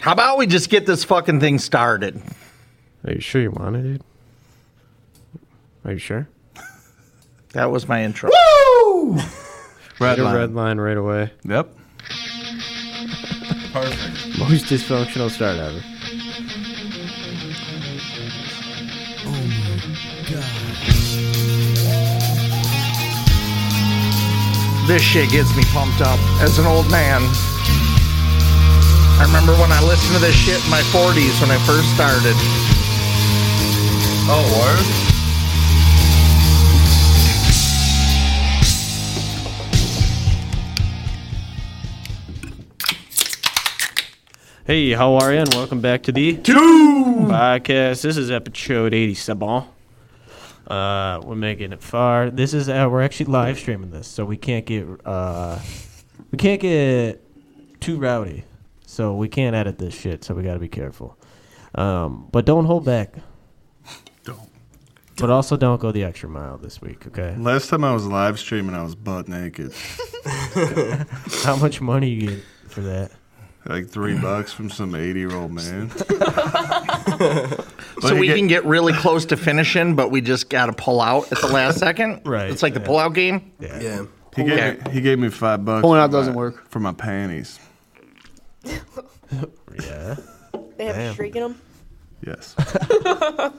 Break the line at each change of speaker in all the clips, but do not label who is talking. How about we just get this fucking thing started?
Are you sure you want it, dude? Are you sure?
That was my intro.
Red
Red
a
line.
red line right away.
Yep. Perfect.
Most dysfunctional start ever.
This shit gets me pumped up as an old man. I remember when I listened to this shit in my 40s when I first started.
Oh,
Hey, how are you? And welcome back to the podcast. This is episode 87. Uh, we're making it far. This is uh, we're actually live streaming this, so we can't get uh, we can't get too rowdy. So we can't edit this shit. So we got to be careful. Um, but don't hold back.
Don't.
But also don't go the extra mile this week. Okay.
Last time I was live streaming, I was butt naked.
How much money you get for that?
Like three bucks from some 80 year old man.
So
you
we
get-
can get really close to finishing, but we just got to pull out at the last second.
Right,
It's like the
yeah.
pull out game.
Yeah.
Yeah.
He gave,
Okay.
me, he gave me five bucks.
Pulling
for
out doesn't
my-
work.
For my panties.
Yeah.
They have a streak in them.
Yes.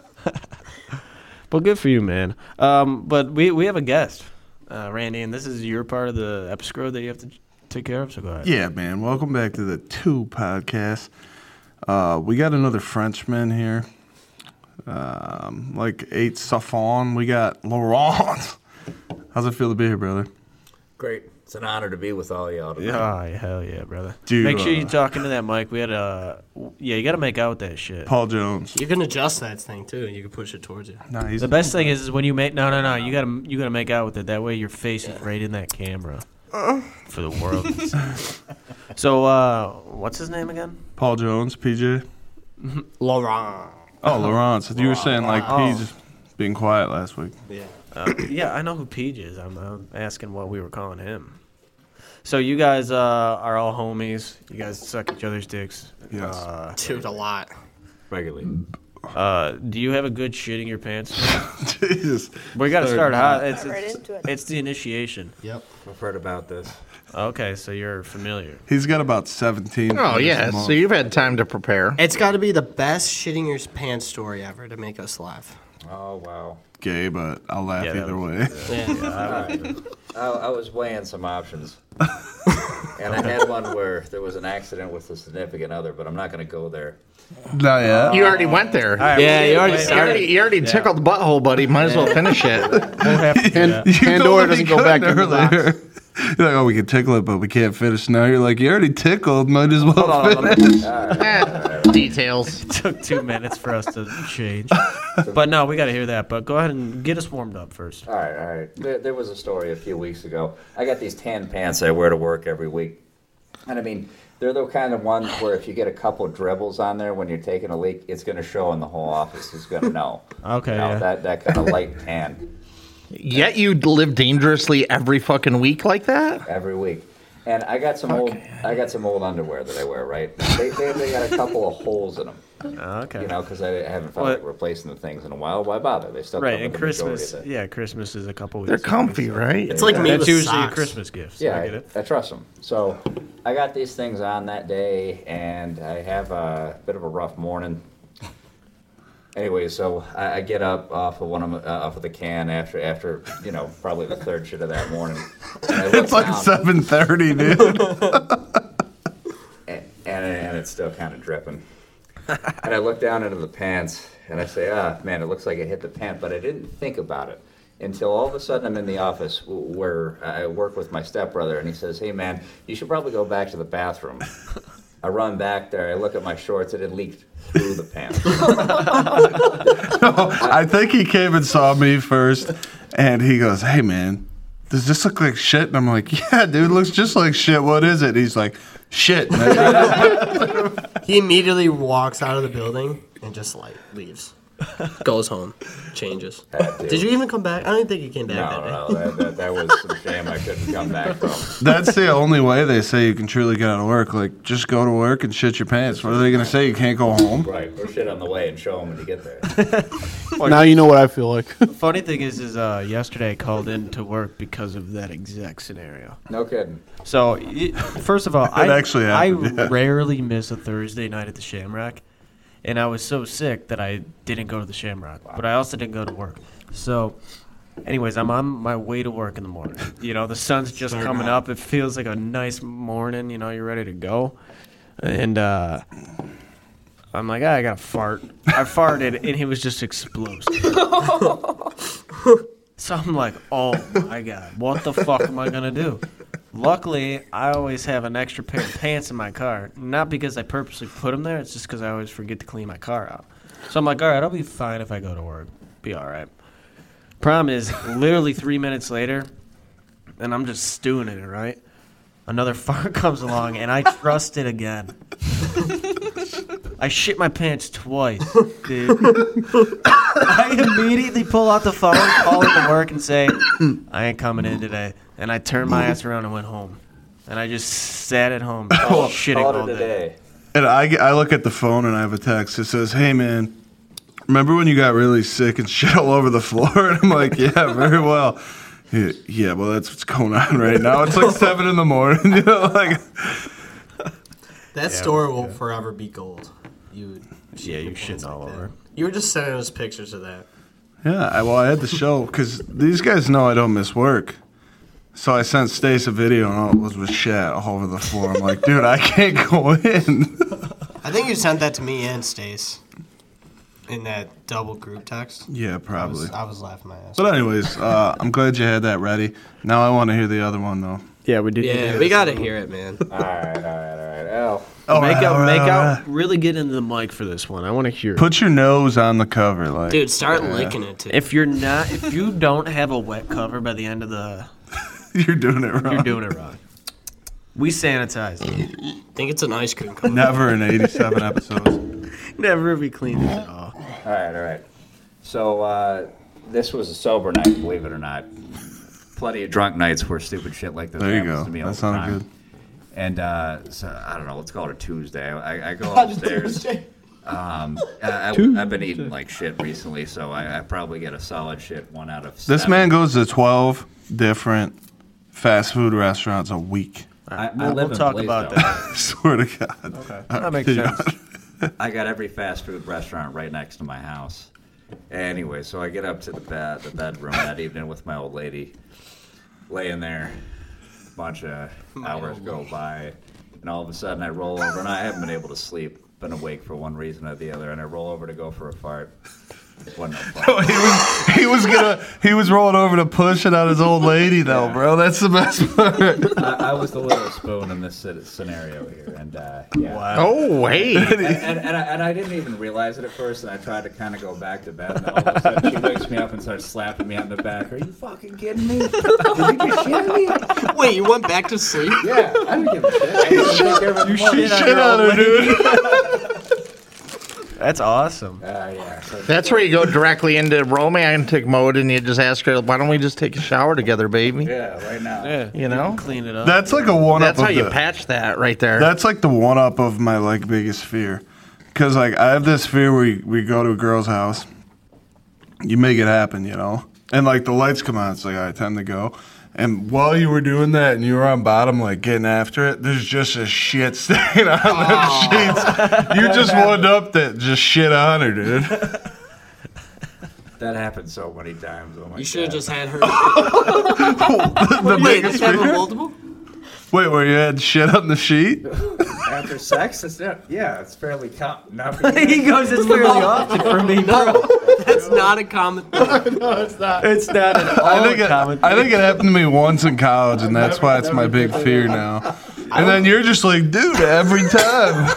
Well, good for you, man. Um, but we, we have a guest, uh, Randy, and this is your part of the episode that you have to take care of. So go ahead.
yeah, man. Welcome back to the Two Podcast. Uh, we got another Frenchman here. Um, like eight Safon. We got Laurent. How's it feel to be here, brother?
Great. It's an honor to be with all y'all today.
Oh, hell yeah, brother.
Dude,
make sure
uh,
you're talking to that mic. We had a yeah. You got to make out with that shit.
Paul Jones.
You can adjust that thing too, and you can push it towards you.
Nah, he's
The best thing is, is when you make no, no, no. You gotta you gotta make out with it. That way, your face is right in that camera
Uh.
for the world. to see. so, uh, what's his name again?
Paul Jones, PJ.
Laurent.
Oh, Laurent. So you were saying like
Laurent.
he's being quiet last week.
Yeah.
Uh, yeah, I know who Peach is. I'm, I'm asking what we were calling him. So you guys uh, are all homies. You guys suck each other's dicks.
Yes.
Uh,
Dude, a lot.
Regularly.
uh, do you have a good shitting your pants?
Jesus.
we gotta start hot. It's,
Right
it's,
into it.
it's the initiation.
Yep.
I've heard about this.
Okay, so you're familiar.
He's got about 17.
Oh,
for this
yeah.
month.
So you've had time to prepare.
It's got to be the best shitting your pants story ever to make us laugh.
Oh, wow.
gay, but I'll laugh
Yeah, that
either
was-
way.
Yeah.
I, I was weighing some options. and I had one where there was an accident with a significant other, but I'm not going to go there.
Not yet.
You already went there.
Yeah, you already
You already, you already tickled the butthole, buddy. Might as well finish it.
Yeah.
You told
Pandora
him he
doesn't go back
couldn't
in the box.
earlier. You're like, oh, we can tickle it, but we can't finish now. You're like, you already tickled. Might as well finish.
Eh, Details.
took two minutes for us to change. But no, we gotta hear that. But go ahead and get us warmed up first.
All right, all right. There, there was a story a few weeks ago. I got these tan pants I wear to work every week. And I mean, they're the kind of ones where if you get a couple dribbles on there when you're taking a leak, it's going to show in the whole office. Who's going to know?
Okay,
You know,
yeah.
that, that kind of light tan.
Yet you live dangerously every fucking week like that?
every week. And I got some old, I got some old underwear that I wear. Right? They, they, they got a couple of holes in them,
Okay.
you know, because I haven't felt
What?
like replacing the things in a while. Why bother? They still
right,
cover
and
the majority of
Christmas.
it.
Yeah, Christmas is a couple weeks.
They're
away,
comfy,
so-
right?
It's like me
That's
with
usually a
socks.
Christmas gift.
Yeah,
I get it.
I, trust them. So I got these things on that day, and I have a bit of a rough morning. Anyway, so I, I get up off of one of 'em, uh, off of the can after after you know probably the third shit of that morning. And I look
It's like
down.
7.30, dude.
and, and it's still kind of dripping. and I look down into the pants and I say, ah, man, it looks like it hit the pant, but I didn't think about it until all of a sudden I'm in the office w- where I work with my stepbrother and he says, hey, man, you should probably go back to the bathroom. I run back there, I look at my shorts, it had leaked through the pants.
I think he came and saw me first, and he goes, hey, man, does this look like shit? And I'm like, yeah, dude, it looks just like shit. What is it? He's like, shit, man.
He immediately walks out of the building and just like leaves. Goes home, changes.
Had to.
Did you even come back? I don't think you came back
No,
that day.
no, that, that, that was some shame I couldn't come back from.
That's the only way they say you can truly get out of work. Like, just go to work and shit your pants. What are they going to say? You can't go home?
Right, or shit on the way and show them when you get there.
now you know what I feel like.
Funny thing is, is uh, yesterday I called in to work because of that exact scenario.
No kidding.
So, y first of all, I
actually happened,
I
yeah.
rarely miss a Thursday night at the Shamrock, and I was so sick that I didn't go to the Shamrock, but I also didn't go to work. So, anyways, I'm on my way to work in the morning. You know, the sun's just coming up. It feels like a nice morning. You know, you're ready to go, and uh, I'm like, "Ah, I got to fart. I farted, and it was just explosive. so I'm like, oh my god, what the fuck am I gonna do? Luckily, I always have an extra pair of pants in my car. Not because I purposely put them there, it's just because I always forget to clean my car out. So I'm like, all right, I'll be fine if I go to work. Be all right. Problem is, literally three minutes later, and I'm just stewing in it, right? Another fart comes along, and I trust it again. I shit my pants twice, dude. I immediately pull out the phone, call it to work, and say, I ain't coming in today. And I turned my ass around and went home. And I just sat at home, shitting
Call
all
it a
day.
day.
And I, get- I look at the phone and I have a text that says, Hey, man, remember when you got really sick and shit all over the floor? And I'm like, Yeah, very well. Yeah, yeah, well, that's what's going on right now. It's like 7 in the morning. You know, like,
That story will forever be gold. You.
Yeah, you shitting all
that.
over.
You were just sending us pictures of that.
Yeah, I, well, I had the show because these guys know I don't miss work. So I sent Stace a video and all it was was shit all over the floor. I'm like, dude, I can't go in.
I think you sent that to me and Stace. In that double group text.
yeah,
I
probably.
was, I was laughing my ass.
But anyways, uh, I'm glad you had that ready. Now I want to hear the other one though.
yeah, we did.
Yeah, we gotta hear it, man.
All right, all right, all right. Al,
Oh,
Make out, make out, really get into the mic for this one. I want to hear. it.
Put your nose on the cover, like.
Dude, start licking it too.
If you're not, if you don't have a wet cover by the end of the,
You're doing it wrong.
you're doing it wrong. We sanitize.
think it's an ice cream cone.
Never in 87 episodes.
Never be clean at all.
all right, all right. So uh, this was a sober night, believe it or not. Plenty of drunk nights where stupid shit like this
There you
happens
go.
to me all
That
the
sounded
time.
good.
And uh, so I don't know. Let's call it a Tuesday. I, I go upstairs. Um, I, I, I've been eating like shit recently, so I, I probably get a solid shit one out of.
This
seven.
man goes to 12 different fast food restaurants a week.
I, I
We'll,
live
we'll
in
talk about
Blaisdell.
that.
Swear to God. Okay.
That makes sense.
I got every fast food restaurant right next to my house. Anyway, so I get up to the bed, the bedroom that evening with my old lady, laying there. bunch of hours go by, and all of a sudden I roll over, and I haven't been able to sleep. Been awake for one reason or the other, and I roll over to go for a fart. Wasn't no fart.
he was he was gonna he was rolling over to push it on his old lady though, bro. That's the best part.
I, I was the little spoon in this sce- scenario here, and uh, yeah.
Oh wait.
and, and, and, I, and I didn't even realize it at first, and I tried to kind of go back to bed, and all of a sudden she wakes me up and starts slapping me on the back. Are you fucking kidding me? Did you just shit me?
Wait, you went back to sleep?
Yeah, I didn't give a shit. I didn't take care of it more.
Shit on her, dude.
That's awesome.
Uh, yeah, so
That's where you go directly into romantic mode and you just ask her, why don't we just take a shower together, baby?
yeah, right now.
You know?
Clean it up.
That's like a one up.
That's
of
how you
the-
patch that right there.
That's like the one up of my like biggest fear, because like I have this fear where you, we go to a girl's house, you make it happen, you know, and like the lights come on, it's like I time to go. And while you were doing that and you were on bottom, like getting after it, there's just a shit stain on the sheets. You just one up that just shit on her, dude.
That happened so many times. Oh my
You should have
God.
just had her.
the
Wait,
biggest
just have
fear.
her multiple?
Wait, where you had shit on the sheet?
after sex. It's not, yeah, it's fairly com- not for you.
he goes, it's fairly often for me, bro.
That's not a common thing.
It's not at all
I think, it,
common.
I think it happened to me once in college, and that's why it's my big fear now. And then you're just like, dude, every time.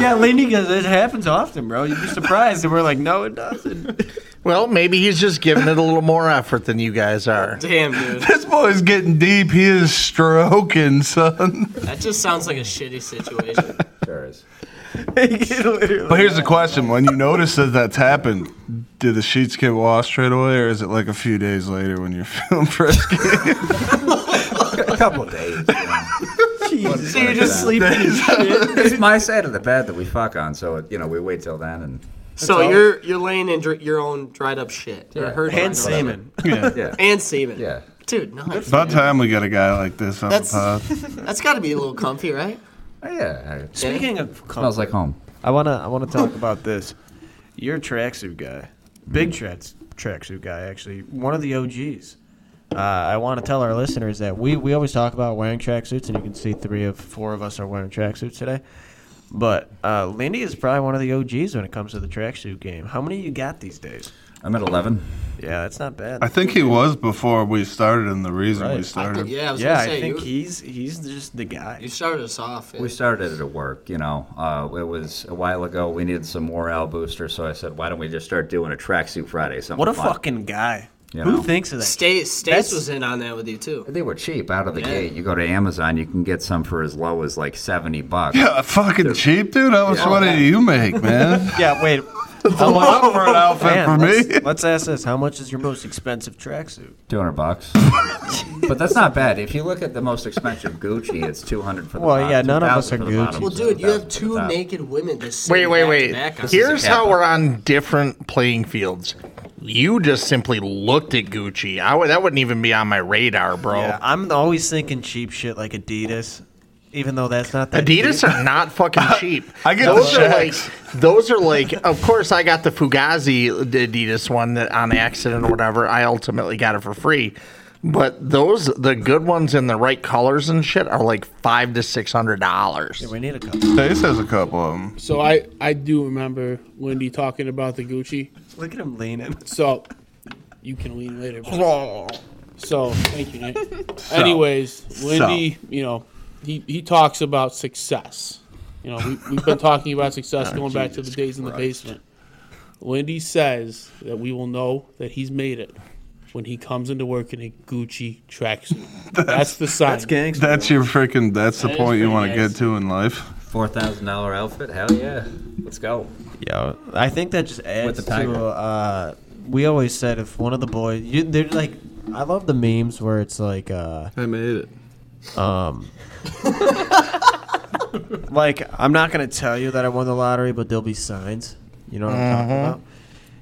yeah, Lindy goes, it happens often, bro. You'd be surprised. And we're like, no, it doesn't.
well, maybe he's just giving it a little more effort than you guys are.
Damn, dude.
This boy's getting deep. He is stroking, son.
That just sounds like a shitty situation.
Sure is.
But here's the question: When you notice that that's happened, do the sheets get washed straight away, or is it like a few days later when you're film frisky?
a couple of days.
Jesus. So you're just sleeping in shit.
It's my side of the bed that we fuck on, so it, you know we wait till then and.
So you're you're laying in dr- your own dried up shit. Or
Yeah.
her dried up
And
shit.
semen.
yeah.
Yeah.
And semen.
Yeah.
Dude, nice.
About time we got a guy like this on
That's
the pod.
that's got to be a little comfy, right?
Oh, yeah. It
Speaking of cum,
smells like home.
I wanna I wanna talk about this. You're a tracksuit guy, big
Mm-hmm.
tracks tracksuit guy actually, one of the OGs. Uh, I want to tell our listeners that we we always talk about wearing tracksuits, and you can see three of four of us are wearing tracksuits today. But uh, Lindy is probably one of the OGs when it comes to the tracksuit game. How many you got these days?
I'm at 11.
Yeah, that's not bad.
I think he was before we started, and the reason we
Right.
started.
Yeah, I was
yeah,
gonna
I
say
think
you,
he's he's just the
you
guy.
started us off.
We started it at work, you know. Uh, it was a while ago. We needed some morale booster, so I said, why don't we just start doing a tracksuit Friday? Something
What a
fun.
fucking guy!
You
Who
know.
thinks of that?
Stace, Stace
That's-
was in on that with you too.
They were cheap out of the
Yeah.
gate. You go to Amazon, you can get some for as low as like 70 bucks.
Yeah, fucking cheap, dude. How much
Yeah.
money do you make, man?
Yeah, wait. How
lot for an outfit for
let's,
me.
Let's ask this: How much is your most expensive tracksuit?
200 bucks. but that's not bad. If you look at the most expensive Gucci, it's 200 for the
Well,
bottom,
yeah, none of us
2,000
are
for the
Gucci.
bottom,
Well, dude,
2,000 for
you have
the
two
top.
naked women just
Wait,
sitting
wait,
back
wait.
To back on
Here's
cap
how
on.
we're on different playing fields. You just simply looked at Gucci. I, would- that wouldn't even be on my radar,
Oh.
bro.
Yeah, I'm always thinking cheap shit like Adidas, even though that's not that
Adidas
cheap.
are not fucking cheap.
I get
those
the
are like
checks.
those are like of course I got the Fugazi Adidas one that on accident or whatever I ultimately got it for free. But those the good ones in the right colors and shit are like five to six hundred dollars.
We need a couple.
Stace has a couple of them.
So I, I do remember Lindy talking about the Gucci.
Look at him leaning.
So you can lean later. but- so thank you, Nate. Anyways, Lindy, you know, he, he talks about success. You know, we, we've been talking about success going back to the days in the basement. Lindy says that we will know that he's made it when he comes into work in a Gucci tracksuit. That's, the sign.
That's gangster.
That's your freaking. That's the
That is
point you
pretty
want to
nice.
get to in life.
$4,000 outfit? Hell yeah. Let's go.
Yeah, I think that just adds
the tiger.
to. Uh, we always said if one of the boys, you, they're like, I love the memes where it's like, uh,
I made it.
like I'm not gonna tell you that I won the lottery, but there'll be signs. You know what I'm talking
Mm-hmm.
about?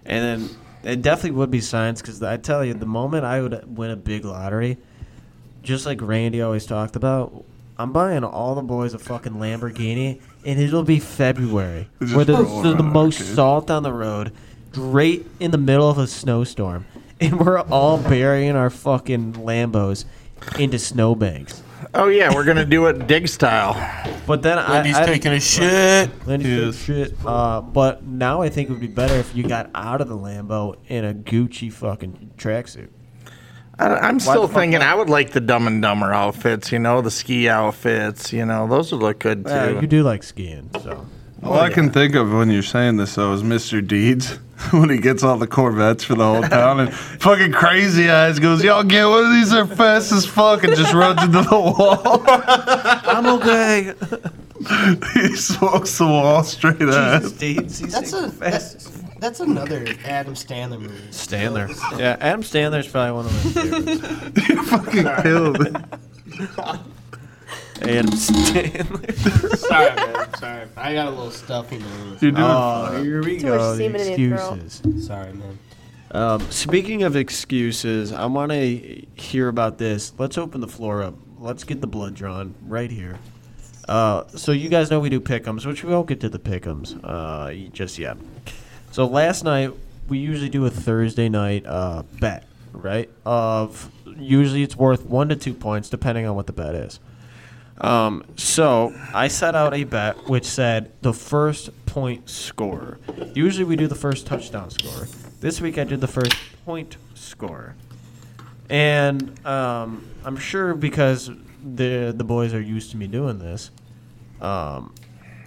And then it definitely would be signs because I tell you, the moment I would win a big lottery, just like Randy always talked about, I'm buying all the boys a fucking Lamborghini, and it'll be February,
Just
where there's
roll
the, the
around,
most
dude.
salt on the road, right in the middle of a snowstorm, and we're all burying our fucking Lambos into snowbanks.
Oh yeah, we're gonna do it dig style.
But then
Lindy's
I, I
taking a shit.
Lenny
He
said
is.
shit. Uh, but now I think it would be better if you got out of the Lambo in a Gucci fucking tracksuit.
I, I'm still thinking I would like the Dumb and Dumber outfits. You know, the ski outfits. You know, those would look good too.
Yeah, you do like skiing, so
All I can think of when you're saying this though is Mr. Deeds when he gets all the Corvettes for the whole town and fucking crazy eyes goes, "Y'all get one of these? They're fast as fuck!" and just runs into the wall.
I'm okay.
he smokes the wall straight
Jesus,
at.
Deeds, he's
That's a
the fastest.
that's, that's another Adam Sandler movie.
Sandler. Yeah, Adam Sandler's probably one of my favorites.
You fucking killed it.
Adam Sandler.
Sorry, man. Sorry, I got a little stuffy man.
You're doing.
Oh, here we
Too much
go. The
semen in your throat.
excuses.
Sorry, man.
Um, speaking of excuses, I want to hear about this. Let's open the floor up. Let's get the blood drawn right here. Uh, so you guys know we do pickums, which we won't get to the pickums uh, just yet. So last night we usually do a Thursday night uh, bet, right? Of usually it's worth one to two points depending on what the bet is. Um, so I set out a bet which said the first point scorer. Usually we do the first touchdown scorer. This week I did the first point scorer, and um, I'm sure because the the boys are used to me doing this, um,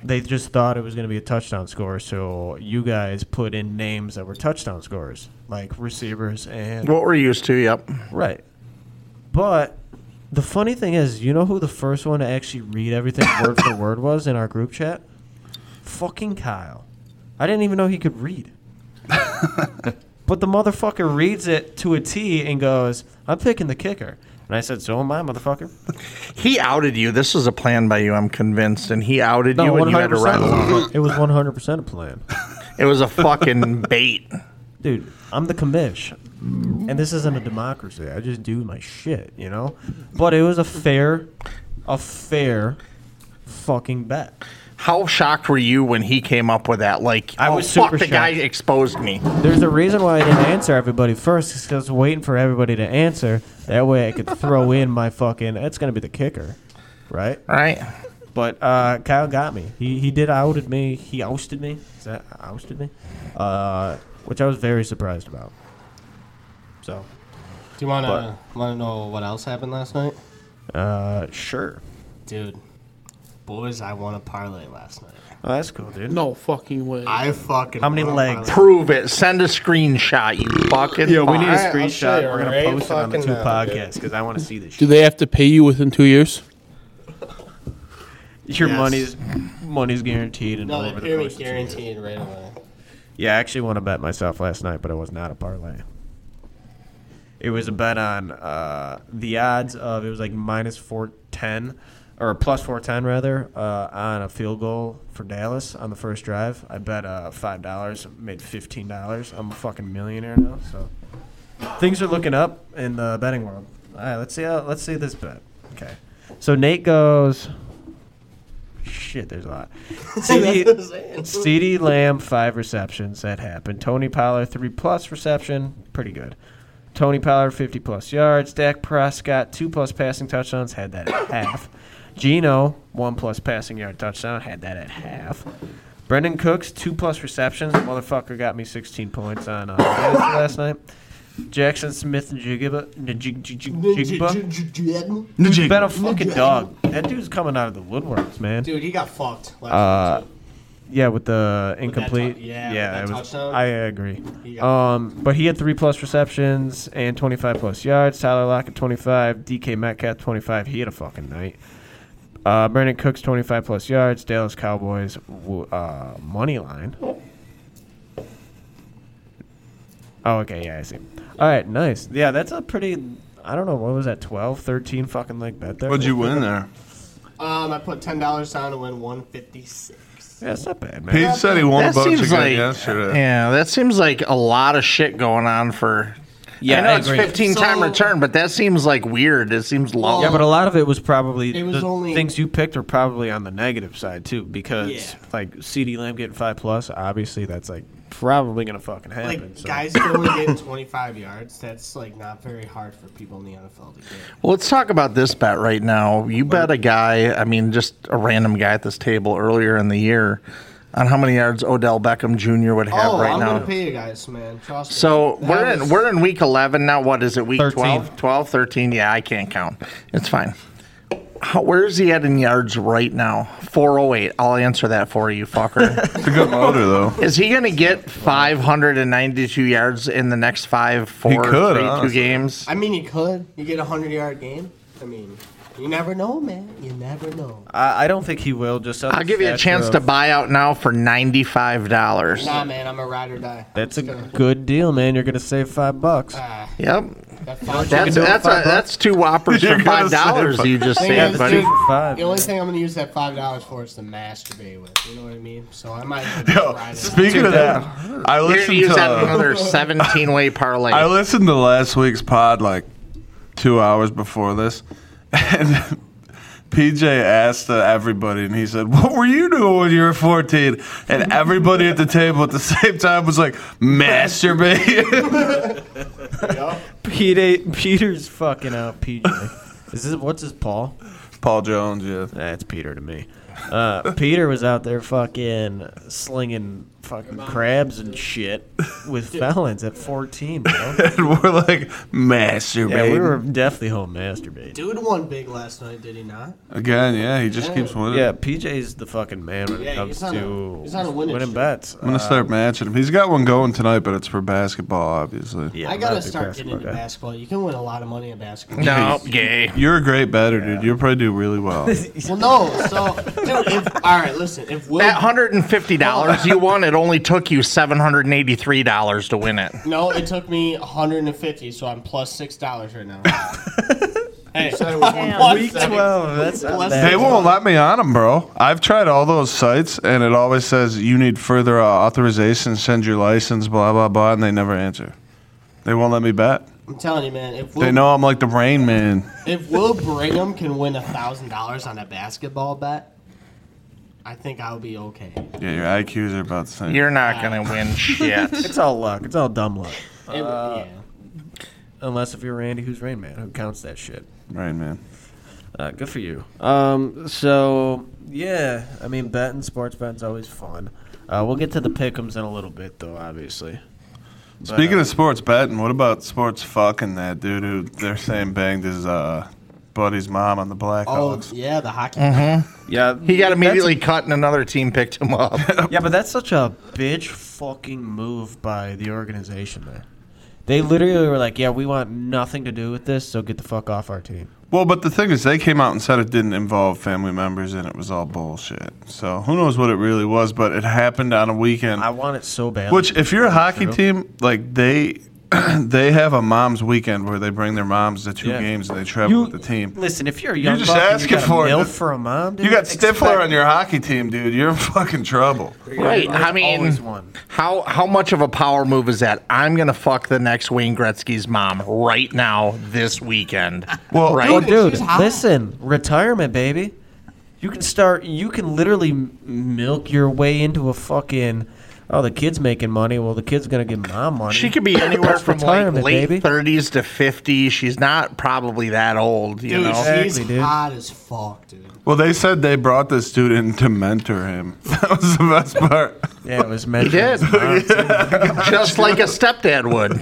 they just thought it was going to be a touchdown score. So you guys put in names that were touchdown scorers, like receivers and
What we're used to. Yep.
Right. But the funny thing is, you know who the first one to actually read everything word for word was in our group chat? fucking Kyle. I didn't even know he could read. but the motherfucker reads it to a T and goes, I'm picking the kicker. And I said, So am I, motherfucker.
He outed you. This was a plan by you, I'm convinced. And he outed
No,
you and you had to
100%.
run with it.
It was 100% a plan.
It was a fucking bait.
Dude, I'm the commish. And this isn't a democracy. I just do my shit, you know? But it was a fair, a fair fucking bet.
How shocked were you when he came up with that? Like,
I
oh,
was
fuck,
super
the guy
shocked.
exposed me.
There's a reason why I didn't answer everybody first, because I was waiting for everybody to answer. That way I could throw in my fucking, that's going to be the kicker, right?
Right?
But uh, Kyle got me. He, he did outed me. He ousted me. Is that ousted me? Uh, which I was very surprised about. So,
Do you want to want to know what else happened last night,
uh, sure.
dude? Boys, I won a parlay last night.
Oh, that's cool, dude.
No fucking way.
I fucking.
How many
won a
legs?
parlay.
Prove it. Send a screenshot, you fucking.
Yeah, we
fuck.
need a
Alright, I'll show
screenshot.
you
We're gonna
right
post it on the two
fucking now, dude.
podcasts because I want to see this.
Do
Shit.
they have to pay you within two years?
Your
Yes.
money's money's guaranteed and
No,
all
they
over the
paid me
course. of two years.
guaranteed right away.
Yeah, I actually won a bet myself last night, but it was not a parlay. It was a bet on uh, the odds of it was like minus four ten or plus four ten rather uh, on a field goal for Dallas on the first drive. I bet uh, five dollars, made fifteen dollars. I'm a fucking millionaire now, so things are looking up in the betting world. All right, let's see how let's see this bet. Okay, so Nate goes. Shit, there's a lot. CD,
what I'm saying.
CD Lamb five receptions that happened. Tony Pollard three plus reception, pretty good. Tony Pollard fifty plus yards. Dak Prescott two plus passing touchdowns, had that at half. Gino one plus passing yard touchdown, had that at half. Brendan Cooks two plus receptions. Motherfucker got me sixteen points on uh, fantasy last night. Jackson Smith and Jigba, Jigba, who's been a fucking dog. That dude's coming out of the woodworks, man.
Dude, he got fucked. Last
Uh,
night, too.
yeah, with the
that tou-
incomplete.
yeah, with that
it was-
touchdown.
I agree.
He got-
Um, but he had three plus receptions and 25 plus yards. Tyler Lockett 25, DK Metcalf 25. He had a fucking night. Uh, Brandon Cooks 25 plus yards. Dallas Cowboys w- uh, money line. Oh, okay, yeah, I see. All right, nice. Yeah, that's a pretty. I don't know what was that 12, 13 fucking leg bet there.
What'd you win there?
Um, I put ten dollars down and won one fifty six.
Yeah, that's not bad, man.
Pete said he won a
That
bunch
seems
of
like.
yesterday.
Yeah, that seems like a lot of shit going on for. Yeah, I know it's 15 time
So-
return, but that seems like weird. It seems low.
Yeah, but a lot of it was probably
Um, It was
the
only-
things you picked are probably on the negative side too, because
Yeah.
like CD Lamb getting five plus, obviously that's like probably gonna fucking happen.
Like
so.
guys can only get twenty five yards. That's like not very hard for people in the NFL to get.
Well, let's talk about this bet right now. You bet a guy, I mean, just a random guy at this table earlier in the year on how many yards Odell Beckham Jr. would have
oh,
right
I'm
now.
gonna pay you guys, man. Trust me.
so
That
we're in
was-
we're in week 11 now. What is it? Week
13.
12, 12, 13. Yeah, I can't count. It's fine. How, where is he at in yards right now? 408. I'll answer that for you, fucker.
It's a good motor though.
is he going to get 592 yards in the next five, four,
could,
three, two
honestly.
games?
I mean, you could. You get a hundred yard game. I mean, you never know, man. You never know.
I, I don't think he will. Just uh,
I'll give you a chance to buy out now for $95.
Nah, man. I'm a ride or die.
That's a
It's gonna-
good deal, man. You're gonna save five bucks.
Ah,
Yep.
that fucking-
That's
do it
that's
for
a,
five bucks?
that's two whoppers
You're
for
gonna
five
say
dollars.
five.
You just
Thing
saved,
is,
buddy.
dude,
Five.
The only thing I'm gonna use that five dollars for is to masturbate with. You know what I mean? So I might. as well
Yo,
ride it out.
speaking of that, I
You're gonna
listened
use
to
that another seventeen way parlay.
I listened to last week's pod like two hours before this, and PJ asked uh, everybody, and he said, "What were you doing when you were 14?" And everybody at the table at the same time was like, "Masturbating."
Peter, Peter's fucking out. PJ. Is this what's his Paul?
Paul Jones, yeah.
That's Peter to me. Uh, Peter was out there fucking slinging fucking crabs and shit with felons at 14, bro.
And we're like, "Masturbating."
Yeah, we were definitely home masturbating.
Dude won big last night, did he not?
Again, yeah. He just keeps winning.
Yeah, PJ's the fucking man when it
Yeah,
comes
he's on a-
to
he's on a winning streak.
bets. Uh,
I'm gonna start matching him. He's got one going tonight, but it's for basketball, obviously.
yeah,
I
I'm
gotta
not a big
start getting into
basketball guy.
basketball. You can win a lot of money in basketball.
no, gay.
You're a great batter, dude. You'll probably do really well.
Well, no. So No, if, all right, listen. If Will,
At $150 you won, it only took you $783 to win it.
no, it took me 150, so I'm plus six dollars right now. hey,
Damn.
Week 12. That's not
Plus
bad.
They won't let me on them, bro. I've tried all those sites, and it always says you need further uh, authorization, send your license, blah blah blah, and they never answer. They won't let me bet.
I'm telling you, man. If Will,
They know I'm like the Rain Man.
if Will Brigham can win a thousand dollars on a basketball bet, I think I'll be okay.
Yeah, your IQs are about the same.
You're not going to win shit.
It's all luck. It's all dumb luck.
It-
Uh,
yeah.
Unless if you're Randy, who's Rain Man, who counts that shit.
Rain Man.
Uh, good for you. Um, so yeah, I mean, betting sports betting's always fun. Uh, we'll get to the pickums in a little bit, though. Obviously,
Speaking of sports betting, what about sports fucking that dude who they're saying banged his uh, buddy's mom on the
Oh
Blackhawks?
yeah, the hockey.
yeah,
He got immediately cut and another team picked him up.
yeah, but that's such a bitch fucking move by the organization there. They literally were like, "Yeah, we want nothing to do with this, so get the fuck off our team."
Well, but the thing is, they came out and said it didn't involve family members and it was all bullshit. So who knows what it really was, but it happened on a weekend.
I want it so bad.
Which, if you're a hockey team, like they. They have a mom's weekend where they bring their moms to two
Yeah.
games and they travel
you
with the team.
Listen, if you're a young,
just
buck and
asking
you got
for it,
a milf
dude.
for a mom. Dude,
You got
expect-
Stifler on your hockey team, dude. You're in fucking trouble.
Right. I mean,
always one.
how how much of a power move is that? I'm gonna fuck the next Wayne Gretzky's mom right now this weekend.
Well,
right.
Oh,
Dude,
dude,
she's hot.
listen, retirement, baby. You can start. You can literally m- milk your way into a fucking. Oh, the kid's making money. Well, the kid's gonna give mom money.
She could be anywhere
That's
from like
retirement,
late
baby.
30s to 50. She's not probably that old, you
Dude,
know.
she's
Exactly, dude.
hot as fuck, dude.
Well, they said they brought this dude in to mentor him. That was the best part.
Yeah, it was meant.
did.
well,
Just like a stepdad would.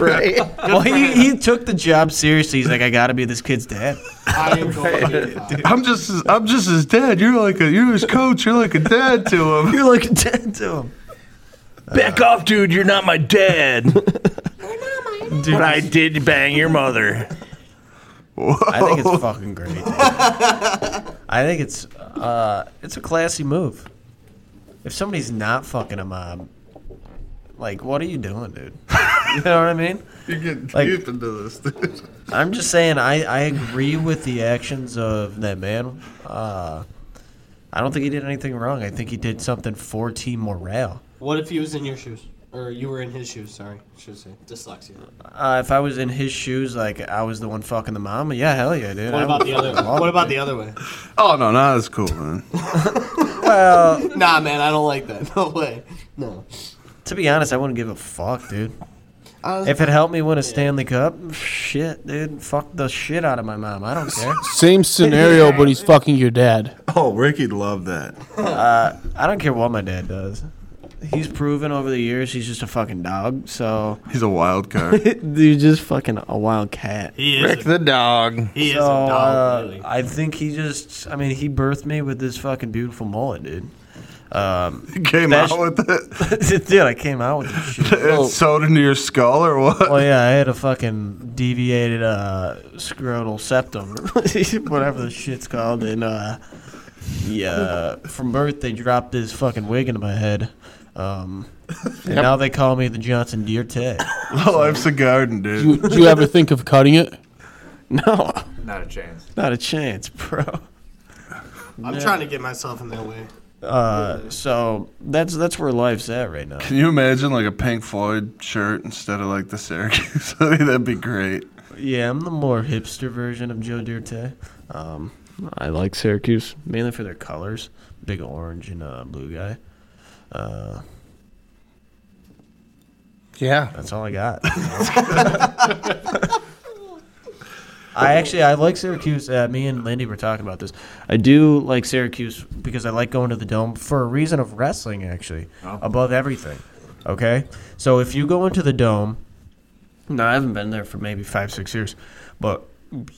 Right?
he, he took the job seriously. He's like, I gotta be this kid's dad.
I am going to
I'm just, as, I'm just his dad. You're like a, you're his coach. You're like a dad to him.
You're like a dad to him.
Back off, dude. You're not my dad. But I did bang your mother.
I think it's fucking great. dude. I think it's uh, it's a classy move. If somebody's not fucking a mom, like, what are you doing, dude? You know what I mean?
You're getting
Like-
deep into this, dude.
I'm just saying, I, I agree with the actions of that man. Uh, I don't think he did anything wrong. I think he did something for team morale.
What if he was in your shoes? Or you were in his shoes, sorry. Should say. Dyslexia.
Uh, if I was in his shoes, like I was the one fucking the mom, yeah, hell yeah, dude.
What
I
about
would
the other
fucking love
what
it,
about
dude.
the other way?
Oh no, no, that's cool, man.
Well,
Nah man, I don't like that. No way. No.
To be honest, I wouldn't give a fuck, dude. if it helped me win a Stanley Cup, shit, dude, fuck the shit out of my mom. I don't care.
Same scenario, but he's fucking your dad.
Oh, Ricky'd love that.
I don't care what my dad does. He's proven over the years he's just a fucking dog. So
He's a wild card.
dude, just fucking a wild cat.
He is
Rick the dog.
he
So uh, I think he just, I mean, he birthed me with this fucking beautiful mullet, dude. Um,
He came
That's-
out with it.
dude, I came out with this shit.
It sewed into your skull or what?
Oh yeah, I had a fucking deviated uh, scrotal septum, whatever the shit's called, and uh, yeah, from birth they dropped this fucking wig into my head. Um, and now they call me the Johnson Deere Ted.
Life's a garden, dude.
Do you ever think of cutting it?
No,
Not a chance.
not a chance, bro.
I'm trying to get myself in that way.
Uh, so that's that's where life's at right now.
Can you imagine like a Pink Floyd shirt instead of like the Syracuse? hoodie? That'd be great.
Yeah, I'm the more hipster version of Joe Dirte. Um, I like Syracuse mainly for their colors, big orange and uh, blue guy. Uh,
Yeah.
that's all I got. I actually I like Syracuse. Uh, me and Lindy were talking about this. I do like Syracuse because I like going to the dome for a reason of wrestling. Actually, above everything. Okay, so if you go into the dome, no, I haven't been there for maybe five, six years, but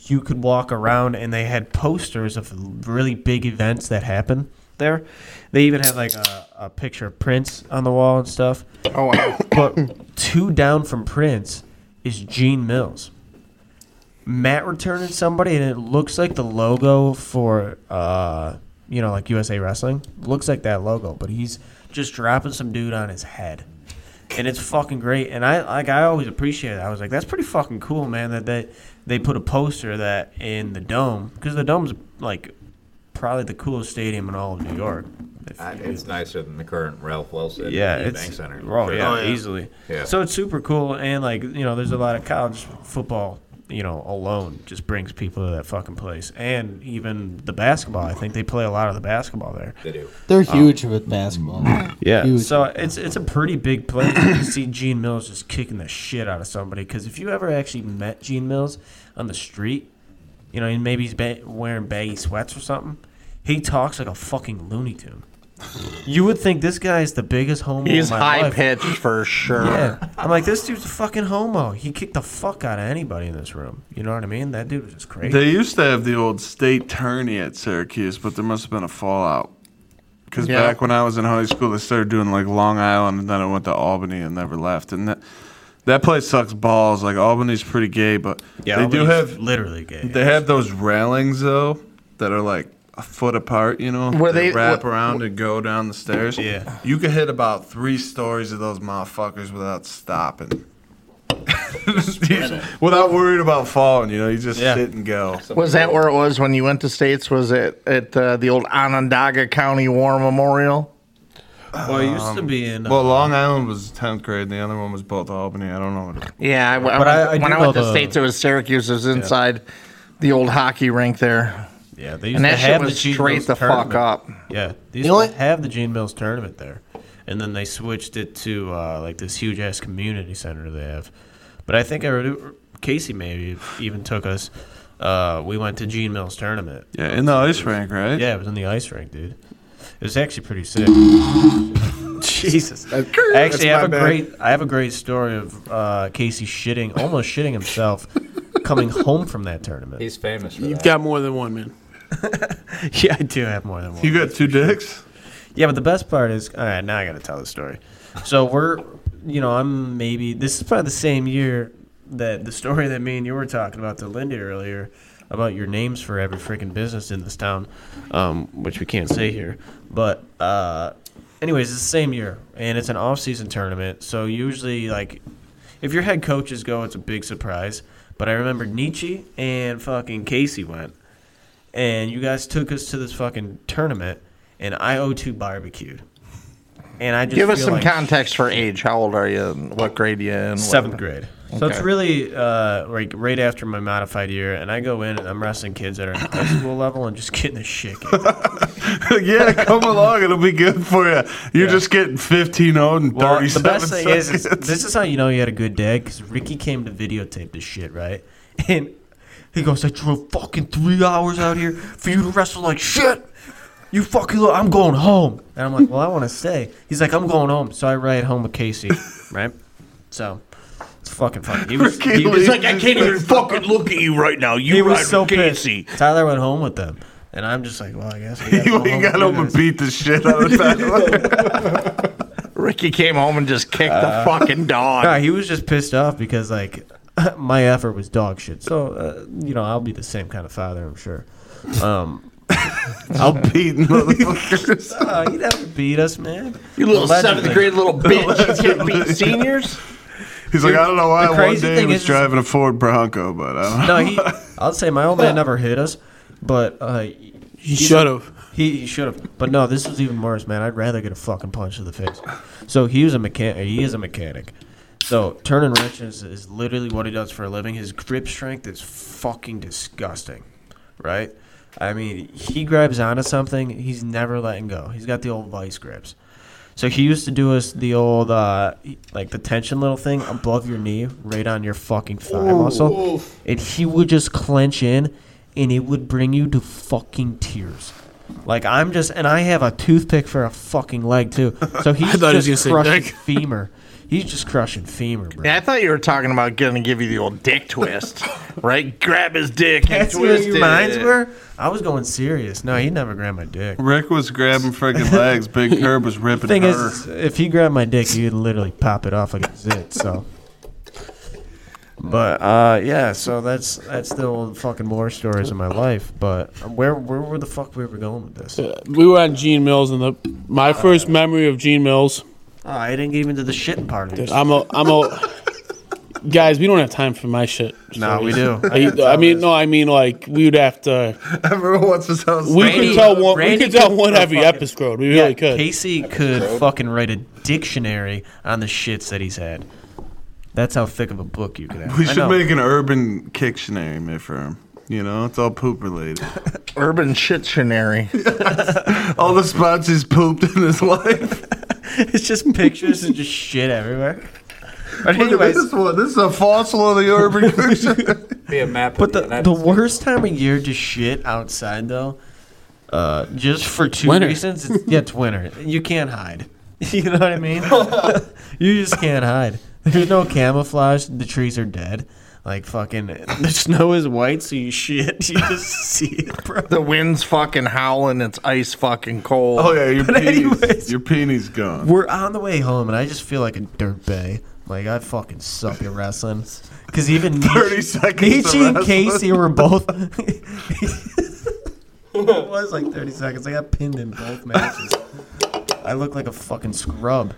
you could walk around and they had posters of really big events that happen there. They even had like a, a picture of Prince on the wall and stuff.
Oh, wow.
But two down from Prince is Gene Mills. Matt returning somebody, and it looks like the logo for uh, you know, like USA Wrestling. Looks like that logo, but he's just dropping some dude on his head. And it's fucking great. And I like I always appreciate it. I was like, that's pretty fucking cool, man, that they, they put a poster of that in the dome. Because the dome's like probably the coolest stadium in all of New York. If
I,
you-
it's nicer than the current Ralph Wilson.
yeah,
Bank
it's
Center.
Oh, yeah,
Sure.
easily.
Yeah.
So it's super cool, and like you know, there's a lot of college football. You know, alone just brings people to that fucking place, and even the basketball. I think they play a lot of the basketball there.
They do.
Oh.
They're huge with basketball.
Yeah.
Huge.
So it's it's a pretty big place. to see Gene Mills just kicking the shit out of somebody. Because if you ever actually met Gene Mills on the street, you know, and maybe he's ba- wearing baggy sweats or something, he talks like a fucking Looney Tune. You would think this guy is the biggest homo.
He's
in my
high
life.
pitched for sure.
Yeah. I'm like, this dude's a fucking homo. He kicked the fuck out of anybody in this room. You know what I mean? That dude was just crazy.
They used to have the old state tourney at Syracuse, but there must have been a fallout. Because
Yeah.
back when I was in high school, they started doing like Long Island, and then it went to Albany and never left. And that that place sucks balls. Like Albany's pretty gay, but they do
Albany's
have
literally gay.
they have those railings though that are like a foot apart. You know,
Where they-
wrap
wh-
around and go down the stairs.
Yeah.
you could hit about three stories of those motherfuckers without stopping. without worrying about falling, you know, you just
Yeah.
sit and go.
Was that where it was when you went to states? Was it at uh, the old Onondaga County War Memorial?
well, it used to be in. uh,
Well, Long Island was 10th grade, and the other one was both Albany. I don't know what it
Yeah, I, I
But I-
went-
I do
when I
know
went to
the-
states, it was Syracuse. It was inside the old hockey rink there,
yeah, they used
and
to
that shit
have the
was
Gene
straight
Mills
the
tournament.
fuck up.
Yeah, they used
You know
to
what?
have the Gene Mills tournament there, and then they switched it to uh, like this huge ass community center they have. But I think I re- Casey maybe even took us. Uh, we went to Gene Mills tournament.
Yeah, in the ice rink, right?
Yeah, it was in the ice rink, dude. It was actually pretty sick. Jesus. I actually
my
have a
bad.
great I have a great story of uh, Casey shitting, almost shitting himself, coming home from that tournament.
He's famous for
You've
that.
got more than one, man.
Yeah, I do have more than one.
You got two dicks?
Yeah, but the best part is, all right, now I got to tell the story. So we're, you know, I'm maybe this is probably the same year that the story that me and you were talking about to Lindy earlier about your names for every freaking business in this town, um, which we can't say here. But uh, anyways, it's the same year, and it's an off-season tournament. So usually, like, if your head coaches go, it's a big surprise. But I remember Nietzsche and fucking Casey went and you guys took us to this fucking tournament, and I owe two barbecued. And I just
Give us
feel
some
like
context for age. How old are you? And what grade you in?
Seventh grade, so it's
Okay.
really uh, like right after my modified year, and I go in and I'm wrestling kids that are in high school level and just getting the shit. kicked.
yeah, come along. It'll be good for you. You're
Yeah.
just getting 15 old and
Well,
37
the best thing is, is
seconds.
this is how you know you had a good day because Ricky came to videotape this shit, right? And he goes, "I drove fucking three hours out here for you to wrestle like shit. You fucking, look, I'm going home." And I'm like, "Well, I want to stay." He's like, "I'm going home," so I ride home with Casey, right? So it's fucking funny. He was,
Ricky
he was,
Lee. like,
I can't even fucking look at you right now. You
he was so pissed. Tyler went home with them, and I'm just like, "Well, I guess." We gotta
You
go home
ain't got
with
home
you
and
guys."
beat the shit out of that.
Ricky came home and just kicked
Uh,
the fucking dog.
No, he was just pissed off because like my effort was dog shit. So uh, you know, I'll be the same kind of father, I'm sure. Um,
I'll beat motherfuckers.
uh, he never beat us, man.
you little
Allegedly.
seventh grade little bitch. You can't beat seniors.
He's like, I don't know why
The
one
crazy
day he
thing
was
is-
driving a Ford Bronco, but uh, I don't know.
No, he. I'll say my old man never hit us, but uh,
You should have.
He, he should have. But no, this was even worse, man. I'd rather get a fucking punch to the face. So he was a mechanic. He is a mechanic. So turning wrenches is literally what he does for a living. His grip strength is fucking disgusting, right? I mean, he grabs onto something, he's never letting go. He's got the old vice grips. So he used to do us the old, uh, like the tension little thing above your knee, right on your fucking thigh muscle, and he would just clench in, and it would bring you to fucking tears. Like I'm just, and I have a toothpick for a fucking leg too. So he's
thought he was
just
gonna say
crushing
dick.
femur. He's just crushing femur, bro.
Yeah, I thought you were talking about gonna give you the old dick twist, right? Grab his dick and
That's where
twist
your
it.
minds were. I was going serious. No, he never grabbed my dick.
Rick was grabbing freaking legs. Big Herb was ripping
Thing
her.
is, if he grabbed my dick, he'd literally pop it off like a zit. So, But uh, yeah, so that's that's the old fucking war stories of my life. But where where were the fuck we were going with this? Oh,
We were on Gene Mills, and the my first memory of Gene Mills.
Ah, I didn't get even to the shitting part of this.
I'm a, I'm a. guys, we don't have time for my shit.
No, we do.
I, I mean, no, I mean like we would have to.
Everyone wants to tell us.
We
Randy-
could tell one.
Randy
we could tell
could
one
throw
every
fucking-
episode. We
Yeah,
really could.
Casey could fucking write a dictionary on the shits that he's had. That's how thick of a book you could have.
We
I
should
know.
make an urban dictionary, man, for him. You know, it's all poop related.
Urban shittionary.
all the spots he's pooped in his life.
it's just pictures and just shit everywhere. But
Look at
anyways,
this one. This is a fossil of the urban dictionary.
Be a map.
but the, the worst time of year to shit outside though, uh, just for two
Winter.
reasons. It's, yeah, it's winter. You can't hide. You know what I mean? you just can't hide. There's no camouflage. The trees are dead. Like fucking, the snow is white, so you shit. You just see it, bro.
The wind's fucking howling. It's ice fucking cold.
Oh yeah, your
anyways-
penis. Your penis gone.
We're on the way home, and I just feel like a dirtbag. Like I fucking suck at wrestling. Because even
30
Nietzsche-
seconds of
Nietzsche and
wrestling.
Casey were both. it was like 30 seconds. I got pinned in both matches. I look like a fucking scrub.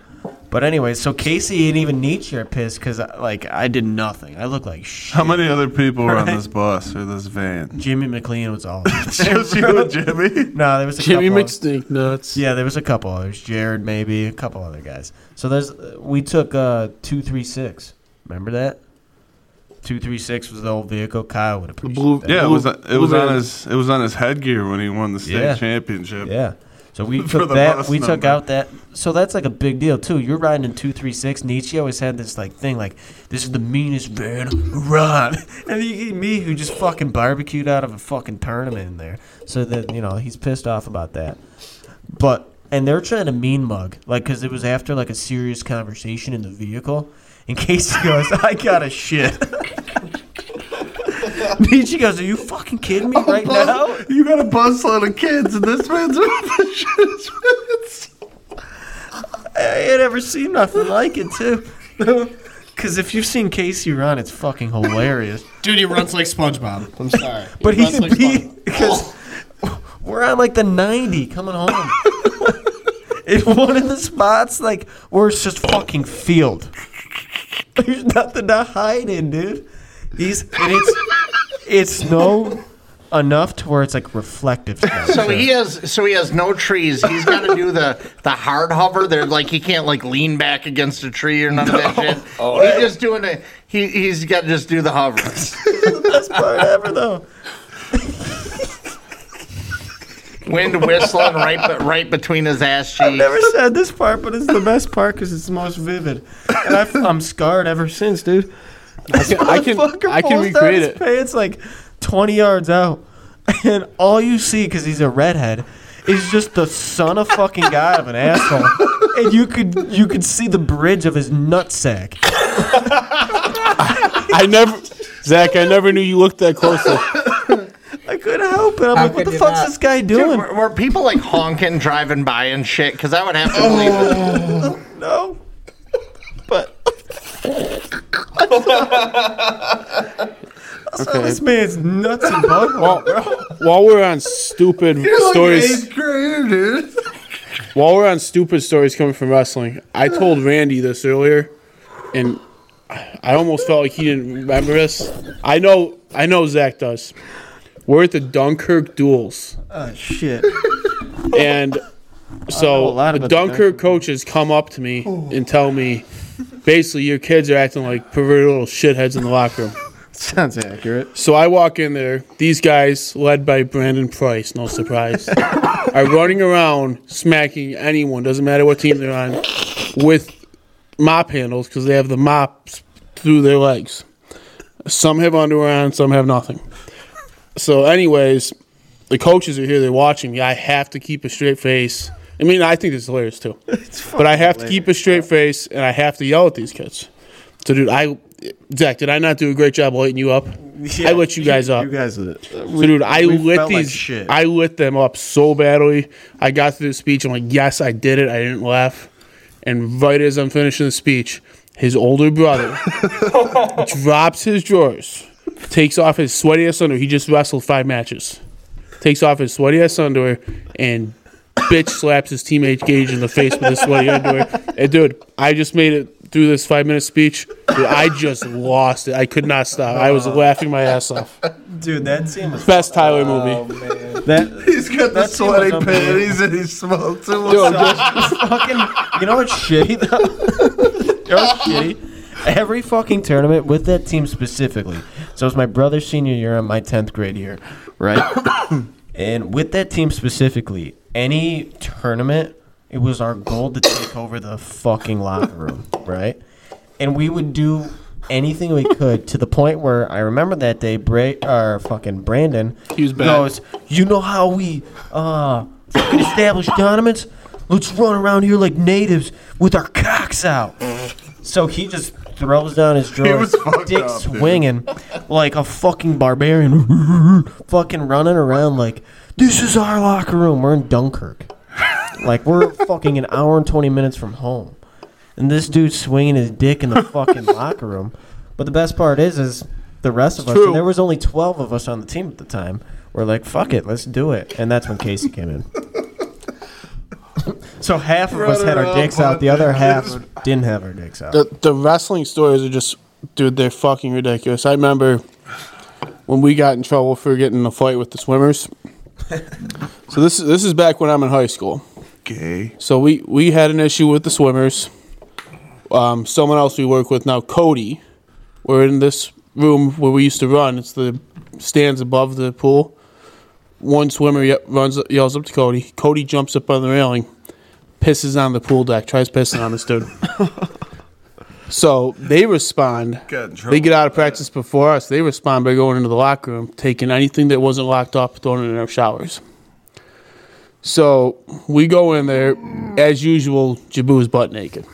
But anyway, so Casey and even Nietzsche are pissed because like I did nothing. I look like shit.
How many other people were on this bus or this van?
Jimmy McLean was all.
Just you and Jimmy.
no, there was a
Jimmy
couple of-
McStink nuts.
Yeah, there was a couple. There's Jared, maybe a couple other guys. So there's we took uh two three six. Remember that? Two three six was the old vehicle. Kyle would appreciate
blue-
that.
Yeah, it was it was
Blue
on
van.
his it was on his headgear when he won the state
Yeah.
championship.
Yeah. So we
For
took
the
that.
bus
We took
number.
out that. So that's like a big deal too. You're riding in two three six. Nietzsche always had this like thing like this is the meanest van run, and you get me who just fucking barbecued out of a fucking tournament in there. So that you know he's pissed off about that. But and they're trying to mean mug like because it was after like a serious conversation in the vehicle. And Casey goes, I got a shit. Nietzsche goes, Are you fucking kidding me right now?
You got a busload of kids, and this man's
I ain't ever seen nothing like it, too. Because if you've seen Casey run, it's fucking hilarious.
Dude, he runs like SpongeBob. I'm sorry.
But
runs
he's
like
be
SpongeBob.
because we're on like the ninety coming home. It's one of the spots like where it's just fucking field. There's nothing to hide in, dude. He's and it's it's snow enough to where it's like reflective snow.
So
too.
he has so he has no trees. He's got to do the the hard hover. They're like he can't like lean back against a tree or none of that shit.
Oh,
he's just doing it. He he's got to just do the hover.
best part ever though.
Wind whistling right but right between his ass cheeks.
never said this part, but it's the best part because it's the most vivid. And I've, I'm scarred ever since, dude.
I can, I can, I can recreate it.
It's like 20 yards out, and all you see, because he's a redhead, is just the son of fucking guy of an asshole, and you could you could see the bridge of his nutsack.
I never, Zach. I never knew you looked that closely.
I couldn't help it. I'm like, what
could
the
you
fuck's
not?
this guy
Dude,
doing?
were, were people like honking driving by and shit? Because I would have to believe it.
No. But
Okay.
this man's nuts and butt
While, while we're on stupid stories,
grader, dude.
while we're on stupid stories coming from wrestling, I told Randy this earlier, and I almost felt like he didn't remember this. I know, I know, Zach does. We're at the Dunkirk duels,
Oh shit.
and
know a
so
lot
the
about the Dunkirk
Dunkirk coaches come up to me and tell me, basically, your kids are acting like perverted little shitheads in the locker room.
Sounds accurate.
So I walk in there. These guys, led by Brandon Price, no surprise, are running around smacking anyone, doesn't matter what team they're on, with mop handles because they have the mops through their legs. Some have underwear on, some have nothing. So, anyways, the coaches are here. They're watching me. I have to keep a straight face. I mean, I think this is hilarious too, but I have to keep a straight face and I have to yell at these kids. So, dude, I Zach, did I not do a great job lighting you up? I lit you guys up.
You guys are.
So, dude, I
we
lit
felt like
these.
shit.
I lit them up so badly. I got through the speech. I'm like, yes, I did it. I didn't laugh. And right as I'm finishing the speech, his older brother drops his drawers, takes off his sweaty ass underwear. He just wrestled five matches. Takes off his sweaty ass underwear and bitch slaps his teammate Gage in the face with his sweaty underwear. And dude, I just made it through this five minute speech. Dude, I just lost it. I could not stop. I
Uh.
was laughing my ass off.
Dude, that scene was
Best Tyler movie.
that
He's got
That
the
scene was
sweaty
unbelievable.
panties and he smokes it.
fucking. You know what's shitty though? you know what's shitty? Every fucking tournament with that team specifically. So it's my brother's senior year and my tenth grade year, right? and with that team specifically, any tournament, it was our goal to take over the fucking locker room, right? And we would do anything we could to the point where I remember that day, Bra- or fucking Brandon
He was bad.
goes, "You know how we uh fucking establish tournaments? Let's run around here like natives with our cocks out." So he just throws down his drawers,
was fucked
dick
up, dude.
swinging like a fucking barbarian, fucking running around like this is our locker room. We're in Dunkirk, like we're fucking an hour and twenty minutes from home, and this dude's swinging his dick in the fucking locker room. But the best part is, is the rest of us.
true.
And there was only twelve of us on the team at the time. We're like, fuck it, let's do it, and that's when Casey came in. So half of us had our
Running
dicks
around
out. The other
butt
half
bitches.
didn't have our dicks out.
the the wrestling stories are just dude they're fucking ridiculous i remember when we got in trouble for getting in a fight with the swimmers so this is this is back when i'm in high school
Gay.
so we we had an issue with the swimmers um, someone else we work with now cody we're in this room where we used to run it's the stands above the pool one swimmer ye- runs yells up to cody cody jumps up on the railing pisses on the pool deck tries pissing on this dude so they respond
Got in trouble
they get out of practice before us they respond by going into the locker room taking anything that wasn't locked up throwing it in our showers so we go in there as usual jabu is butt naked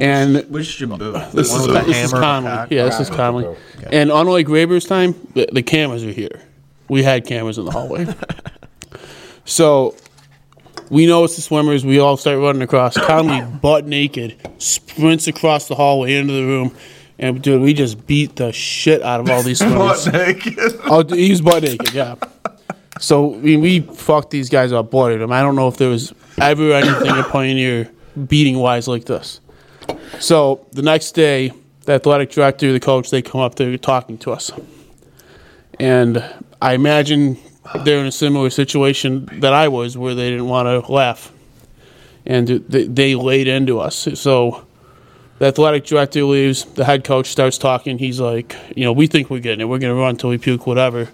and
Which Jabu?
This is a-
this is Conley. Yeah, this is Conley. And unlike Raber's time, the, the cameras are here. We had cameras in the hallway. so we know it's the swimmers. We all start running across. Conley, butt naked, sprints across the hallway into the room. And dude, we just beat the shit out of all these swimmers.
butt naked.
oh, dude, he was butt naked, yeah. So I mean, we fucked these guys up, boarded them. I don't know if there was ever anything a pioneer beating wise like this. So the next day, the athletic director, the coach, they come up, they're talking to us. And I imagine they're in a similar situation that I was, where they didn't want to laugh. And they, they laid into us. So the athletic director leaves, the head coach starts talking. He's like, you know, we think we're getting it. We're going to run until we puke, whatever.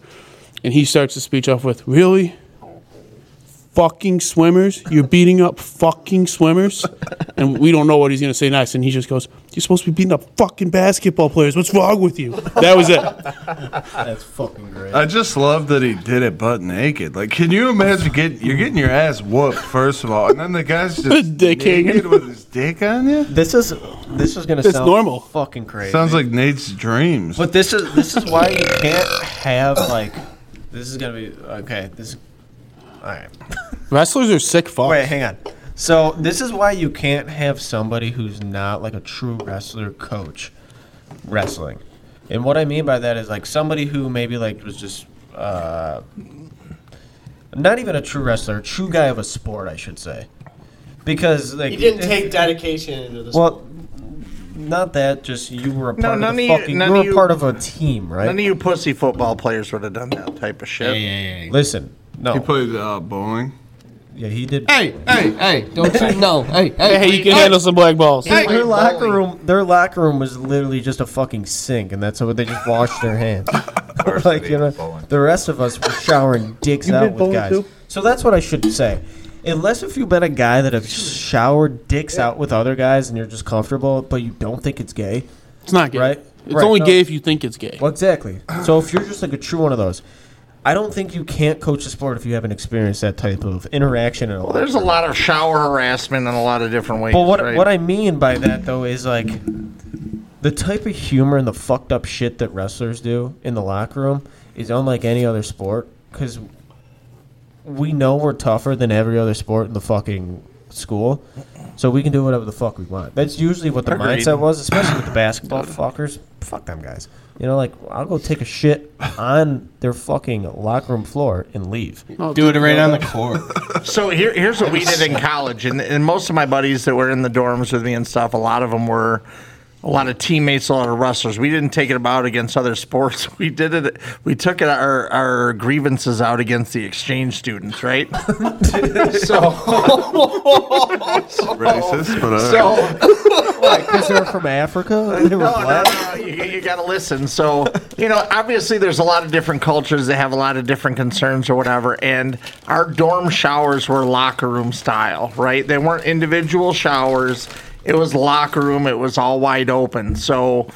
And he starts the speech off with, really? Fucking swimmers? You're beating up fucking swimmers? And we don't know what he's going to say next. And he just goes, You're supposed to be beating up fucking basketball players. What's wrong with you? That was it.
That's fucking great.
I just love that he did it butt naked. Like, can you imagine getting you're getting your ass whooped first of all, and then the guy's just
Dick hanging.
naked with his dick on you?
This is this is gonna
It's
sound
normal.
Fucking crazy.
Sounds like Nate's dreams.
But this is this is why you can't have like. This is gonna be okay. This. All right.
Wrestlers are sick fucks.
Oh, Wait, hang on. So this is why you can't have somebody who's not like a true wrestler coach wrestling. And what I mean by that is like somebody who maybe like was just uh, not even a true wrestler, a true guy of a sport, I should say. Because like
He didn't take dedication into this.
well, not that just you were a part of
none
the
of you-
fucking
none
you were
of you-
a part of a team, right?
None of you pussy football players would have done that type of shit.
Listen, no,
he played uh, bowling.
yeah, he did.
hey, hey, hey! Don't you know? Hey, hey!
Hey, you can handle some black balls.
Their-
Hey,
their locker
bowling.
room, their locker room was literally just a fucking sink, and that's how they just washed their hands. like you know,
Bowling.
the rest of us were showering dicks out with guys. So that's what I should say. Unless if you've been a guy that have showered dicks out with other guys and you're just comfortable, but you don't think it's gay.
It's not gay.
Right?
It's
Right,
only
no.
gay if you think it's gay.
Well, exactly. So if you're just like a true one of those, I don't think you can't coach a sport if you haven't experienced that type of interaction in a
There's a lot of shower harassment in a lot of different ways.
But what
right?
what I mean by that though is like the type of humor and the fucked up shit that wrestlers do in the locker room is unlike any other sport because we know we're tougher than every other sport in the fucking school. So we can do whatever the fuck we want. That's usually what the
Agreed.
mindset was, especially with the basketball fuckers. Fuck them guys. You know, like I'll go take a shit on their fucking locker room floor and leave.
Do it right on the court.
So here, here's what we did in college, and, and most of my buddies that were in the dorms with me and stuff, a lot of them were a lot of teammates, a lot of wrestlers. We didn't take it about against other sports. We did it. We took it our our grievances out against the exchange students, right?
Racist, but uh, all right.
So.
Because they're from Africa. They were
No, no, no, uh, you, you got to listen. So, you know, obviously there's a lot of different cultures. They have a lot of different concerns or whatever. And our dorm showers were locker room style, right? They weren't individual showers. It was locker room. It was all wide open. So,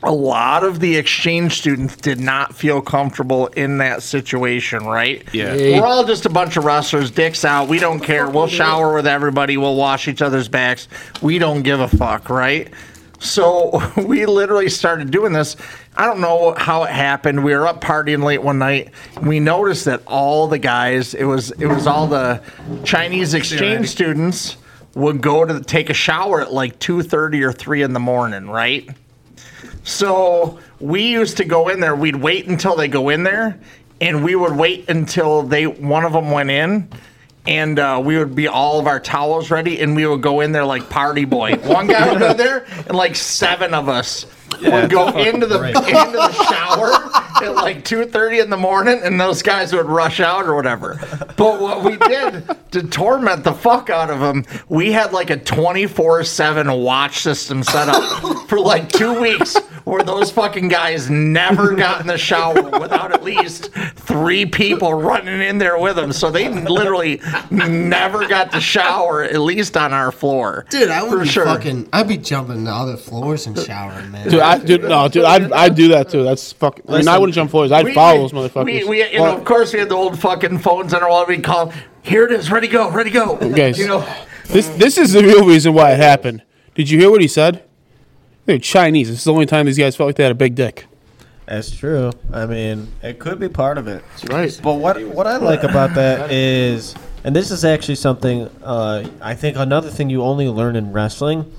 a lot of the exchange students did not feel comfortable in that situation, right?
Yeah.
We're all just a bunch of wrestlers, dicks out. We don't care. We'll shower with everybody. We'll wash each other's backs. We don't give a fuck, right? So we literally started doing this. I don't know how it happened. We were up partying late one night. We noticed that all the guys, it was it was all the Chinese exchange students would go to take a shower at like 2:30 or 3 in the morning, right? So we used to go in there. We'd wait until they go in there, and we would wait until they one of them went in, and uh, we would be all of our towels ready, and we would go in there like party boy. One guy would go there, and like seven of us would go into the into the shower at like two thirty in the morning, and those guys would rush out or whatever. But what we did to torment the fuck out of them, we had like a twenty four seven watch system set up for like two weeks, where those fucking guys never got in the shower without at least three people running in there with them. So they literally never got to shower, at least on our floor.
Dude, I would
For
be
sure.
fucking. I'd be jumping to other floors and showering, man.
Dude, I dude, no, dude, I'd, I'd do that too. That's fucking. I mean, I wouldn't jump floors. I'd follow those motherfuckers.
We, we, you know, of course, we had the old fucking phones on our wall. We call. Here it is, ready go, ready go.
Guys.
you know,
This this is the real reason why it happened. Did you hear what he said? They're Chinese. This is the only time these guys felt like they had a big dick.
That's true. I mean, it could be part of it.
Right.
But what what I like about that is, and this is actually something uh, I think another thing you only learn in wrestling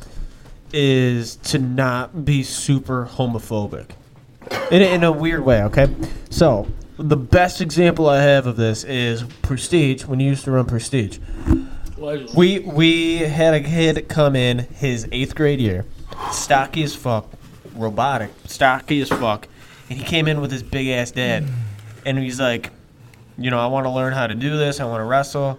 is to not be super homophobic in, in a weird way. Okay, so the best example I have of this is Prestige when you used to run Prestige. We we had a kid come in his eighth grade year, stocky as fuck, robotic, stocky as fuck, and he came in with his big ass dad, and he's like, you know, I want to learn how to do this, I want to wrestle,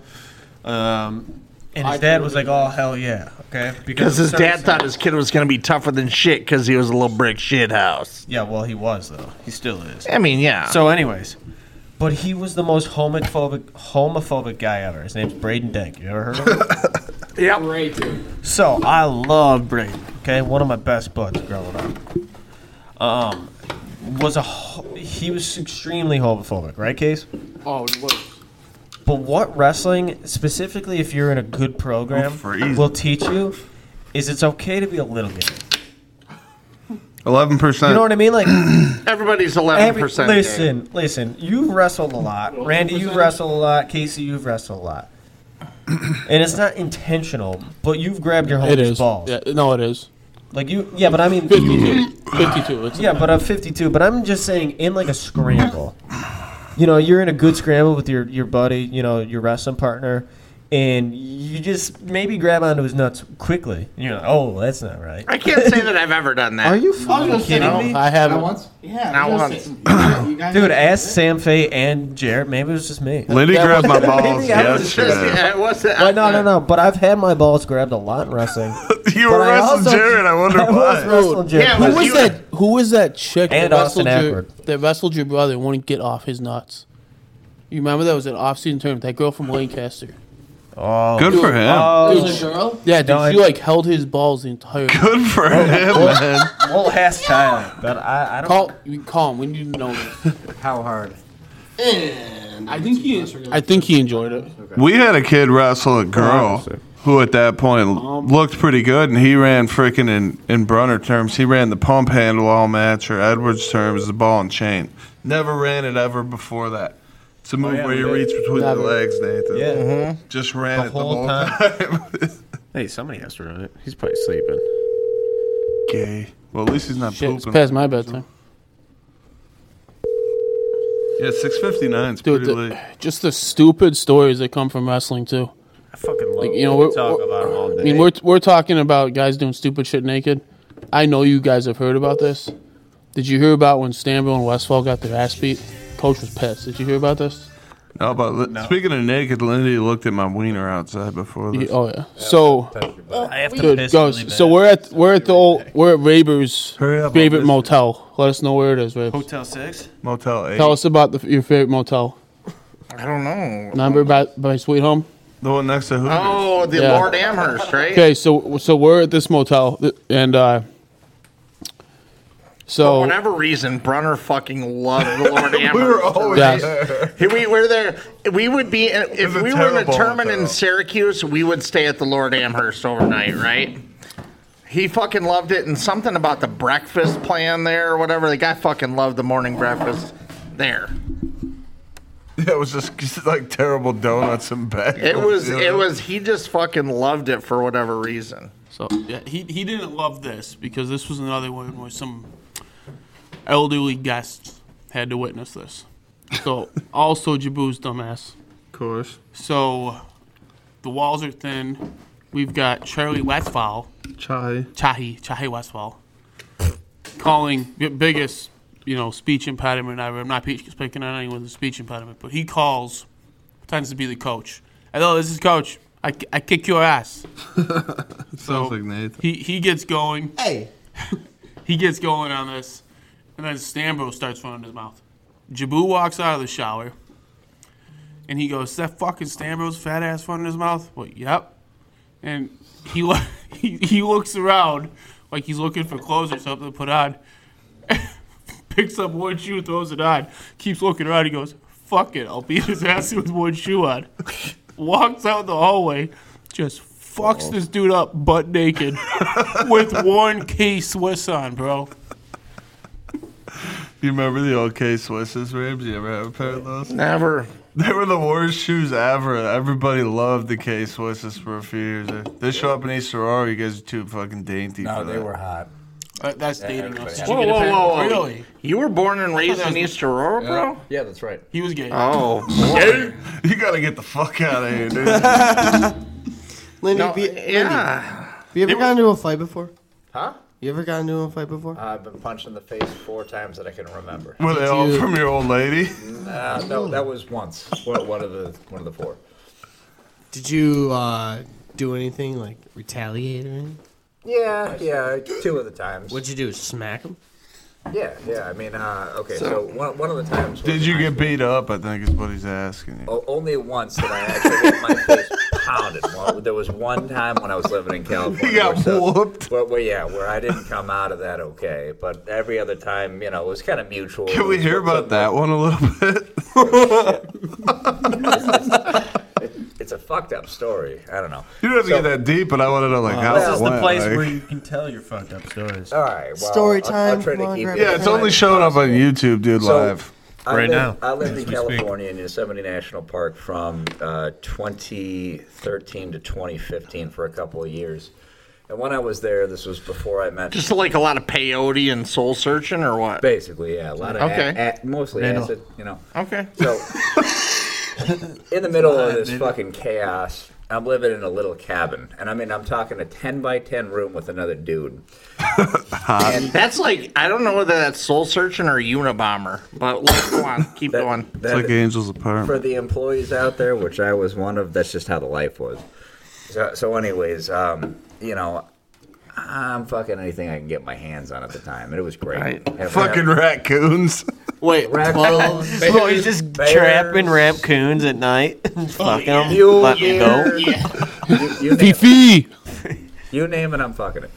um, and his dad was like, oh hell yeah, okay,
because his
certain
dad
stuff-
thought his kid was going to be tougher than shit because he was a little brick shit house.
yeah, well he was though, he still is.
I mean, yeah.
So, anyways, but he was the most homophobic homophobic guy ever. His name's Braden Denk. You ever heard of him?
yep.
So I love Braden. Okay, one of my best buds growing up. Um, was a ho- he was extremely homophobic, right, Case?
Oh,
But what wrestling, specifically if you're in a good program,
freezing.
will teach you is it's okay to be a little gay.
11%.
You know what I mean? Like
Everybody's eleven
every,
percent.
listen, listen. You've wrestled a lot, Randy. You've wrestled a lot, Casey. You've wrestled a lot, and it's not intentional, but you've grabbed your
it
homie's
is.
balls.
Yeah, no, it is.
Like you, yeah. But I mean,
52. 52. It's
Yeah, but I'm 52. But I'm just saying, in like a scramble, you know, you're in a good scramble with your your buddy, you know, your wrestling partner, and you just maybe grab onto his nuts quickly. And you're like, oh, that's not right.
I can't say that I've ever done that.
Are you fucking kidding me,
I haven't.
Yeah.
Not
I
once.
was gonna say, you guys-
dude? Ask Sam Faye and Jarrett. Maybe it was just me.
Lady
That
grabbed my
was-
balls
Maybe I was
yesterday.
Yeah, it wasn't.
But no, no, no. But I've had my balls grabbed a lot in wrestling.
You were
But I
wrestling
also-
Jared. I wonder
I was
why.
wrestling Jarrett.
Yeah,
Who
but you-
was that? Who was that chick
And
that
Austin
wrestled, your,
Ackford.
that wrestled your brother and wouldn't get off his nuts? You remember that was an off-season tournament. That girl from Lancaster.
Oh,
Good for him.
Oh,
There's a girl.
Yeah, dude,
No,
she
I-
like held his balls the entire.
Good for him, man.
we'll ask Tyler. But I, I don't.
Call, you call him. We need to know. This.
How hard? And I think he is.
I think he enjoyed it.
We had a kid wrestle a girl who at that point
Um,
looked pretty good, and he ran freaking in, in Brunner terms. He ran the pump handle all match, or Edwards terms, the ball and chain. Never ran it ever before that. It's a move where you reach between your legs, Nathan.
Oh, Yeah. Mm-hmm.
Just ran
The
it
whole
the whole time.
Hey, Hey, somebody has to run it. He's probably sleeping.
Gay. Well, at least he's not
Shit, it's
pooping.
past my bedtime.
Yeah, six fifty nine. It's
Dude,
pretty late.
the, just the stupid stories that come from wrestling too.
I fucking love
you know, we're-
talk
we're-
about him all day.
I mean, we're we're talking about guys doing stupid shit naked. I know you guys have heard about this. Did you hear about when Stanville and Westfall got their ass beat? Coach was pissed. Did you hear about this?
No, Oh, but li- speaking of naked, Lindy looked at my wiener outside before
You-
this.
oh yeah. So
I have to
good
piss
goes.
really
so
bad.
we're at we're at the old we're at Raber's
Hurry up, I'll
favorite
miss it.
motel. Let us know where it is, Raber.
Hotel Six.
Motel eight.
Tell us about the, your favorite motel.
I don't know.
Number by by Sweet Home.
the one next to Hooters.
Oh, the
Yeah.
Lord Amherst, right?
Okay, so so we're at this motel, th- and uh,
For
so
whatever reason, Brunner fucking loved the Lord Amherst.
we were always
Yes.
there.
He- we were there. We would be in- if
was a
we were in a
terrible
tournament in
hotel.
Syracuse. We would stay at the Lord Amherst overnight, right? He fucking loved it, and something about the breakfast plan there or whatever. The guy fucking loved the morning breakfast there.
Yeah, it was just, just like terrible donuts and bags.
It was. It was. He just fucking loved it for whatever reason.
so Oh, yeah, he he didn't love this because this was another one where some elderly guests had to witness this. So also Jabu's dumbass.
Of course.
So the walls are thin. We've got Charlie Westfall,
Chai.
Chahi Chahi Westfall, calling the biggest you know speech impediment ever. I'm not pe- picking on anyone with a speech impediment, but he calls pretends to be the coach. Hello, this is coach. I, I kick your ass. so
Sounds like Nathan.
he he gets going.
Hey.
He gets going on this, and then Stambro starts running his mouth. Jabu walks out of the shower, and he goes, "That fucking Stambro's fat ass running his mouth." Well, yep. And he lo- he he looks around like he's looking for clothes or something to put on. Picks up one shoe, throws it on. Keeps looking around. He goes, "Fuck it, I'll beat his ass with one shoe on." Walks out the hallway, just fucks this dude up butt naked with one K Swiss on, bro.
You remember the old K Swisses, Rams? You ever have a pair of those?
Never.
They were the worst shoes ever. Everybody loved the K Swisses for a few years. They show up in East Aurora. You guys are too fucking dainty.
No,
for
they
that.
were hot.
Uh, that's dating
everybody
us. Did you
Whoa,
get a
whoa,
pen?
whoa, whoa.
Really?
You were born and raised in East Aurora, bro.
Yeah, that's right.
He was gay.
Oh,
You gotta get the fuck out of here, dude.
Lindy,
no,
be, Lindy,
yeah.
have you ever gotten into a fight before?
Huh?
You ever gotten into a fight before?
I've been punched in the face four times that I can remember.
were they all from your old lady?
Uh, no, that was once. One, one of the one of the four.
Did you uh, do anything like retaliate or anything?
Yeah, yeah, two of the times.
What'd you do? Smack him?
yeah, yeah. I mean, uh, okay. So, one, one of the times. was-
Did you get beat up? I think is what he's asking you.
O- only once that I actually got my face pounded. Well, there was one time when I was living in California.
You got
where so-
whooped.
Well, well, yeah, where I didn't come out of that okay. But every other time, you know, it was kind of mutual.
Can we hear about that one a little bit?
It's a fucked up story. I don't know.
You don't have to get that deep, but I want to know like how
Uh, this
it
is
went, like-
you can tell your fucked up stories.
All right. Well,
Story
I'll-
time,
I'll try to
come on,
keep
grab
it-
a
Yeah, it's only showing up on YouTube, dude.
So-
Live.
I
Right
lived-
now,
I lived
as
in
we speak.
California in Yosemite National Park from uh, 2013 to 2015 for a couple of years. And when I was there, this was before I met.
Just like a lot of peyote and soul searching, or what?
Basically, yeah, a lot of
Okay.
a- a- mostly acid, you know.
Okay.
So, in the middle of this fucking chaos, I'm living in a little cabin, and I mean, I'm talking a 10 by 10 room with another dude.
That's like I don't know whether that's soul searching or Unabomber, but let's go on, keep
That-
going.
that-
It's like Angel's
for
apartment.
the employees out there, which I was one of, that's just how the life was. So, so anyways, um, you know, I'm fucking anything I can get my hands on at the time, and it was great.
Right.
Have-
Fucking raccoons.
Wait,
have-
Oh, he's just
Bears.
trapping raccoons at night. Fucking them.
mule
Let me go.
deer. You- you name-
Fifi.
You name it, I'm fucking it.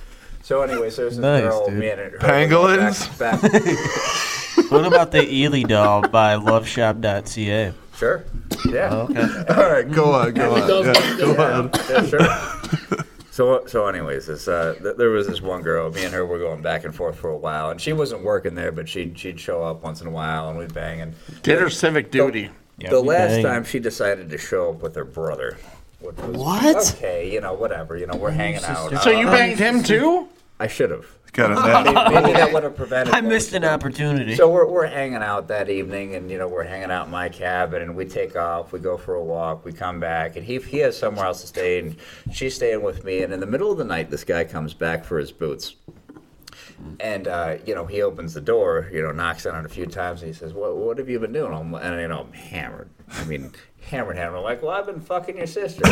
So, anyways, there's this
Nice,
girl,
dude.
me and her.
Pangolins?
Back, back-
What about the Ely doll by loveshop.ca?
sure.
Oh,
Yeah.
All right, go on, go on. Yeah, go on.
Yeah, sure. so, so, anyways, this uh, th- there was this one girl. Me and her were going back and forth for a while, and she wasn't working there, but she'd she'd show up once in a while, and we'd bang. And
Did her civic duty.
the last
banging.
time she decided to show up with her brother, which was-
What?
Okay, you know, whatever. You know, we're hanging out. Uh,
So you banged him too?
I should have.
Got it.
Maybe that would have prevented.
I
what
missed an opportunity.
So we're, we're hanging out that evening, and you know we're hanging out in my cabin, and we take off, we go for a walk, we come back, and he he has somewhere else to stay, and she's staying with me, and in the middle of the night, this guy comes back for his boots, and uh, you know he opens the door, you know knocks on it a few times, and he says, "What what have you been doing?" I'm, and you know I'm hammered. I mean. Hammered, hammered. I'm like, well, I've been fucking your sister.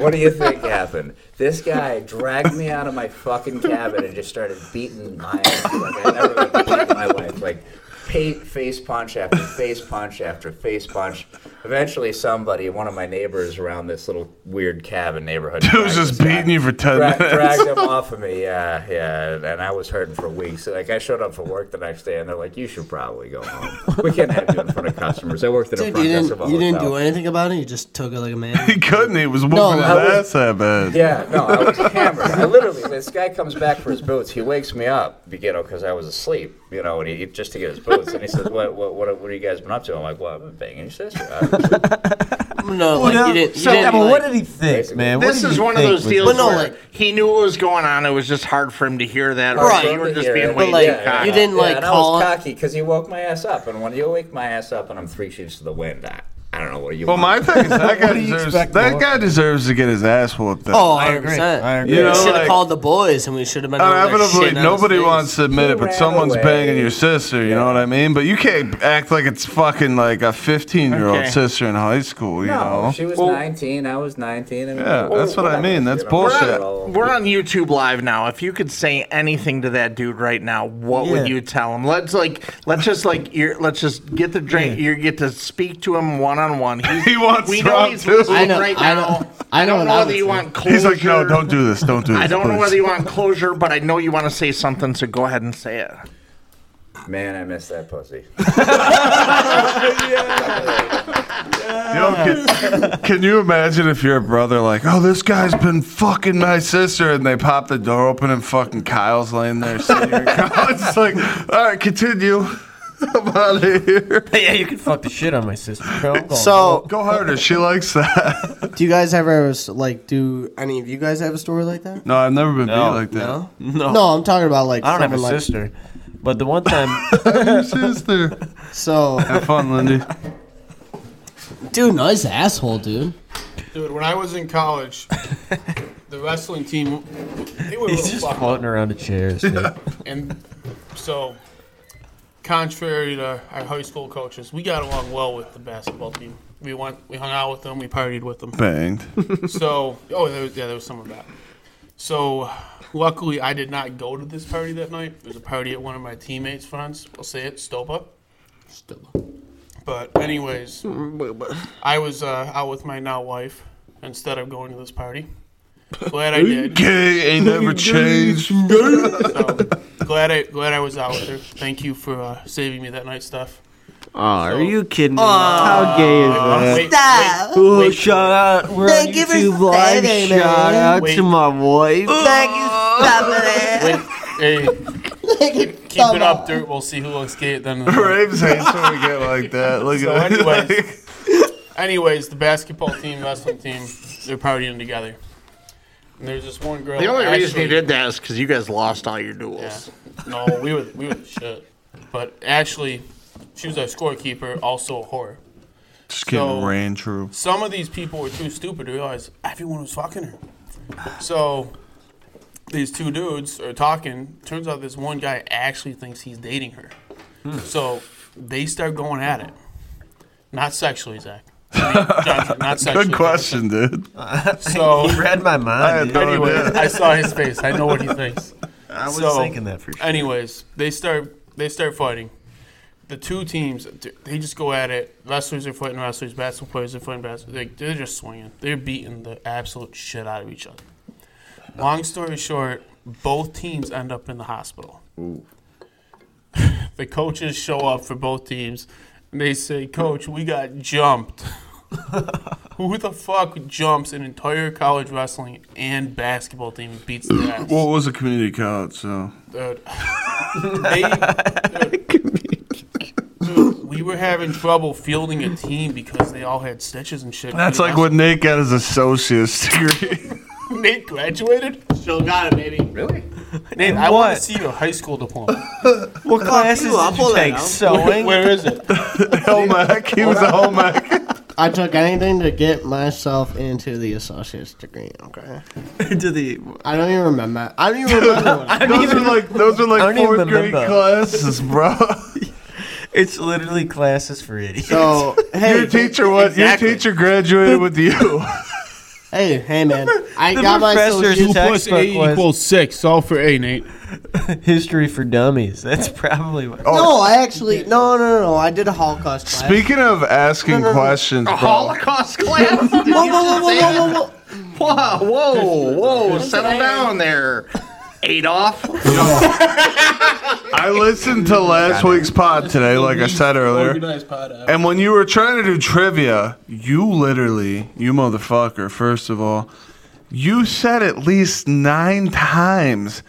What do you think happened? This guy dragged me out of my fucking cabin and just started beating my ass like I never been beaten my wife. Like pa face punch after face punch after face punch. Eventually, somebody, one of my neighbors around this little weird cabin neighborhood,
Dude's
dragged
just
this guy-
beating you for 10
dra-
minutes.
dragged him off of me. Yeah, yeah, and I was hurting for weeks. Like I showed up for work the next day, and they're like, "You should probably go home. We can't have you in front of customers." I worked at a
Dude, you
front desk of a
didn't, you didn't
hotel.
do anything about it. You just took it like a man.
He couldn't. He was whooping his
that
ass that bad.
Yeah, no, I was hammered. I literally, this guy comes back for his boots. He wakes me up, you know, because I was asleep, you know, and he just to get his boots. And he says, "What, what, what, what have you guys been up to?" I'm like, "Well, I've been banging your sister." I-
no, like you didn't. You
So,
didn't
yeah, but
like,
what did he think, man? What
This
did
is
he
one of
think
those
was-
deals
But no,
where
like-
he knew what was going on. It was just hard for him to hear that. Or
Right.
You were just
Yeah,
being
but
way
like,
too cocky.
you didn't like
and
call.
I was cocky because he woke my ass up, and when you wake my ass up, and I'm three sheets to the wind, I, I don't know what you.
Well, my
want.
thing is that guy
do you
deserves
expect,
that
Mark?
guy deserves to get his ass whooped. then.
Oh,
I
100
agree.
percent.
I agree.
You know,
we should have
like-
called the boys, and we should have been. over there
Inevitably,
shitting on
nobody
his face.
wants to admit it, but
ran
someone's
away.
banging your sister. You know what I mean? But you can't act like it's fucking like a 15 year old
Okay.
sister in high school. You
no,
know?
she was 19, I was 19. I mean,
Yeah, that's what I
whatever,
mean, that's
you know,
bullshit.
we're all-
We're on YouTube live now. If you could say anything to that dude right now, what would
Yeah.
you tell him? Let's like let's just like ear, let's just get the drink. You get to speak to him one on one.
He wants
We
Rob
know he's
too.
listening
I know,
right
I know-
now.
I know
don't
what
know
I
whether
would
you
say.
want closure.
He's like, no, don't do this. Don't do this.
I don't know
please."
whether you want closure, but I know you want to say something. So go ahead and say it.
Man, I miss that pussy.
Yo, can, can you imagine if your brother like, oh, this guy's been fucking my sister, and they pop the door open and fucking Kyle's laying there sitting here. Kyle's just like, all right, continue. I'm out of here.
yeah, you can fuck the shit on my sister, bro. I'm going-
So,
Go harder. She likes that.
do you guys ever like do any of you guys have a story like that?
No, I've never been beat like that.
No,
no,
no. I'm talking about like
I don't have a
someone like,
sister. But the one time,
Your sister.
So,
Have fun, Lindy.
dude, nice asshole, dude.
Dude, when I was in college, the wrestling team, they were
he's
real
just
fucked.
floating around the chairs. dude.
And so, contrary to our high school coaches, we got along well with the basketball team. We went, we hung out with them, we partied with them.
Banged.
So, oh, there was, yeah, there was some of that. So, luckily, I did not go to this party that night. There was a party at one of my teammates' friends. I'll say it, Stopa. Stopa. But, anyways, I was uh, out with my now wife instead of going to this party. Glad I did.
Gay ain't never changed.
So, glad I glad I was out with her. Thank you for uh, saving me that night, Steph.
Oh, are you kidding me? How gay is that?
Wait,
Oh,
wait.
shout out. We're on
you for
YouTube live.
saying it,
Shout
man.
out
Wait.
to my wife.
wait, hey, keep it up, Dirt. We'll see who looks gay at the end of the night.
Raves hates when we get like that. Look
So
at that.
anyways- Anyways, the basketball team, wrestling team, they're partying together. And there's this one girl.
The only
Ashley-
reason you did that is because you guys lost all your duels.
No, we were we were the shit. But Ashley, she was our scorekeeper, also a whore.
Just getting
So-
ran true.
Some of these people were too stupid to realize everyone was fucking her. So these two dudes are talking. Turns out this one guy actually thinks he's dating her.
Hmm.
So they start going at it. Not sexually, Zach. I mean, Jonathan, not sexually.
Good question, dude.
So
He read my
I had
mind. dude.
no
Anyway,
idea.
I saw his face. I know what he thinks.
I was
so-
thinking that for sure.
Anyways, they start they start fighting. The two teams, they just go at it. Wrestlers are fighting wrestlers. Basketball players are fighting basketball. They, they're just swinging. They're beating the absolute shit out of each other. Long story short, both teams end up in the hospital. The coaches show up for both teams, and they say, "Coach, we got jumped." Who the fuck jumps an entire college wrestling and basketball team and beats their ass?
Well, it was a community college, so
Dude. They- dude. Dude, we
uh, were having trouble fielding a team because they all had stitches and shit.
That's like what Nate got his associate's degree.
Nate graduated. Still got it, baby. Really? Nate,
In
I want
what?
to see your high school diploma.
What classes
you up
did you
on that
take?
now.
Sewing?
where is it?
home ec. He was a home ec.
I took anything to get myself into the associate's degree. Okay.
to the
I don't even remember. I don't even remember. What I,
those were like those were
I
like
don't even
fourth grade
remember.
classes, bro.
It's literally classes for idiots.
so hey,
your teacher what?
exactly.
Your teacher graduated with you.
hey, hey, man. I
The
got my
professor's
associate's.
text-
Plus
Textbook
eight
was-
equals six. All for A, Nate.
History for dummies. That's probably what.
No, I actually no, no, no, no. I did a Holocaust class.
Speaking of asking questions,
A
bro.
Holocaust class? Did you
Whoa, whoa,
just
whoa,
say
whoa, whoa,
that?
whoa.
Whoa, whoa, whoa. Settle down there, Adolf.
I listened to last week's pod today, like I said earlier.
Organized pod uh, app.
And when you were trying to do trivia, you literally, you motherfucker, first of all, you said at least nine times.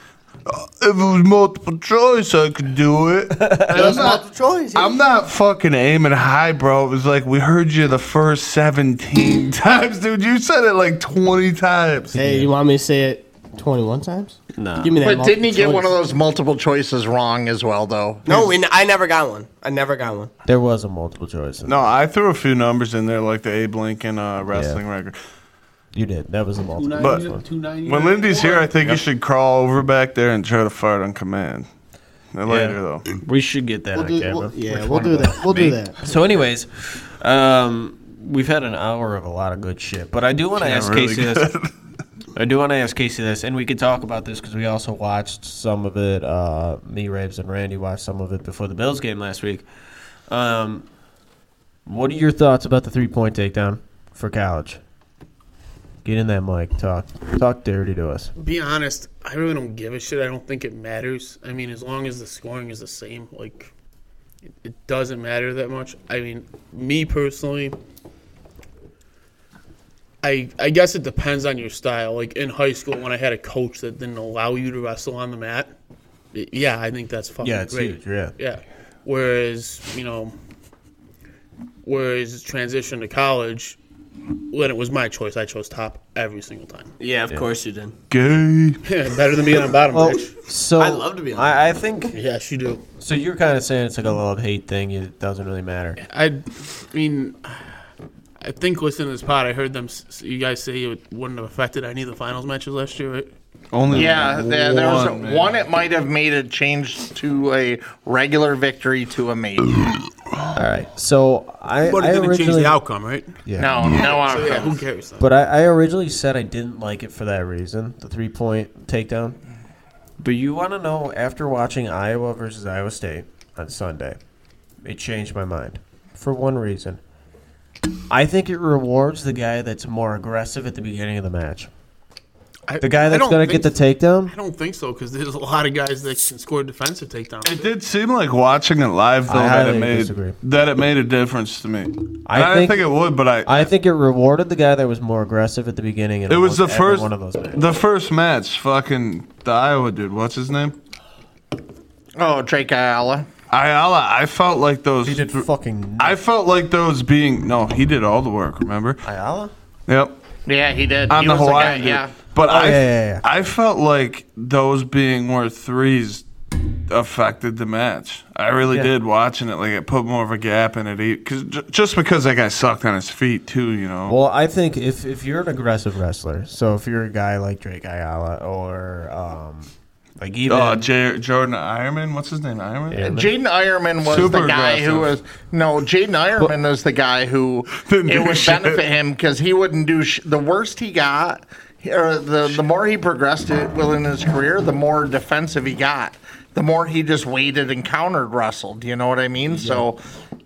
"Uh, If it was multiple choice, I could do it.
It was multiple choice.
I'm not fucking aiming high, bro. It was like we heard you the first 17 times, dude. You said it like 20 times.
Hey, you want me to say it 21 times?
No.
Give me that.
But didn't he
multiple
get
choice.
one of those multiple choices wrong as well, though?
No, we, I never got one. I never got one.
There was a multiple choice.
No, I threw a few numbers in there, like the Abe Lincoln uh, wrestling record.
You did. That was a multiple.
Two
But-
ninety- two ninety-
When Lindy's here, I think you should crawl over back there and try to fart on command. Now, Later, though.
We should get that
We'll
on
do,
camera.
we'll, yeah, we'll do that. We'll do that.
So, anyways, um, we've had an hour of a lot of good shit, but I do want to ask
really
Casey this. I do want to ask Casey this, and we could talk about this because we also watched some of it. Uh, me, Raves, and Randy watched some of it before the Bills game last week. Um, what are your thoughts about the three-point takedown for college? Get in that mic. Talk. Talk dirty to us.
Be honest, I really don't give a shit. I don't think it matters. I mean, as long as the scoring is the same, like it, it doesn't matter that much. I mean, me personally, I I guess it depends on your style. Like in high school, when I had a coach that didn't allow you to wrestle on the mat, y- yeah, I think that's fucking
Yeah, it's
great.
huge. Yeah.
Yeah. Whereas, you know, whereas transition to college, when it was my choice, I chose top every single time.
Yeah, of course you did.
Gay.
Better than being on bottom,
Well,
bitch.
so
I'd love to be on
I, I think
Yes, you do.
so. You're kind of saying it's like a love hate thing. It doesn't really matter.
I, I mean, I think listening to this pod, I heard them. s- You guys say it wouldn't have affected any of the finals matches last year, right?
Only
Yeah, there, there was a-
man.
one. It might have made a change to a regular victory to a major.
All right. So I,
But it
I
didn't change
originally,
the outcome, right?
Yeah.
No, uh, no
So yeah, who
outcome.
cares? Then?
But I, I originally said I didn't like it for that reason, the three point takedown. But you want to know after watching Iowa versus Iowa State on Sunday, it changed my mind for one reason. I think it rewards the guy that's more aggressive at the beginning of the match.
I-
The guy
I
that's
don't
going to
think
get the
so.
takedown.
I don't think so because there's a lot of guys that can score defensive
It
takedowns.
did seem like watching it live though
I
that
highly
it made
disagree.
that it made a difference to me. I,
I
didn't
think,
think it would, but I,
I think it rewarded the guy that was more aggressive at the beginning. and
it was
won
the
every
first
one of those matches.
the first match. Fucking the Iowa dude. What's his name?
Oh, Drake Ayala.
Ayala. I felt like those.
He did fucking
I felt like those being no. He did all the work. Remember?
Ayala.
Yep.
Yeah, he did.
On
he
the
was the guy,
Hawaiian. dude.
yeah.
But I
Oh, yeah, yeah, yeah.
I felt like those being more threes affected the match. I really
Yeah.
did watching it. Like it put more of a gap in it. Because just because that guy sucked on his feet too, you know.
Well, I think if, if you're an aggressive wrestler, so if you're a guy like Drake Ayala or um, like even
Oh, J- Jordan Ironman. What's his name? Ironman.
Yeah.
Jaden Ironman was
Super
the guy who was
aggressive.
no. Jaden Ironman was the guy who
Didn't
it
do
would
shit.
benefit him because he wouldn't do sh- the worst he got. Or the the more he progressed it within his career, the more defensive he got. The more he just waited and countered wrestled. You know what I mean? So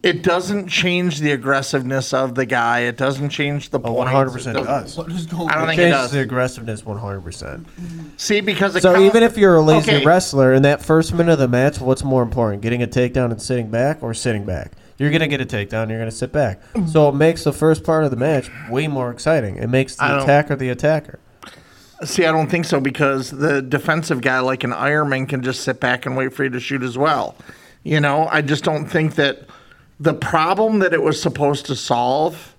it doesn't change the aggressiveness of the guy. It doesn't change the
Oh, one
points.
hundred
It
percent
doesn't-
does.
What is going
I don't
on?
think it
Changes the
does.
aggressiveness one hundred percent.
See, because it
So
count-
even if you're a lazy
Okay.
wrestler in that first minute of the match, what's more important, getting a takedown and sitting back, or sitting back? You're gonna get a takedown. You're gonna sit back.
Mm.
So it makes the first part of the match way more exciting. It makes
I
the
don't-
attacker the attacker.
See, I don't think so because the defensive guy, like an Ironman, can just sit back and wait for you to shoot as well. You know, I just don't think that the problem that it was supposed to solve,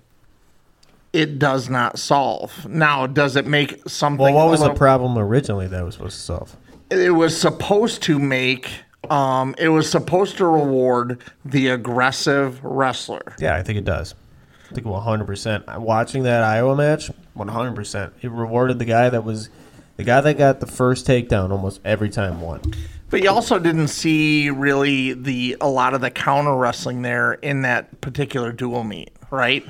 it does not solve. Now, does it make something?
Well, what
a
was the
little-
problem originally that was supposed to solve?
it was supposed to make um it was supposed to reward the aggressive wrestler
Yeah, I think it does. I think 100%. I- Watching that Iowa match, 100%. It rewarded the guy that was the guy that got the first takedown almost every time won.
but you also didn't see really the a lot of the counter wrestling there in that particular dual meet right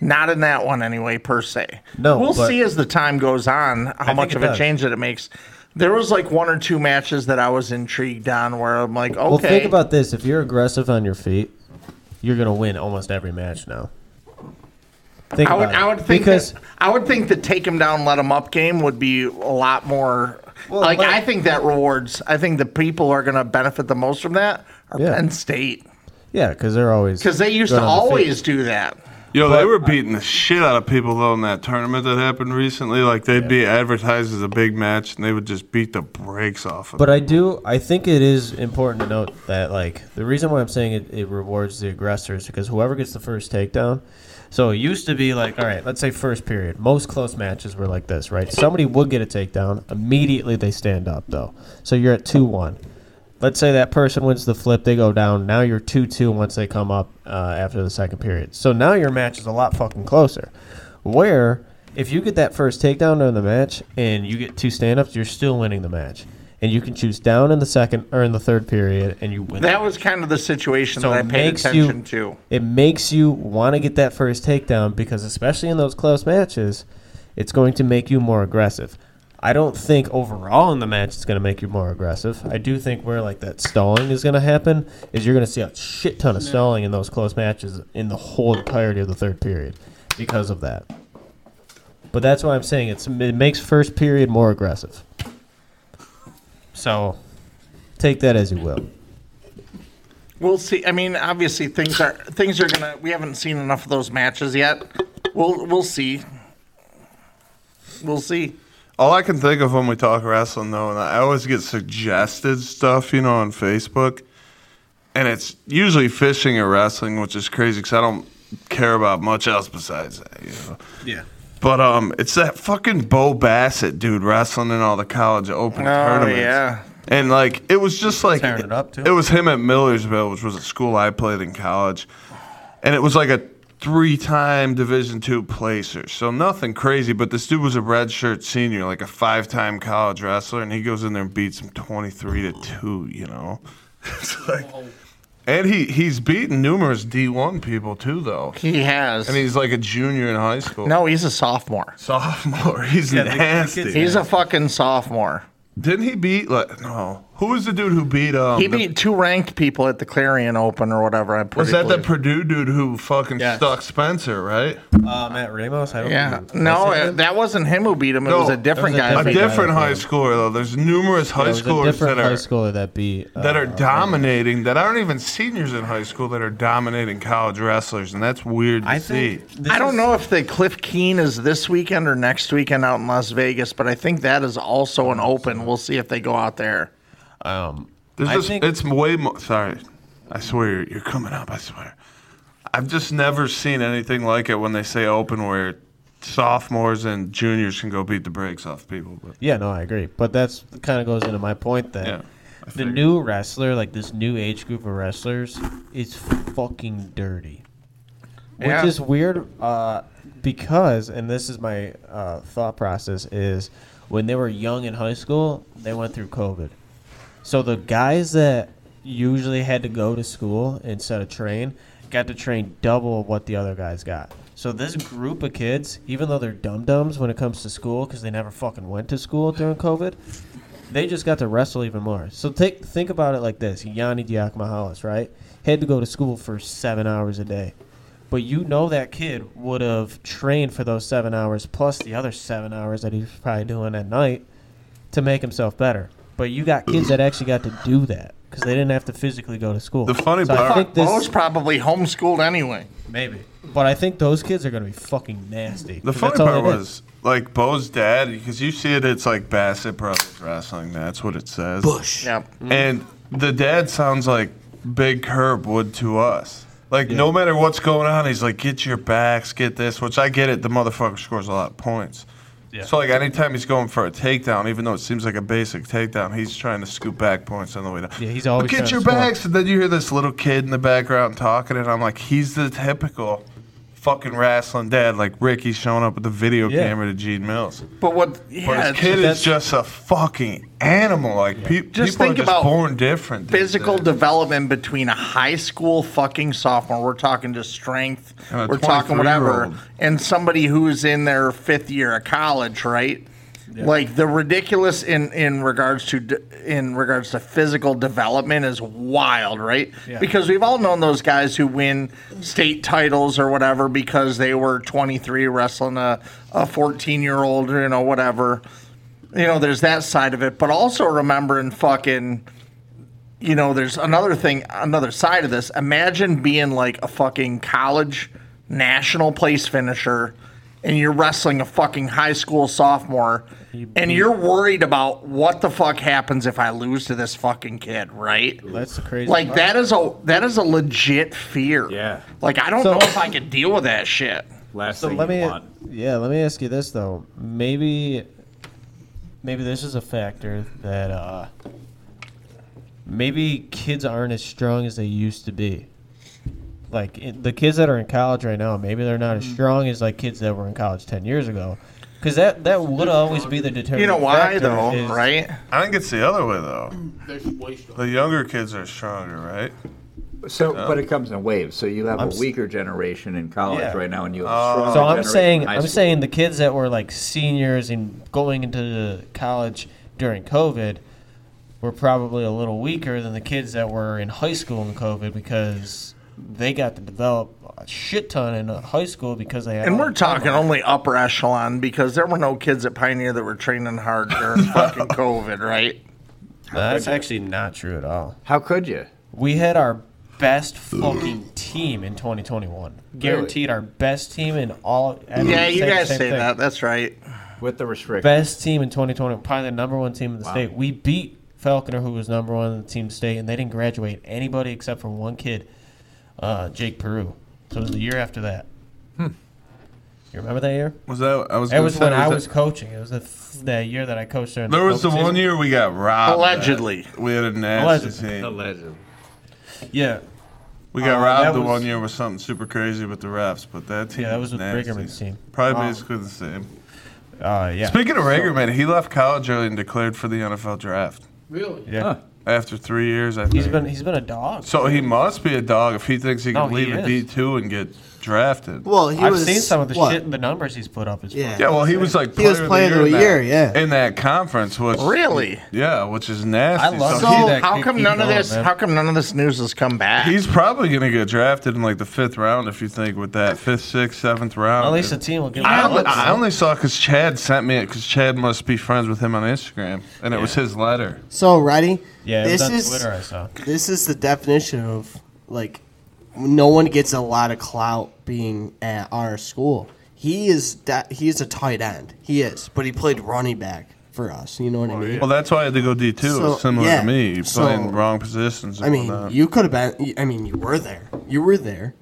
not in that one anyway per se
No,
we'll
but-
see as the time goes on how
think
much
it
of a
does.
change that it makes there was like one or two matches that i was intrigued on where i'm like okay
Well, think about this. If you're aggressive on your feet, you're going to win almost every match now. Think
I would,
about it.
I would think
because
that, I would think the take him down, let him up game would be a lot more. like
but-
I think that rewards. I think the people who are going to benefit the most from that are
Yeah.
Penn State
yeah, because they're always
because they used
good
to
on the feet.
always do that.
Yo, they were beating the shit out of people though in that tournament that happened recently. Like they'd be advertised as a big match, and they would just beat the brakes off of.
But
it.
I do. I think it is important to note that, like, the reason why I'm saying it, it rewards the aggressor is because whoever gets the first takedown. So it used to be like, all right, let's say first period. Most close matches were like this, right? Somebody would get a takedown. Immediately they stand up, though. So you're at 2 1. Let's say that person wins the flip, they go down. Now you're 2 2 once they come up uh, after the second period. So now your match is a lot fucking closer. Where if you get that first takedown during the match and you get two stand ups, you're still winning the match. And you can choose down in the second or in the third period and you win.
That was kind of the situation
So
that I
it
paid
makes you-
attention to.
It makes you want to get that first takedown because, especially in those close matches, it's going to make you more aggressive. I don't think overall in the match it's going to make you more aggressive. I do think where like that stalling is going to happen is you're going to see a shit ton of stalling in those close matches in the whole entirety of the third period because of that. But that's why I'm saying it's it makes first period more aggressive. So take that as you will.
We'll see. I mean, obviously things are things are gonna. We haven't seen enough of those matches yet. We'll we'll see. We'll see.
All I can think of when we talk wrestling, though, and I always get suggested stuff, you know, on Facebook, and it's usually fishing or wrestling, which is crazy because I don't care about much else besides that, you know.
Yeah.
But um, it's that fucking Bo Bassett dude wrestling in all the college open
Oh,
tournaments.
yeah.
And like it was just like
Tearing it up, too.
was him at Millersville, which was a school I played in college, and it was like a three-time Division two placer, so nothing crazy. But this dude was a redshirt senior, like a five-time college wrestler, and he goes in there and beats him twenty-three to two. You know, it's like,
Oh,
and he he's beaten numerous D one people too, though.
He has.
And he's like a junior in high school.
no, he's a sophomore.
Sophomore. He's
the- the kid's
nasty.
He's a fucking sophomore.
Didn't he beat like no? Who was the dude who beat um?
He
the-
beat two ranked people at the Clarion Open or whatever. I
was that the
believe.
Purdue dude who fucking
Yes.
stuck Spencer, right?
Uh, Matt Ramos, I don't
Yeah.
think-
No,
Was it
it-
him?
that wasn't him who beat him. It
No,
was a
that
different
was a
guy.
A
Every
beat him.
different
guy,
high
yeah.
schooler though. There's numerous high
There was a
schoolers
different
that are
high schooler that beat
that
uh,
are dominating that aren't even seniors in high school that are dominating college wrestlers, and that's weird to
I
see.
think this
I
is-
don't know if the Cliff Keen is this weekend or next weekend out in Las Vegas, but I think that is also an open. We'll see if they go out there.
Um,
There's
I
just,
think-
it's way more. Sorry, I swear you're, you're coming up. I swear. I've just never seen anything like it when they say open where sophomores and juniors can go beat the brakes off people. But
yeah, no, I agree. But that's kind of goes into my point that
Yeah, I
the
figured.
new wrestler, like this new age group of wrestlers, is fucking dirty, which
Yeah.
is weird. Uh, because, and this is my uh, thought process is when they were young in high school, they went through COVID. So the guys that usually had to go to school instead of train got to train double what the other guys got. So this group of kids, even though they're dum dums when it comes to school because they never fucking went to school during COVID, they just got to wrestle even more. So take think about it like this: Yanni Diakmahalis, right, had to go to school for seven hours a day. But you know that kid would have trained for those seven hours plus the other seven hours that he's probably doing at night to make himself better. But you got kids that actually got to do that because they didn't have to physically go to school.
The funny
So I
part-
think
Fuck,
this-
Bo's probably homeschooled anyway.
maybe, but I think those kids are going to be fucking nasty.
the
'cause
funny
that's all
part
they did.
was like Bo's dad because you see it. It's like Bassett Brothers Wrestling. That's what it says.
Yep.
Mm.
And the dad sounds like Big Herb would to us. Like no matter what's going on, he's like, get your backs, get this. Which I get it. The motherfucker scores a lot of points.
Yeah.
So like anytime he's going for a takedown, even though it seems like a basic takedown, he's trying to scoop back points on the way down.
Yeah, he's always trying
get
to
your
score.
backs, and then you hear this little kid in the background talking, and I'm like, he's the typical fucking wrestling dad, like Ricky's showing up with the video
Yeah.
camera to Gene Mills.
But what?
but
Yeah,
his kid is just a fucking animal. Like pe-
Just
people
think
are just
about
born different. these
physical
days.
development between a high school fucking sophomore. We're talking just strength.
And a
We're talking whatever,
23-year-old.
and somebody who's in their fifth year of college, right? Like the ridiculous in in regards to d- in regards to physical development is wild, right?
Yeah.
Because we've all known those guys who win state titles or whatever because they were 23 wrestling a a 14 year old, you know, whatever. You know, there's that side of it, but also remembering fucking you know, there's another thing, another side of this. Imagine being like a fucking college national place finisher and you're wrestling a fucking high school sophomore and you're worried about what the fuck happens if I lose to this fucking kid, right?
That's the crazy.
Like
part.
that is a that is a legit fear.
Yeah.
Like I don't
So-
know if I can deal with that shit.
Last
So let me, yeah, let me ask you this though. Maybe, maybe this is a factor that uh, maybe kids aren't as strong as they used to be. Like in, the kids that are in college right now, maybe they're not as strong as like kids that were in college ten years ago. Because that that would always be the determinant.
You know why
factor
though,
is-
right?
I think it's the other way though.
There's waste
The younger kids are stronger, right?
So, but it comes in waves. So you have
I'm
a
s-
weaker generation in college
Yeah.
right now, and you
Uh,
have a
Oh,
stronger
So I'm
generation in
saying
high
I'm
school.
saying the kids that were like seniors and going into the college during COVID were probably a little weaker than the kids that were in high school in COVID because they got to develop a shit ton in high school because they had
And
oh,
all
we're
the time
talking
off.
only upper echelon because there were no kids at Pioneer that were training hard during fucking COVID, right?
That's actually not true at all.
How could you?
We had our best fucking team in 2021. Guaranteed our best team in all I mean,
yeah, you
same-
guys say
same thing.
that. That's right.
With the restrictions.
best team in 2020, probably the number one team in the
Wow.
state. We beat Falconer, who was number one in the team state, and they didn't graduate anybody except for one kid, uh, Jake Peru. So it was the year after that. You remember that year?
Hmm. Was that I was?
It
gonna
was
say,
when I
that-
was coaching. It was the, th- that year that I coached during
There was the
open
one
season.
year we got robbed. at.
Allegedly.
we had a nasty
Allegedly.
team.
Allegedly.
Yeah,
We
Uh,
got
that
robbed the
was-
one year with something super crazy with the refs, but that team.
yeah, that was with
nasty.
Briggerman's team.
Probably
Um,
basically the same.
Uh, yeah.
Speaking of Ragerman, he left college early and declared for the NFL draft
Really?
yeah,
after three years. I think.
he's been he's been a dog.
so he must be a dog if he thinks he
No,
can
he
leave a
is.
D two and get drafted.
Well, he
I've
was,
seen some of the
what?
shit and the numbers he's put up. Is
Yeah.
yeah, well, he was like
He was
player
player
of the
of the
year, in
year,
that- in that conference. Which
Really?
yeah, which is nasty.
I love to
so
see
he-
that
How
kid
come
keep
none of
going,
this?
man.
How come none of this news has come back?
He's probably gonna get drafted in like the fifth round if you think with that fifth, sixth, seventh round.
At least the team will give him
I
a
only,
look.
I only saw because Chad sent me it because Chad must be friends with him on Instagram, and it was his letter.
So, ready?
Yeah, it was
this
on
is
Twitter I saw.
this is the definition of like no one gets a lot of clout being at our school. He is that he is a tight end. He is, but he played running back for us. You know
Oh,
what I mean?
Well, that's why I had to go D two.
So,
similar
yeah,
to me,
so-
playing wrong positions. And
I mean,
whatnot.
you could have been. I mean, you were there. You were there,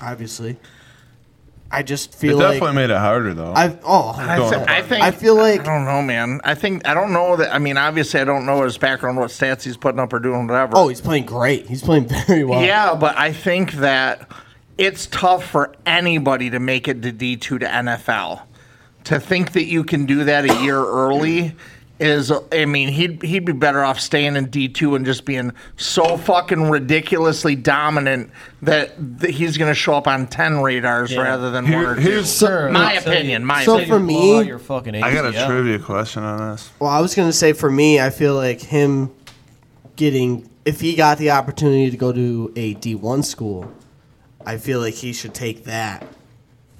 obviously. I just
it
feel
definitely
like
made it harder though.
I've. Oh,
I,
Go
thi-
on.
I think.
I feel like
I don't know, man. I think I don't know that. I mean, obviously, I don't know his background, what stats he's putting up or doing, whatever.
Oh, he's playing great. He's playing very well.
Yeah, but I think that it's tough for anybody to make it to D2 to NFL. To think that you can do that a year early is I mean, he'd he'd be better off staying in D2 and just being so fucking ridiculously dominant that, that he's going to show up on 10 radars
Yeah.
rather than
Here-
one or two.
here's-
Sure,
my
until you-
opinion, my
So
until you
for
blow out
me-
your fucking
I got a
ACL.
trivia question on this.
Well, I was gonna say for me, I feel like him getting if he got the opportunity to go to a D one school, I feel like he should take that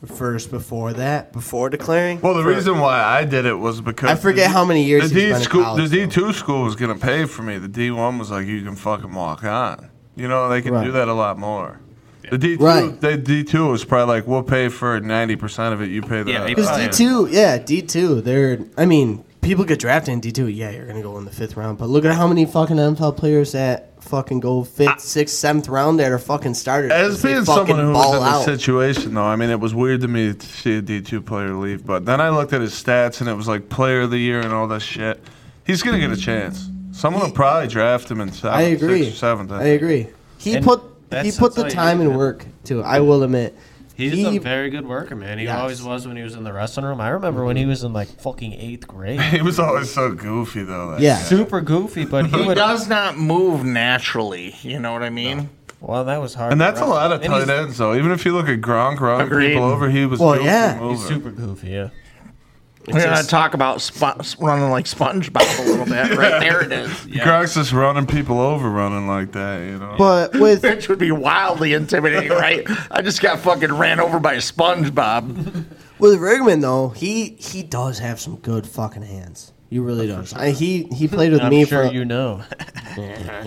first before that before declaring.
Well, the
For-
reason why I did it was because
I forget
the-
how many years
the
he's
D
been in
school,
college,
the D two school was gonna pay for me. The D one was like, you can fucking walk on. You know, they can do
Right.
that a lot more. The D two,
Right.
the D two was probably like, we'll pay for ninety percent of it. You pay the
Yeah, they
other
probably-
because D two, yeah, D two. They're I mean, people get drafted in D two, yeah, you're gonna go in the fifth round. But look at how many fucking NFL players that fucking go fifth, sixth, seventh round that are fucking starters.
As
'cause they
being
fucking
someone who was
ball
in the
out.
situation, though, I mean, it was weird to me to see a D2 player leave. But then I looked at his stats, and it was like player of the year and all that shit. He's going to get a chance. Someone will probably draft him in seventh,
I agree.
sixth or seventh.
I agree. He
And
put he
that's-
put
that's
the
all you
time
need,
and
man.
work too. I will admit.
He's
he,
a very good worker, man. He
Yes.
always was when he was in the wrestling room. I remember when he was in like fucking eighth grade.
He was always so goofy, though. that guy.
super goofy, but he,
He
would.
does not move naturally. You know what I mean?
Well, that was hard.
And that's a
wrestle.
lot of
And he's-
tight ends, though. Even if you look at Gronk, running
Agreed.
people over, he was
Well,
goofy
yeah.
mover.
He's super goofy, yeah.
We're gonna talk about spo- running like SpongeBob a little bit. Right there it is.
Gronk's just running people over, running like that, you know.
But with
which would be wildly intimidating, right? I just got fucking ran over by a SpongeBob.
With Rigman though, he he does have some good fucking hands. He really does. I, he he played with
I'm
me
sure
for
you know.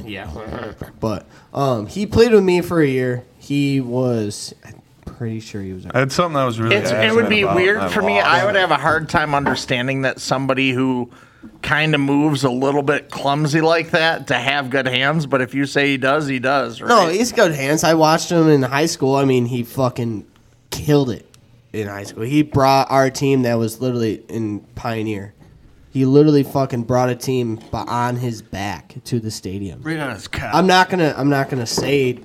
yeah. But um, he played with me for a year. He was I'm pretty sure he was.
I had something that was really.
It's, it would be
passionate about, and I
weird for me.
lost.
I would have a hard time understanding that somebody who kind of moves a little bit clumsy like that to have good hands. But if you say he does, he does. Right?
No, he's good hands. I watched him in high school. I mean, he fucking killed it in high school. He brought our team that was literally in Pioneer. He literally fucking brought a team bu- on his back to the stadium.
right on his cap.
I'm not gonna I'm not gonna say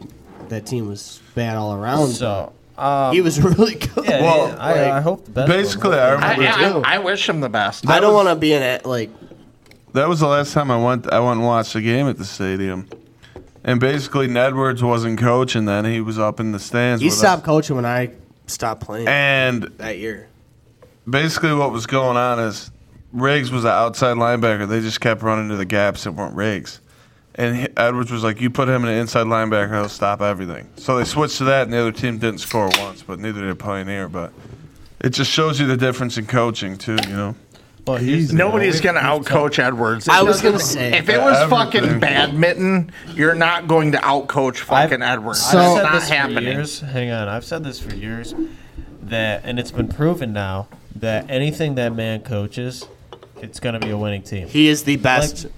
that team was bad all around.
So um,
he was really good.
Yeah,
Well,
I, I hope the best.
Basically, I
I,
remember
I- I wish him the best.
I don't want to be in it like
that was the last time I went. I went and watched a game at the stadium, and basically Nedwards wasn't coaching then. He was up in the stands.
he
with us.
stopped coaching when I stopped playing
And
that year.
basically, what was going on is Riggs was an outside linebacker. They just kept running to the gaps that weren't Riggs. And he- Edwards was like, "You put him in an inside linebacker, he'll stop everything." So they switched to that, and the other team didn't score once, but neither did Pioneer. But it just shows you the difference in coaching, too. You know.
Well, here's the-
Nobody's gonna outcoach Edwards.
I was
doesn't-
gonna say-
if it was
Everything.
fucking badminton, you're not going to outcoach fucking Edwards.
I've
That's
said
not
this for
happening.
years. Hang on, I've said this for years that, and it's been proven now that anything that man coaches, it's going to be a winning team.
He is the best.
Like,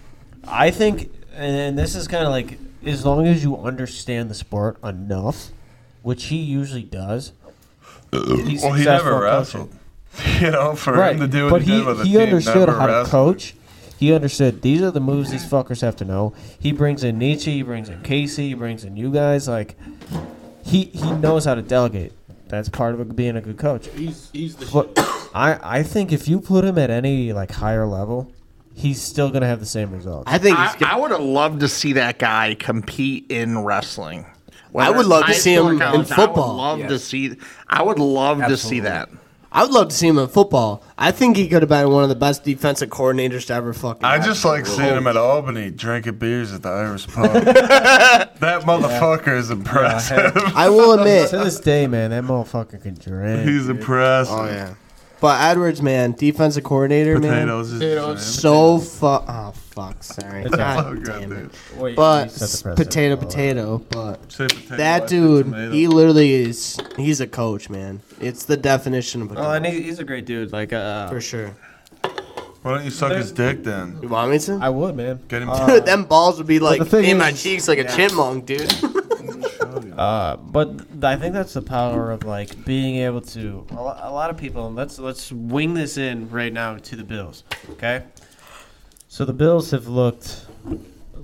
I think, and this is kind of like as long as you understand the sport enough, which he usually does. He's
well, he
successful
never
at coaching.
wrestled. You know, for him to do what
but
he,
he,
did with a
he
team,
understood
never
how to
wrestled.
coach. He understood these are the moves these fuckers have to know. He brings in Nietzsche, he brings in Casey, he brings in you guys. Like he he knows how to delegate. That's part of being a good coach.
He's he's the shit.
But I I think if you put him at any like higher level, he's still gonna have the same results.
I think he's
I,
good.
I would have loved to see that guy compete in wrestling.
I would love to
High
see
school or
him in
college,
football.
I would love to see. I would love to see that.
I would love to see him in football. I think he could have been one of the best defensive coordinators to ever fucking.
I
have.
just like seeing him at Albany drinking beers at the Irish pub. that motherfucker is impressive.
I will admit,
to this day, man, that motherfucker can drink.
He's impressive.
oh yeah, but Edwards, man, defensive coordinator, man,
Potatoes is
Potatoes.
his
so fuck. Oh fuck, sorry.
It's
name.
God
Oh, God,
damn it.
dude.
Wait,
But
you set the
s-
precedent.
potato, potato. But
Say potato, I
that
said
dude,
tomato.
he literally is. He's a coach, man. It's the definition of a
Well,
coach
Oh, and he, he's a great dude. Like, uh,
for sure.
Why don't you suck his dick then?
You want me to?
I would, man.
Get him.
Them balls would be like
the thing
in my
is-
cheeks like a chipmunk, dude.
Uh, but th- I think that's the power of like being able to. A, lo- a lot of people. And let's let's wing this in right now to the Bills. Okay. So the Bills have looked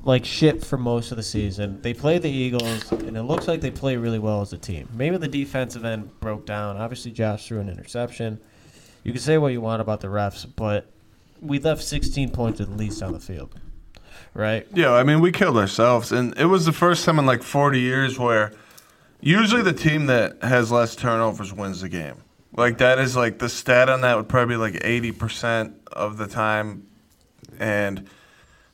like shit for most of the season. They play the Eagles, and it looks like they play really well as a team. Maybe the defensive end broke down. Obviously, Josh threw an interception. You can say what you want about the refs, but we left 16 points at least on the field, right?
Yeah, I mean, we killed ourselves, and it was the first time in like 40 years where usually the team that has less turnovers wins the game. Like that is like the stat on that would probably be like 80% of the time, and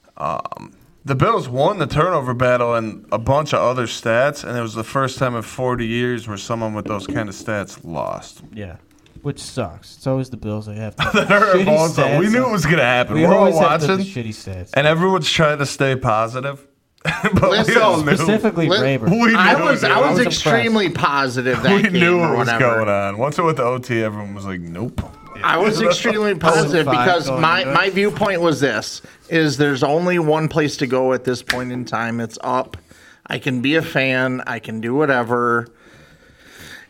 um, the Bills won the turnover battle and a bunch of other stats, and it was the first time in 40 years where someone with those kind of stats lost.
Yeah. Which sucks. It's always the Bills that have to.
Our
Shitty
balls up. we
stats.
knew it was gonna happen.
We
We are all
always have the
watching,
shitty stats.
and everyone's trying to stay positive, but
Listen,
we all knew.
Specifically,
Let-
Raver.
We knew
I was
it
I was
was
extremely positive that
we
game
knew
or
what was
whatever.
going on. Once it went to OT, everyone was like, "Nope."
I was extremely positive
Five
because
going
my,
good.
my viewpoint was this is there's only one place to go at this point in time. It's up. I can be a fan, I can do whatever.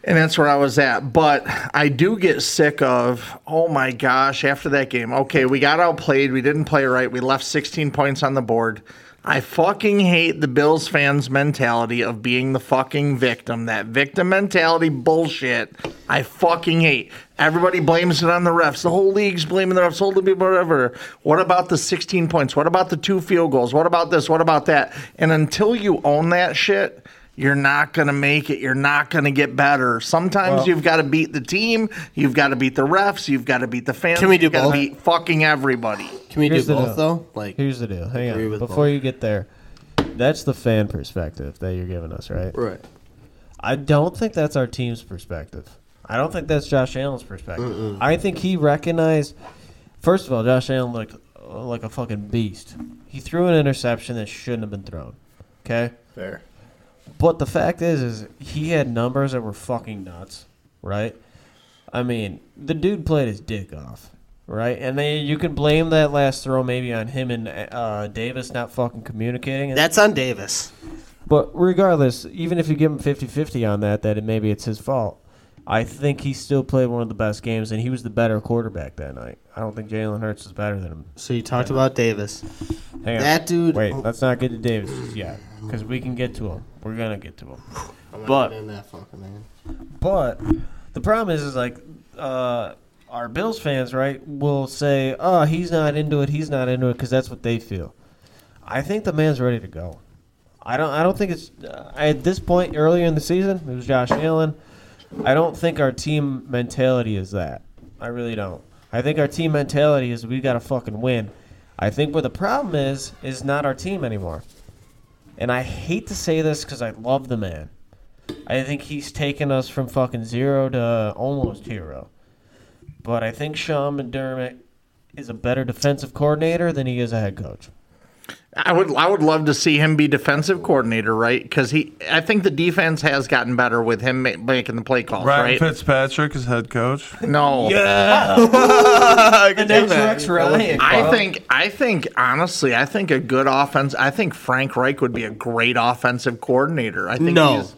And that's where I was at. But I do get sick of, oh my gosh, after that game, okay, we got outplayed. We didn't play right. We left 16 points on the board. I fucking hate the Bills fans' mentality of being the fucking victim. That victim mentality bullshit, I fucking hate. Everybody blames it on the refs. The whole league's blaming the refs, whole people, whatever. What about the 16 points? What about the two field goals? What about this? What about that? And until you own that shit, you're not going to make it. You're not going to get better. Sometimes
Well-
you've got to beat the team. You've got to beat the refs. You've got to beat the fans.
Can we do
you've gotta
both?
Beat fucking everybody.
Can we
Here's the
do both
deal.
though? Like,
here's the deal. Hang
agree
on.
with
Before
both.
you get there, that's the fan perspective that you're giving us, right?
Right.
I don't think that's our team's perspective. I don't think that's Josh Allen's perspective. I think he recognized. First of all, Josh Allen looked uh, like a fucking beast. He threw an interception that shouldn't have been thrown. Okay.
Fair.
But the fact is, is he had numbers that were fucking nuts, right? I mean, the dude played his dick off, right? And then you can blame that last throw maybe on him and uh, Davis not fucking communicating.
That's on Davis.
But regardless, even if you give him 50-50 on that, that it, maybe it's his fault. I think he still played one of the best games, and he was the better quarterback that night. I don't think Jalen Hurts is better than him.
So you talked about Davis.
Hang on.
That dude-
Wait, let's not get to Davis just yet, because we can get to him. We're gonna get to him.
I'm
But-
in that fucking man.
But the problem is, is like uh, our Bills fans, right, will say, "Oh, he's not into it. He's not into it," because that's what they feel. I think the man's ready to go. I don't. I don't think it's uh, at this point earlier in the season. It was Josh Allen. I don't think our team mentality is that. I really don't. I think our team mentality is we got to fucking win. I think what the problem is is not our team anymore. And I hate to say this because I love the man. I think he's taken us from fucking zero to almost hero. But I think Sean McDermott is a better defensive coordinator than he is a head coach.
I would I would love to see him be defensive coordinator, right? Because he, I think the defense has gotten better with him ma- making the play calls,
Ryan
right?
Fitzpatrick is head coach.
No, Ah,
I can do that.
I think I think honestly, I think a good offense. I think Frank Reich would be a great offensive coordinator. I think
No.
he's-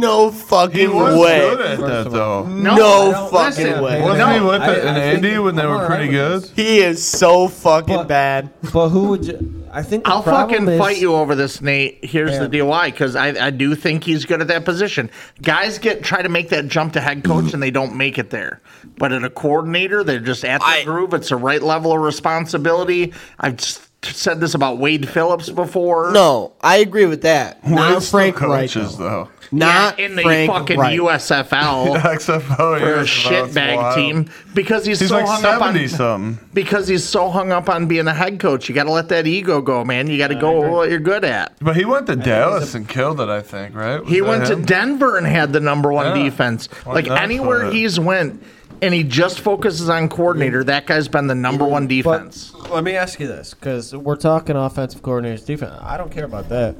no
He
fucking
was
way.
good at that though.
No, I
No
don't-
fucking
listen,
way.
Wasn't
No.
he with
I-
it in
I think
Indy when they
I'm
were
all
pretty
right with
good?
this.
He is so fucking
But-
bad.
But who would you? I think the
I'll
problem
fucking
is-
fight you over this, Nate. Here's
Yeah.
the deal why, because I, I do think he's good at that position. Guys get try to make that jump to head coach and they don't make it there. But at a coordinator, they're just at the
I-
groove. It's the right level of responsibility. I've s- said this about Wade Phillips before.
No, I agree with that.
Wade
Not
still
Frank Reich.
coaches though.
Not
in the
Frank
fucking
Reich.
USFL.
XFL,
For a
yeah, it's
shitbag
wild.
team because he's,
He's
so
like
hung up on
seventy something.
because he's so hung up on being a head coach. You got to let that ego go, man. You got to go with what you're good at.
But he went to Dallas and killed it, I think, right? Was
He
that
went
him?
to Denver and had the number one
Yeah.
defense.
Why
like
not?
anywhere he's went, and he just focuses on coordinator. That guy's been the number one defense.
But let me ask you this, because we're talking offensive coordinators, defense. I don't care about that.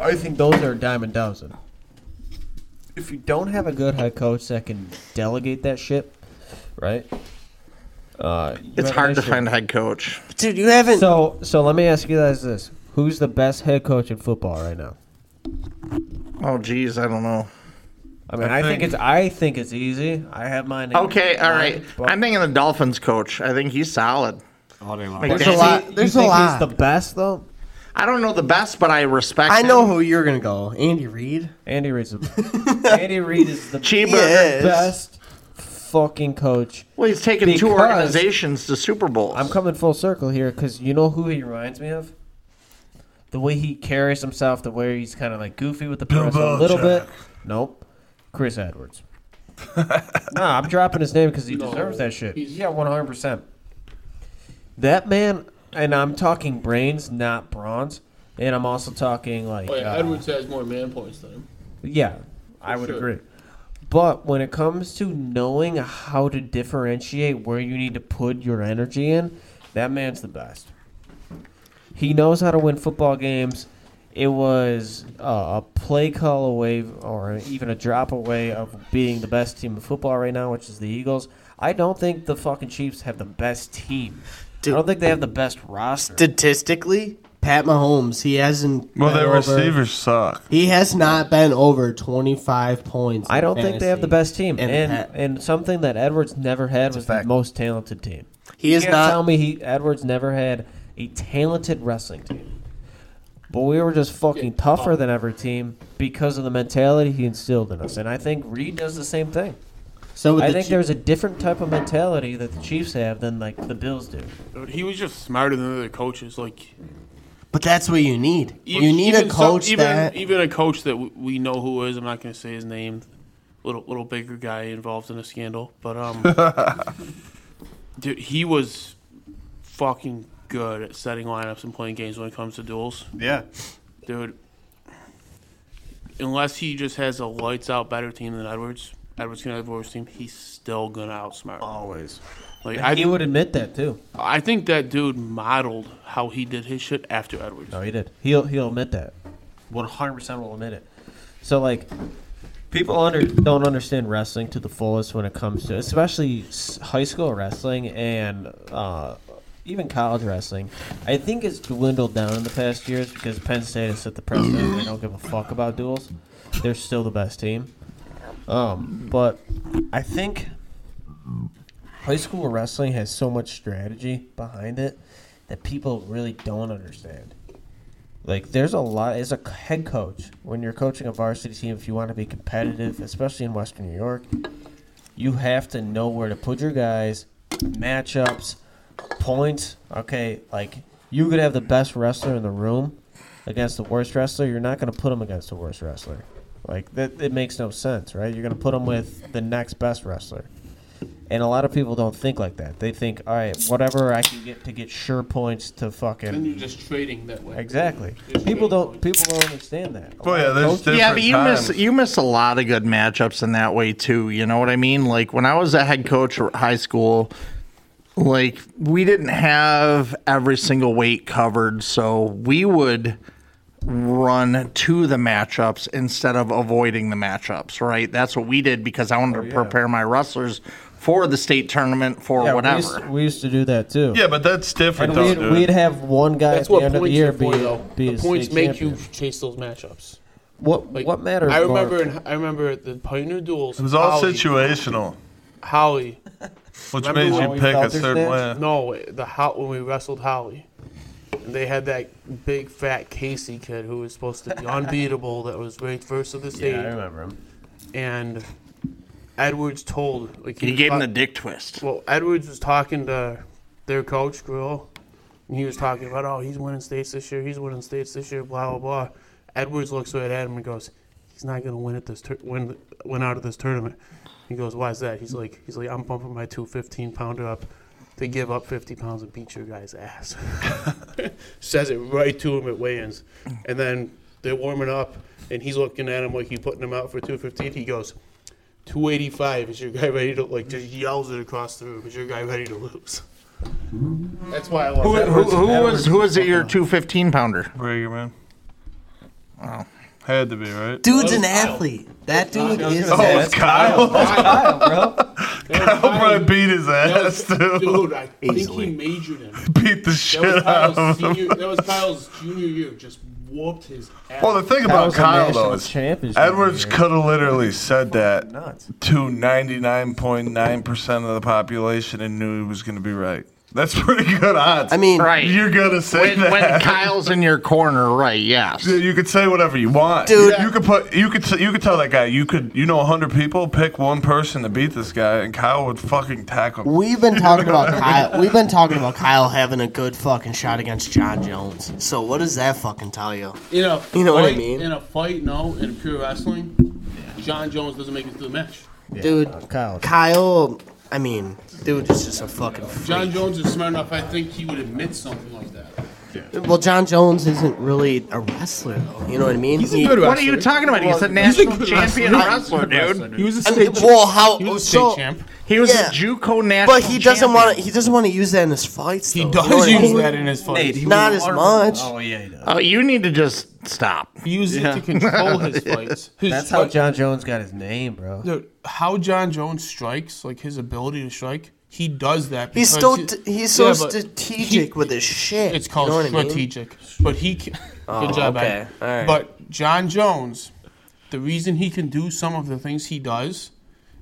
I think those are a dime a dozen. If you don't have a good head coach that can delegate that shit, right? Uh, you
it's
have an
hard to
issue.
find a head coach.
Dude, you haven't.
So, so let me ask you guys this: Who's the best head coach in football right now?
Oh, geez, I don't know.
I mean,
I
I, think, it's
think-
I think it's easy. I have mine.
Okay, all right.
But-
I'm thinking the Dolphins coach. I think he's solid.
There's
There's
a lot. There's a lot. He's the best though.
I don't know the best, but I respect.
I know
him.
who you're gonna go. Andy Reid.
Andy Reid's the, Andy Reid is the
Cheeseburger.
Yes.
best fucking coach.
Well, he's taken two
Because-
organizations to Super Bowls.
I'm coming full circle here because you know who he reminds me of? The way he carries himself, the way he's kind of like goofy with the
Bill
press a little
Belichick.
bit. Nope. Chris Edwards. nah, I'm dropping his name because he deserves that shit.
He's-
Yeah, 100%. That man, and I'm talking brains, not bronze. And I'm also talking like.
Wait,
uh,
Edwards has more man points than him.
yeah, I would
sure.
agree. But when it comes to knowing how to differentiate where you need to put your energy in, that man's the best. He knows how to win football games. It was uh, a play call away, or even a drop away of being the best team in football right now, which is the Eagles. I don't think the fucking Chiefs have the best team. I don't think they have the best roster.
Statistically, Pat Mahomes, he hasn't.
Well,
been
their
over-
receivers suck.
He has not been over 25 points.
I
in
don't think they have the
fantasy.
best team,
And
and
Pat-
and, something that Edwards never had was the most talented team.
He
You
is
can't
not-
Tell me he Edwards never had a talented wrestling team, but we were just fucking tougher than every team because of the mentality he instilled in us, and I think Reed does the same thing.
So with
I
the
think
Chi-
there's a different type of mentality that the Chiefs have than like the Bills do.
Dude, he was just smarter than other coaches. Like
But that's what you need.
e-
you need a
even some-
coach
even
that.
even a coach that w- we know who is. I'm not going to say his name. Little little bigger guy involved in a scandal, but um, dude, he was fucking good at setting lineups and playing games when it comes to duels.
Yeah,
dude. Unless he just has a lights out better team than Edwards, Edwards can have a worse team. He's still gonna outsmart always. Like I
he would admit that too.
I think that dude modeled how he did his shit after Edwards.
No, he did. He'll he'll admit that. One hundred percent will admit it. So like, people under don't understand wrestling to the fullest when it comes to, especially s- high school wrestling and uh, even college wrestling. I think it's dwindled down in the past years because Penn State has set the precedent. they don't give a fuck about duels. They're still the best team. Um, but I think high school wrestling has so much strategy behind it that people really don't understand. Like, there's a lot as a c- head coach when you're coaching a varsity team. If you want to be competitive, especially in Western New York, you have to know where to put your guys, matchups, points. Okay, like you could have the best wrestler in the room against the worst wrestler. You're not going to put them against the worst wrestler. Like that, it makes no sense, right? You're going to put them with the next best wrestler. And a lot of people don't think like that. They think, all right, whatever I can get to get sure points to
Then
fucking
you're just trading that way.
Exactly. People don't. People don't understand that. A
Well, Oh, yeah,
lot of
there's
coaches-
different
yeah, but you
times.
miss you miss a lot of good matchups in that way too. You know what I mean? Like when I was a head coach at high school, like we didn't have every single weight covered, so we would run to the matchups instead of avoiding the matchups. Right? That's what we did because I wanted to prepare my wrestlers for the state tournament for
Yeah,
whatever.
We used, we used to do that too.
Yeah, but that's different,
And
though,
we'd,
dude.
we'd have one guy
That's
at the
what
end of the
points
year
are
be,
for, though.
be a
the points
state
make
champion.
you chase those matchups.
What
Like,
What matters?
I
more?
remember. In, I remember at the Pioneer duels.
It was all
Holly-
situational,
Holly,
which
Remember
made
when
you
we
pick a
felt their
certain
stance?
way.
No, the ho when we wrestled Holly, and they had that big fat Casey kid who was supposed to be unbeatable that was ranked first of the state,
Yeah, I remember him.
and Edwards told like
He
was
gave him
ta-
the dick twist.
Well, Edwards was talking to their coach Grill, and he was talking about oh he's winning states this year, he's winning states this year, blah blah blah. Edwards looks right at him and goes, he's not gonna win at this tur- win win out of this tournament. He goes, why is that? He's like he's like I'm bumping my two 15 pounder up to give up 50 pounds and beat your guy's ass. Says it right to him at weigh-ins, and then they're warming up, and he's looking at him like he's putting him out for 215. He goes. 285 is your guy ready to like just yells it across the room is your guy ready to lose that's why i love
Who,
that.
who, who was who was it? Your two fifteen pounder.
Brigger, man. Had to be right.
Dude's an athlete. That dude is.
Oh, it's Kyle.
bro.
Kyle probably beat his ass too.
dude i
Easily.
think he majored in it.
Beat the
that
shit
was
out
kyle's
of him.
senior that was kyle's junior year just whooped his ass
Well, the thing
That
about
was a
Kyle
national
though is
championship
Edwards
year.
could have literally said that
nuts.
to ninety nine point nine percent of the population and knew he was going to be right. That's pretty good odds.
I mean,
Right.
you're gonna say
when,
that.
when Kyle's in your corner, right? Yes.
Dude, you could say whatever you want,
Dude.
You could put, you could, t- you could tell that guy. You could, you know, hundred people pick one person to beat this guy, and Kyle would fucking tackle. him.
We've been talking about Kyle. We've been talking about Kyle having a good fucking shot against John Jones. So what does that fucking tell you?
in a
You know what I
fight-
mean?
in a fight no in pure wrestling john jones doesn't make it through the match
Dude,
uh, Kyle.
Kyle, I mean, dude is just a fucking.
john jones is smart enough i think he would admit something like that
Well, John Jones isn't really a wrestler, though. You know what I mean?
He's a good What are you wrestler. talking about? He's a national champion wrestler, dude.
He was a state well, how?
He was a
so,
state champ. He was a JUCO national
But he doesn't want to. He doesn't want to use that in his fights. Though,
He
you
does
know what I
use
mean?
that in his fights. Nate, he
Not
will
as
arm-
much.
Oh, yeah,
he does.
Oh, you need to just stop.
He uses it to control his fights. His
That's how
fight-
John Jones got his name, bro.
Dude, how John Jones strikes, like his ability to strike, he does that.
He's
because
so
he-
d- he's so
Yeah, but
strategic with his shit.
It's called
you know what I mean?
strategic. But he can,
Oh,
good job,
okay.
Ed.
All right.
But John Jones, the reason he can do some of the things he does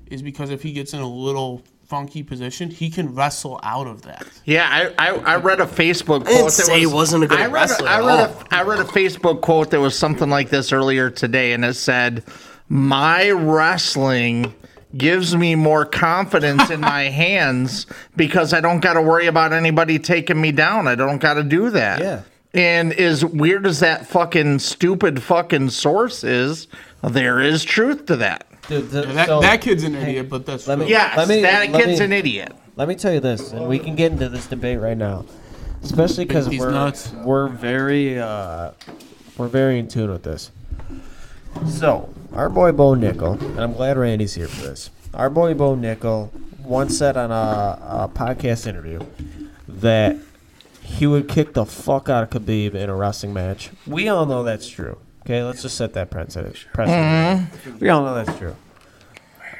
is because if he gets in a little funky position, he can wrestle out of that.
Yeah, I, I, I read a Facebook quote.
I didn't
that
say he
was,
wasn't a good
I read
wrestler
A, I
at
read
all.
a, I read a Facebook quote that was something like this earlier today, and it said, "My wrestling." Gives me more confidence in my hands because I don't got to worry about anybody taking me down. I don't got to do that.
Yeah.
And as weird as that fucking stupid fucking source is, there is truth to that.
Dude, the-
Yeah, that,
so-
that kid's an idiot, but that's
Let me,
Yes,
let me,
that
let
kid's
me-
an idiot.
Let me tell you this, and we can get into this debate right now, especially because
He's
we're
nuts.
we're very uh, we're very in tune with this. So our boy Bo Nickel, and I'm glad Randy's here for this. Our boy Bo Nickel once said on a, a podcast interview that he would kick the fuck out of Khabib in a wrestling match. We all know that's true. Okay, let's just set that precedent. precedent. We all know that's true.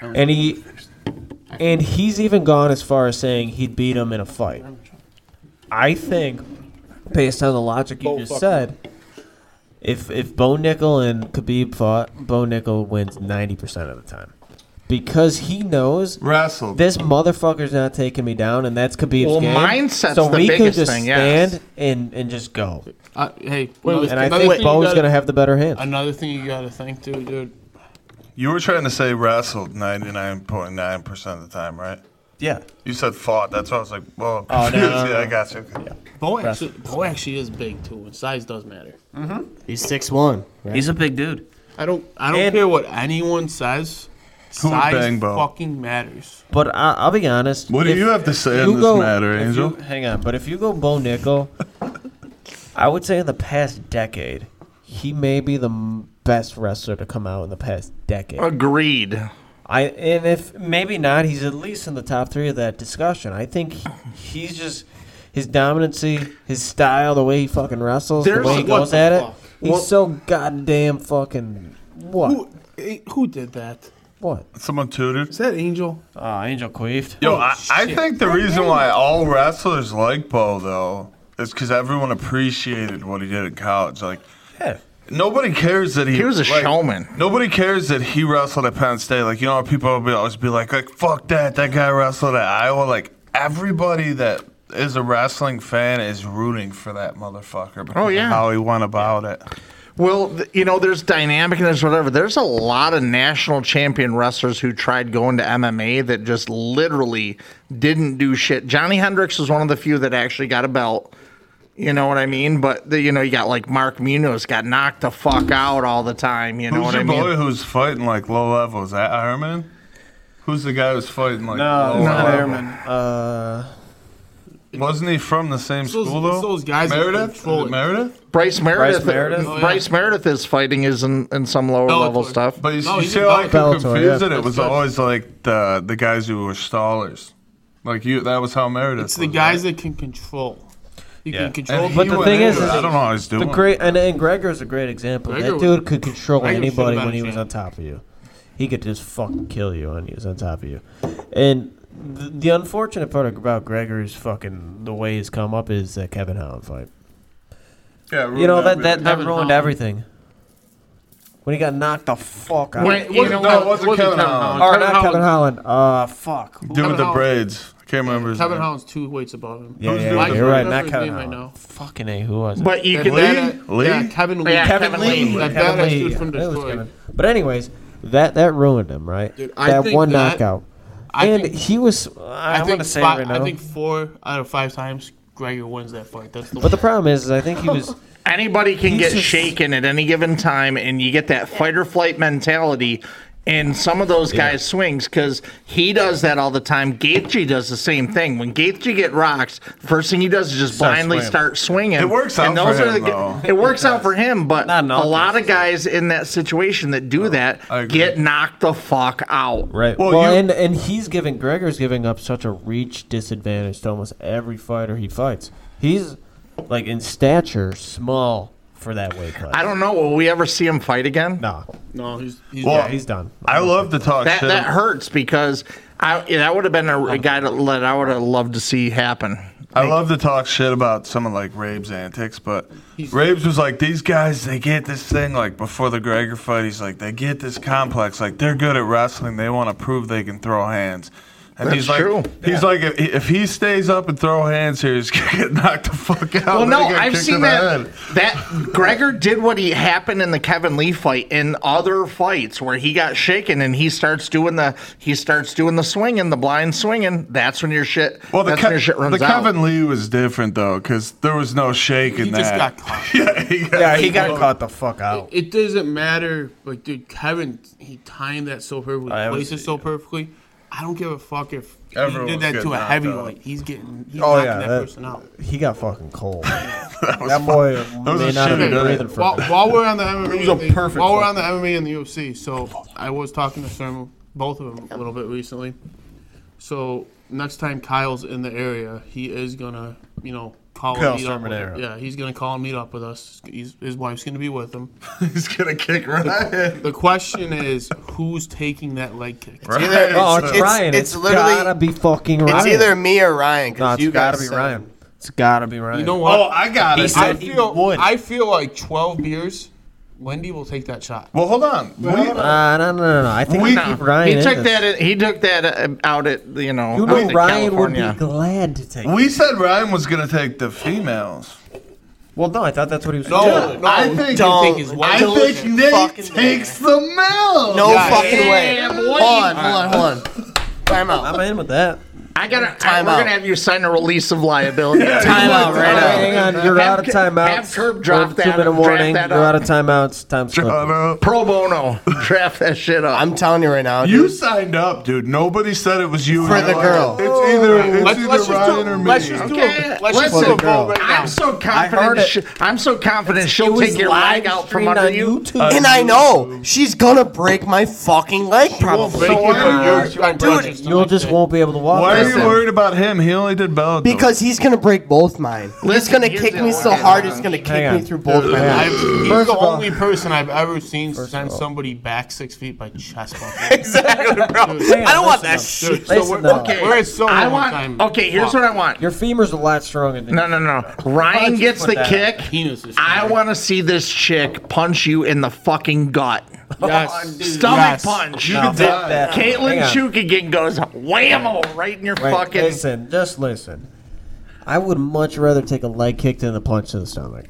And he and he's even gone as far as saying he'd beat him in a fight. I think, based on the logic you
Bo
just
fucking-
said, if if Bo Nickel and Khabib fought, Bo Nickel wins ninety percent of the time. Because he knows
Wrestled.
this motherfucker's not taking me down, and that's Khabib's
Well,
game.
mindset's
so
the
we could
biggest
just
thing, yes.
stand and and just go.
Uh, hey,
Wait,
another-
and I
another
think
thing you
Bo's
gotta-
gonna have the better hand.
Another thing you gotta think, dude, dude.
You were trying to say wrestled 99.9% of the time, right?
Yeah.
You said fought. That's why I was like, well,
Oh, no,
confused.
no, no,
yeah, I
no.
got you. Okay.
Bo actually, Bo actually is big too, and size does matter.
He's six one.
He's a big dude.
I don't, I don't care what anyone says.
Who would
Size
bang Bo?
fucking matters.
But I, I'll be honest.
What do
if
you have to say
you
on this
go-
matter,
if
Angel?
you- hang on. But if you go Bo Nickel, I would say in the past decade, he may be the m- best wrestler to come out in the past decade.
Agreed.
I and if maybe not, he's at least in the top three of that discussion. I think he- he's just his dominancy, his style, the way he fucking wrestles,
There's-
the way he
what
goes
the
at it.
fuck?
He's
Well-
so goddamn fucking what?
Who, eh, who did that?
What?
Someone tutored.
Is that Angel?
Ah, Angel queefed.
Yo, I, I think the reason why all wrestlers like Bo though is because everyone appreciated what he did in college. Like,
Yeah.
nobody cares that he,
He was a
like,
showman.
Nobody cares that he wrestled at Penn State. Like, you know, how people will be, always be like, like, fuck that, that guy wrestled at Iowa. Like, everybody that is a wrestling fan is rooting for that motherfucker. because of
Oh, yeah.
how he went about it.
Well, th- you know, there's dynamic and there's whatever. There's a lot of national champion wrestlers who tried going to MMA that just literally didn't do shit. Johnny Hendricks was one of the few that actually got a belt. You know what I mean? But the, you know, you got like Mark Munoz got knocked the fuck out all the time. You know
Who's
what
your
I mean?
boy who's fighting like low level? Is that Ironman? Who's the guy who's fighting like
No,
low
it's not
level?
Ironman. Uh,
Wasn't he from the same
those-
school though?
it's those guys that
Meredith? Is
control
it
it.
Meredith?
Bryce Meredith.
Meredith?
Oh, yeah.
Bryce Meredith is fighting is in, in some
Oh,
lower level
Bellator.
stuff.
But you,
No,
you
he's
see
in
how I
Bellator,
could confuse
yeah.
it? It was
That's good.
always like the the guys who were stallers. Like you, that was how Meredith.
It's the
was,
guys
right?
that can control. You
Yeah.
can control.
And
But
he
the
went
thing
in
is-
there. I don't know how he's
the
doing.
great and, and Gregor's a great example.
Gregor
that
was-
dude could control
Gregor should've
anybody
been
when
a
he was
champ.
on top of you. He could just fucking kill you when he was on top of you. And the, the unfortunate part about Gregor's fucking the way he's come up is that Kevin Holland fight.
yeah,
You know that that, that
Kevin
ruined
Holland.
everything. When he got knocked the fuck out.
When-
It wasn't- no, it wasn't Kevin Holland.
or not Kevin Holland. Uh, fuck. Who-
dude with the
Holland.
braids. I can't remember. his
Kevin
name.
Holland's two weights above him.
Yeah,
Who's
yeah,
doing
yeah,
it?
you're
I
right.
remember
Not
his
Kevin
name right
Holland.
now.
Fucking a, who was it?
But you
That
can
bad-
Lee?
Yeah,
Lee?
Kevin Lee.
Yeah,
Kevin
Kevin
Lee.
Lee.
That
Kevin
badass
Lee,
dude
yeah,
from
that was
Detroit.
Kevin. But anyways, that that ruined him, right?
Dude, I
that
think
one
that-
knockout.
I
and
think-
he was. I, want
think
to say
fi-
right now.
I think four out of five times Gregor wins that fight. That's the
but the problem is, is I think he was.
Anybody can
He's
get
just-
shaken at any given time, and you get that fight or flight mentality. in some of those guys' swings because he does that all the time. Gaethje does the same thing. When Gaethje get rocks, first thing he does is just
Start
blindly
swinging.
start swinging.
It works
And
out for
those are
him,
the-
though.
It works out for him, but
Not in all
a lot of guys in that situation that
Oh,
do that get knocked the fuck out.
Right. Well,
Well, you-
and and he's giving Gregor's giving up such a reach disadvantage to almost every fighter he fights. He's like in stature small for that weight class.
I don't know. Will we ever see him fight again?
No.
No, he's, he's
Well, yeah, he's done.
I love to talk
That
shit.
that hurts because I that would have been a, a guy that, that I would have loved to see happen.
I love to talk shit about someone like Rabe's antics, but Rabe's was like, these guys, they get this thing. Like before the Gregor fight, he's like, they get this complex. Like they're good at wrestling. They want to prove they can throw hands. And
That's
he's like,
true.
he's like, if, if he stays up and throw hands here, he's gonna get knocked the fuck out.
Well,
Then
no,
he got
I've
kicked in
seen
the
that.
head.
That Gregor did what he happened in the Kevin Lee fight in other fights where he got shaken and he starts doing the he starts doing the swinging, the blind swinging. That's when your shit.
Well, the,
that's
Ke-
when your shit runs
the
out.
Kevin Lee was different though, because there was no shake in
He
that.
just got caught.
yeah, he got,
Yeah, he got caught the fuck out.
It doesn't matter. Like, dude, Kevin, he timed that so perfectly,
I
placed it
was-
so perfectly. I don't give a fuck if
Everyone
he did
was
that
getting
to a
knocked
heavyweight. He's getting, he's
Oh
knocking
yeah,
that,
that-
person out.
he got fucking cold. that,
was
boy
was
may
a
not have
shitty
been
day.
breathing for.
while, while we're on the MMA,
was a
thing-
perfect
while we're on the MMA and the UFC, so I was talking to Sermon, both of them, a little bit recently. So next time Kyle's in the area, he is gonna, you know, call
Kyle
and meet up. with-
Sermonero.
Yeah, he's gonna call and meet up with us. He's, his wife's gonna be with him.
He's gonna kick right.
The question is, who's taking that leg kick?
Right.
Oh, it's,
so-
Ryan.
it's
it's
literally-
gotta be fucking Ryan.
It's either me or Ryan. 'cause
no, it's
you
gotta
guys
be
said-
Ryan. It's gotta be Ryan.
You know what?
Oh, I got
He
it.
I
said he
feel
would.
I feel like twelve beers. Wendy will take that shot.
well, hold on. We-
Uh, no, no, no, no. I think we, keep Ryan.
he
in
took
this.
that. He took that uh, out at you know.
You
out
know
at
Ryan
California.
would be glad to take. it.
We said Ryan was gonna take the females.
Well, no, I thought that's what he was.
No,
doing.
no,
I think-
you think
don't-
his
I
wife.
don't
think
you
Nate
fucking
takes the males.
No
Yeah,
fucking
yeah,
way.
boy.
Hold on, hold on, hold on. Time out.
I'm in with that.
I gotta.
Time
I, we're
out.
gonna have you sign a release of liability.
Time out right
All right,
now.
hang on, you're
uh, Have
out of
K-
timeouts.
have Curb drop
We're
that-
Two minute
draft
warning.
that
you're
up.
out of timeouts. Time's
Shut
clicking.
up.
Pro bono. Draft that shit up.
I'm telling you right now.
You
dude.
signed up, dude. Nobody said it was you.
For
and
the
you're
girl.
like, It's either it's
Let's-
either
let's just do
Ryan
it.
or me.
Let's just do
Okay,
it. Let's just
let's
do
do
a
it.
poll right now.
I'm so
heard
confident.
it.
She, I'm so confident she'll
was
take your
live
leg out from
streamed
under
on
you.
YouTube.
and I know she's gonna break my fucking leg probably.
break your leg.
Dude,
You'll just won't be able to walk.
Why are you
Listen.
worried about him? He only did Bellator.
because he's gonna break both mine. He's
Listen,
gonna
here's
kick
the
me so
thing.
hard, it's gonna
Hang
kick me
on.
through both my
I've,
legs.
he's
First
the
of all-
only person I've ever seen send somebody back six feet by chest bump.
I don't want that
Dude,
shit.
so
Listen,
we're,
though.
okay.
Okay,
we're at so
I
long
want.
time.
Okay, here's what I want.
Your femur's a lot stronger than.
No, no, no. Ryan gets
put
the
that
kick.
Penis is
I want to see this chick punch you in the fucking gut.
Oh,
yes.
Stomach
Yes.
punch.
No,
That-
fuck that. Hang
Caitlin
on.
Chukagan goes whammo right in your
Wait,
fucking.
Listen, just listen. I would much rather take a leg kick than a punch to the stomach.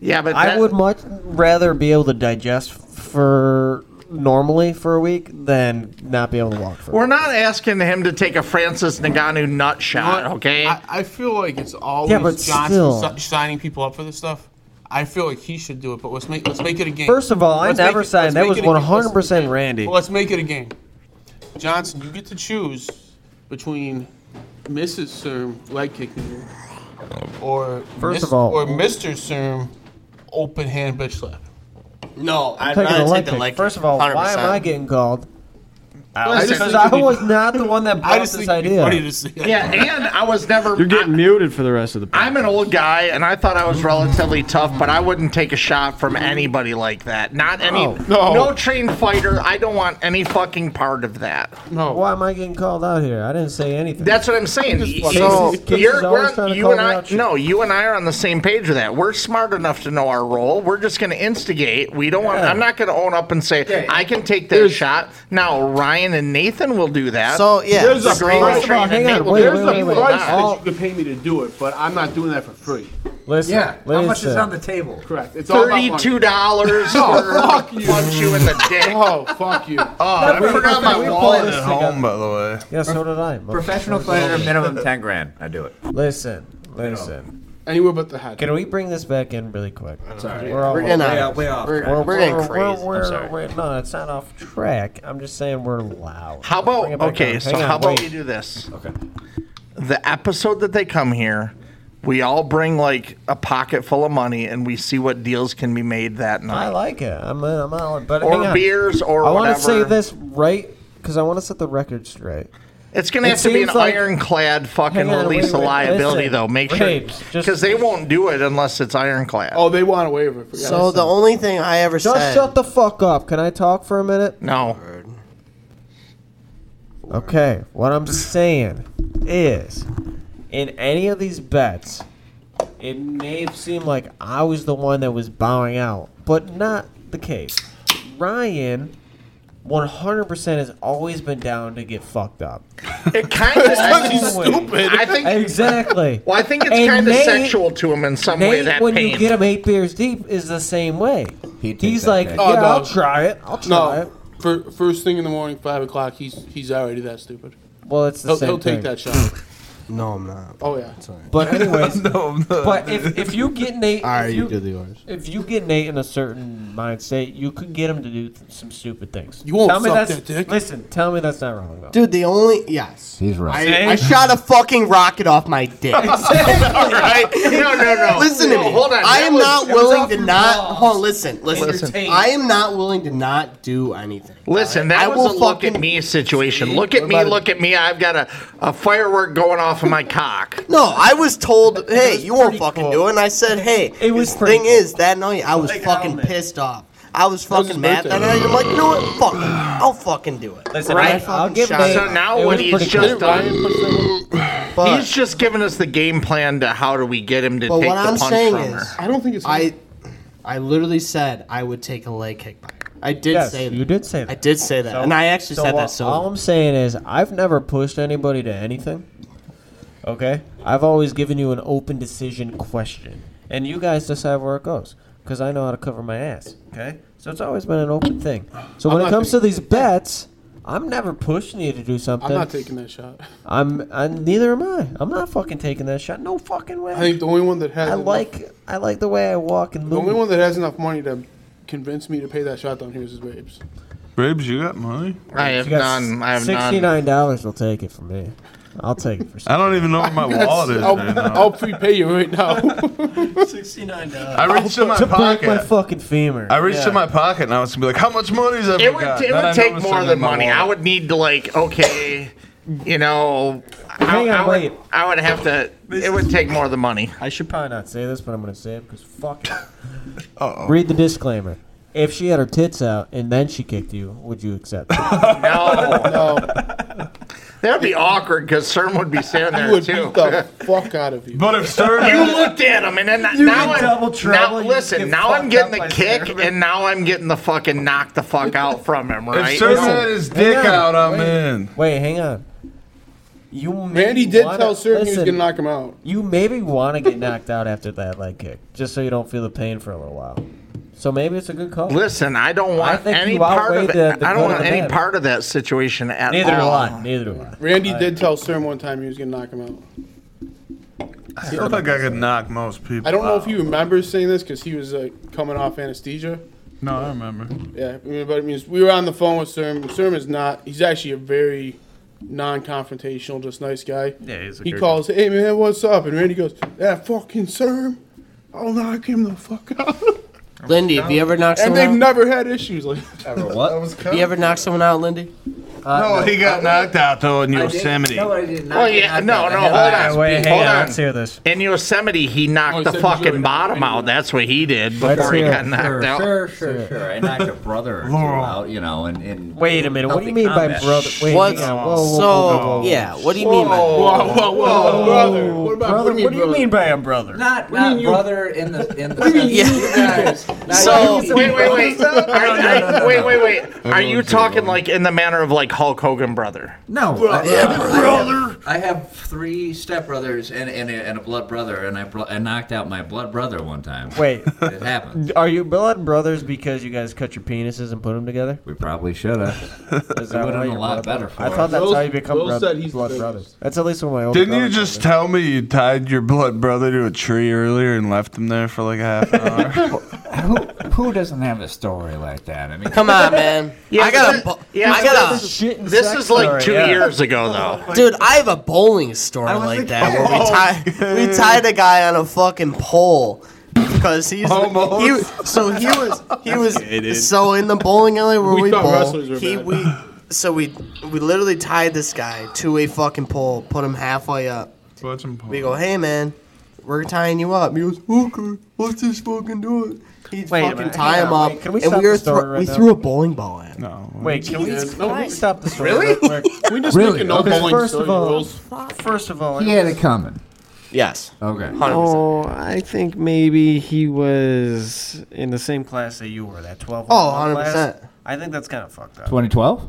Yeah, but
I
that-
would much rather be able to digest for normally for a week than not be able to walk for. a
We're
week.
not asking him to take a Francis Ngannou nut shot, okay?
I, I feel like it's always
Yeah, but
Johnson
still.
si- signing people up for this stuff. I feel like he should do it, but let's make let's make it a game.
First of all, I
Let's make
never
it-
signed.
let's
That
make
was
it a game.
100%
Let's-
Randy.
Well, let's make it a game. Johnson, you get to choose between Mrs. Serm leg kicking you or
First
Mis-
of all-
or Mr. Serm open hand bitch slap.
No, I'd
Taking
rather
a leg
take the
kick.
leg.
First of all, why am
100%.
I getting called? Because
Listen,
I was not the one that
I
brought
just
this
think it'd be funny
idea.
to see.
yeah, and I was never.
You're getting muted for the rest of the.
I'm an old guy, and I thought I was relatively tough, but I wouldn't take a shot from anybody like that. Not any,
No.
no, trained fighter. I don't want any fucking part of that.
No.
Why am I getting called out here? I didn't say anything.
That's what I'm saying. You-
fucking- Casey's-
you- you're-
Casey's
we're
always
on-
trying to
You
call
and
me
I,
out, shit.
no, you and I are on the same page with that. We're smart enough to know our role. We're just going to instigate. We don't want. I'm not going to own up and say I can take that shot. Now Ryan and Nathan will do that.
So yeah,
There's a
so-
Green
price-
Lantern
hang
and
on,
Nathan
wait,
will
There's
do
wait,
a
that.
wait.
price
All-
that you could pay me to do it, but I'm not doing that for free.
Listen,
Yeah. How much is
listen.
on the table?
Correct. It's all about money.
Thirty-two dollars for
fuck you.
punch you in the dick.
Oh, fuck you.
oh, I forgot my
we
wallet
play this
at home, by the way.
Yeah, so did I. motherfucker.
Professional fighter, minimum ten grand. I do it.
Listen, listen.
Anywhere but the head.
Can we bring this back in really quick?
Sorry.
We're all
We're getting
off-
out of- Way off- way off
We're,
track. We're
we're,
getting
we're,
crazy. I'm
we're,
sorry.
we're- no, it's not off track. I'm just saying we're loud.
How
Bring it
about
back
okay?
on.
So
Hang on,
how about
wait.
we do this?
Okay.
The episode that they come here, we all bring like a pocket full of money, and we see what deals can be made that night.
I like it. I'm, uh, I'm all, but
Or
hang on.
beers or
I want to say
whatever.
this right because I want to set the record straight.
It's gonna have to be an ironclad fucking
Hang on,
release
wait,
of
wait,
liability,
listen.
though. Make
Babes,
sure
just-
because they won't do it unless it's ironclad.
Oh, they want a waiver. for- yeah,
So
that's
the
not-
only thing I ever
Just
said.
shut the fuck up. Can I talk for a minute?
No.
Okay, what I'm saying is, in any of these bets, it may seem like I was the one that was bowing out, but not the case. Ryan, 100% has always been down to get fucked up.
It kind of
stupid.
I think
Exactly.
Well, I think it's
And
kind of
Nate-
sexual to him in some way.
Nate,
That
when
pain.
you get him eight beers deep, is the same way. He's
that
like,
back.
yeah,
Oh, no.
I'll try it. I'll try it.
No. For, first thing in the morning, five o'clock. He's he's already that stupid.
Well, it's the
he'll,
same
He'll take
thing. Hmm.
that shot.
No, I'm not.
Oh yeah.
But anyways,
No, no.
but if, if you get Nate,
All right,
if
you do the yours.
If you get Nate in a certain mindset, you could get him to do th- some stupid things.
You won't
tell me
suck
that's
that dick.
listen. Tell me that's not wrong though.
Dude, the only yes,
He's right.
I, I shot a fucking rocket off my dick.
All right. No, no, no.
Listen to
No,
me.
Hold on.
I
That
am
was-
not
it was
willing
off
to
your
not.
balls.
Hold on, listen, listen.
Listen.
I am not willing to not do anything.
Listen, that
I
was
will
a look
fucking-
at me situation.
See?
Look at
What
me,
about it?
look at me. I've got a, a firework going off in my cock.
No, I was told, hey, you won't fucking do it. And I said, hey,
It was
the
pretty
thing is, that night I was fucking pissed off. I was
was
fucking
his
mad
birthday.
that night. I'm like, you know what? Fuck, it. I'll fucking do it.
Listen,
And I
I-
fucking
I'll give
shot
Nate-
it.
So now
It
what
was
he's
pretty
just
cool.
done,
Ryan puts that one-
But-
he's just given us the game plan to how do we get him to
But
take
what
the
I'm
punch
saying
from
is,
her.
I don't think it's.
I, I literally said I would take a leg kick by her. I did
Yes,
say that.
you did say that.
I did say that,
So-
and I actually
so
said
all-
that. So
all I'm saying is, I've never pushed anybody to anything. Okay, I've always given you an open decision question, and you guys decide where it goes. Because I know how to cover my ass. Okay, so it's always been an open thing. So when it
not
comes to
taking-
these bets, I'm never pushing you to do something.
I'm not taking that shot.
I'm, i neither am I. I'm not fucking taking that shot. No fucking way.
I think the only one that has.
I
enough-
like I like the way I walk and
The
move.
only one that has enough money to convince me to pay that shot down here is his babes.
Babes, you got money?
I have none. I have
Sixty
none.
nine dollars will take it from me. I'll take it for
I don't even know where my wallet is
I'll,
right now.
I'll prepay you right now.
sixty nine dollars.
I reached in my
to break my
pocket.
fucking femur.
I reached in my pocket and I was gonna be like, "How much money is that?"
It
Oh
would, it would take more than money. I would need to, like, okay, you know, I,
Hang on,
I, would,
wait.
I would have to, it would take more than money.
I should probably not say this, but I'm gonna say it because fuck. Uh-oh. Read the disclaimer. If she had her tits out and then she kicked you, would you accept? it?
No, no. That would be awkward because CERN would be standing
I
there,
would
too.
beat the fuck out of you.
But if sir,
You looked at him, and then now
get
I'm
double trouble,
Now,
you
listen,
get
now I'm
fucked
getting
up
the
by
kick,
Servant.
and now I'm getting the fucking knock the fuck out from him, right?
if sir
No.
had his dick
Hang on,
out, I'm
wait.
in.
Wait, hang on. You
Randy
maybe
did
wanna-
tell Sir he was
listen,
gonna knock him out.
You maybe want to get knocked out after that leg kick, just so you don't feel the pain for a little while. So maybe it's a good call.
Listen, I don't
I
want
think
any
you
part of
outweighed
it.
the- the
I
good
don't want
and the
any
bad.
part of that situation at
Neither do
all.
I. Neither do I.
Randy did tell Sir one time he was gonna knock him out.
I feel like I could knock most people.
I don't know
out.
if he remembers saying this because he was like coming off anesthesia.
No, I remember.
Yeah, I mean, but I mean, we were on the phone with Serm. Serm is not. He's actually a very non-confrontational, just nice guy.
Yeah, he's a
He
good
calls, "Hey man, what's up?" And Randy goes, "That fucking Serm, I'll knock him the fuck out."
Lindy, have you ever knocked
and they've
someone out?
never had issues like. That.
That was
Have you ever knocked someone out, Lindy?
no, he got knocked out though in Yosemite.
No, I did not.
Well, yeah, no, no, hold
All right,
on.
wait, hang
hold
on.
on.
Let's hear this.
In Yosemite, he knocked
Oh, he
the
said he
fucking
should.
bottom out. That's what he did
Let's
before he
hear
got
it.
knocked
Sure,
out.
sure, sure, sure. I knocked a brother or two
Laurel.
out, you know, and, and
Wait a minute. What do you mean by
combat.
brother? Wait,
What's
hang on, whoa, whoa,
so?
whoa, whoa, whoa.
Yeah. What do you mean? by that?
Whoa, whoa, whoa, brother! What about
Brother, what do you mean by a brother?
Not, not brother in the in the. sense-
Yeah.
Not-
So wait, wait, wait. Are-
No, no, no,
are-
no,
Wait,
no.
wait, wait. Are you talking like in the manner of like like Hulk Hogan brother.
No, I-
Brother.
I, I
Brother.
have- I have three stepbrothers and and a, and a blood brother, and I bro- I knocked out my blood brother one time.
Wait.
it happened.
Are you blood brothers because you guys cut your penises and put them together?
We probably should have.
Is
It
that
would've
why
been a
you're
lot
blood
better
brothers?
for
I thought
us.
that's
Will-
how you become
Will
brother-
said he's
blood
the-
brothers. That's at least what my old
Didn't you just tell me you tied your blood brother to a tree earlier and left him there for like a half an hour?
who, who doesn't have a story like that? I mean,
Come on, man.
Yeah,
I got a.
but-
bo-
yeah,
I
but
got
this
a.
is shit and this sex is like story, two yeah. years ago, though.
Dude, I have a bowling story like that where
Oh,
we tied we tied a guy on a fucking pole because he's
Almost.
he so he was he was
Okay, dude.
so in the bowling alley where
We
we,
thought
bowl,
wrestlers were
he
bad.
we so we we literally tied this guy to a fucking pole, put him halfway up.
Bunch of
We go, hey man, we're tying you up. He goes, okay, let's just fucking do it. He fucking tie him up,
Can we
and
stop
we were
the story
thro-
right
we
now?
threw a bowling ball at him.
No.
Wait, can we,
Jesus
can we
Christ.
stop the story really? real quick?
We just
Really?
making no
Because
bowling
first of
story
all-
rules.
First of all,
he had it coming.
Yes,
Okay.
hundred percent.
Oh, I think maybe he was in the same class that you were, that 12
Oh,
1
100%.
class. I think that's kind of fucked up.
2012?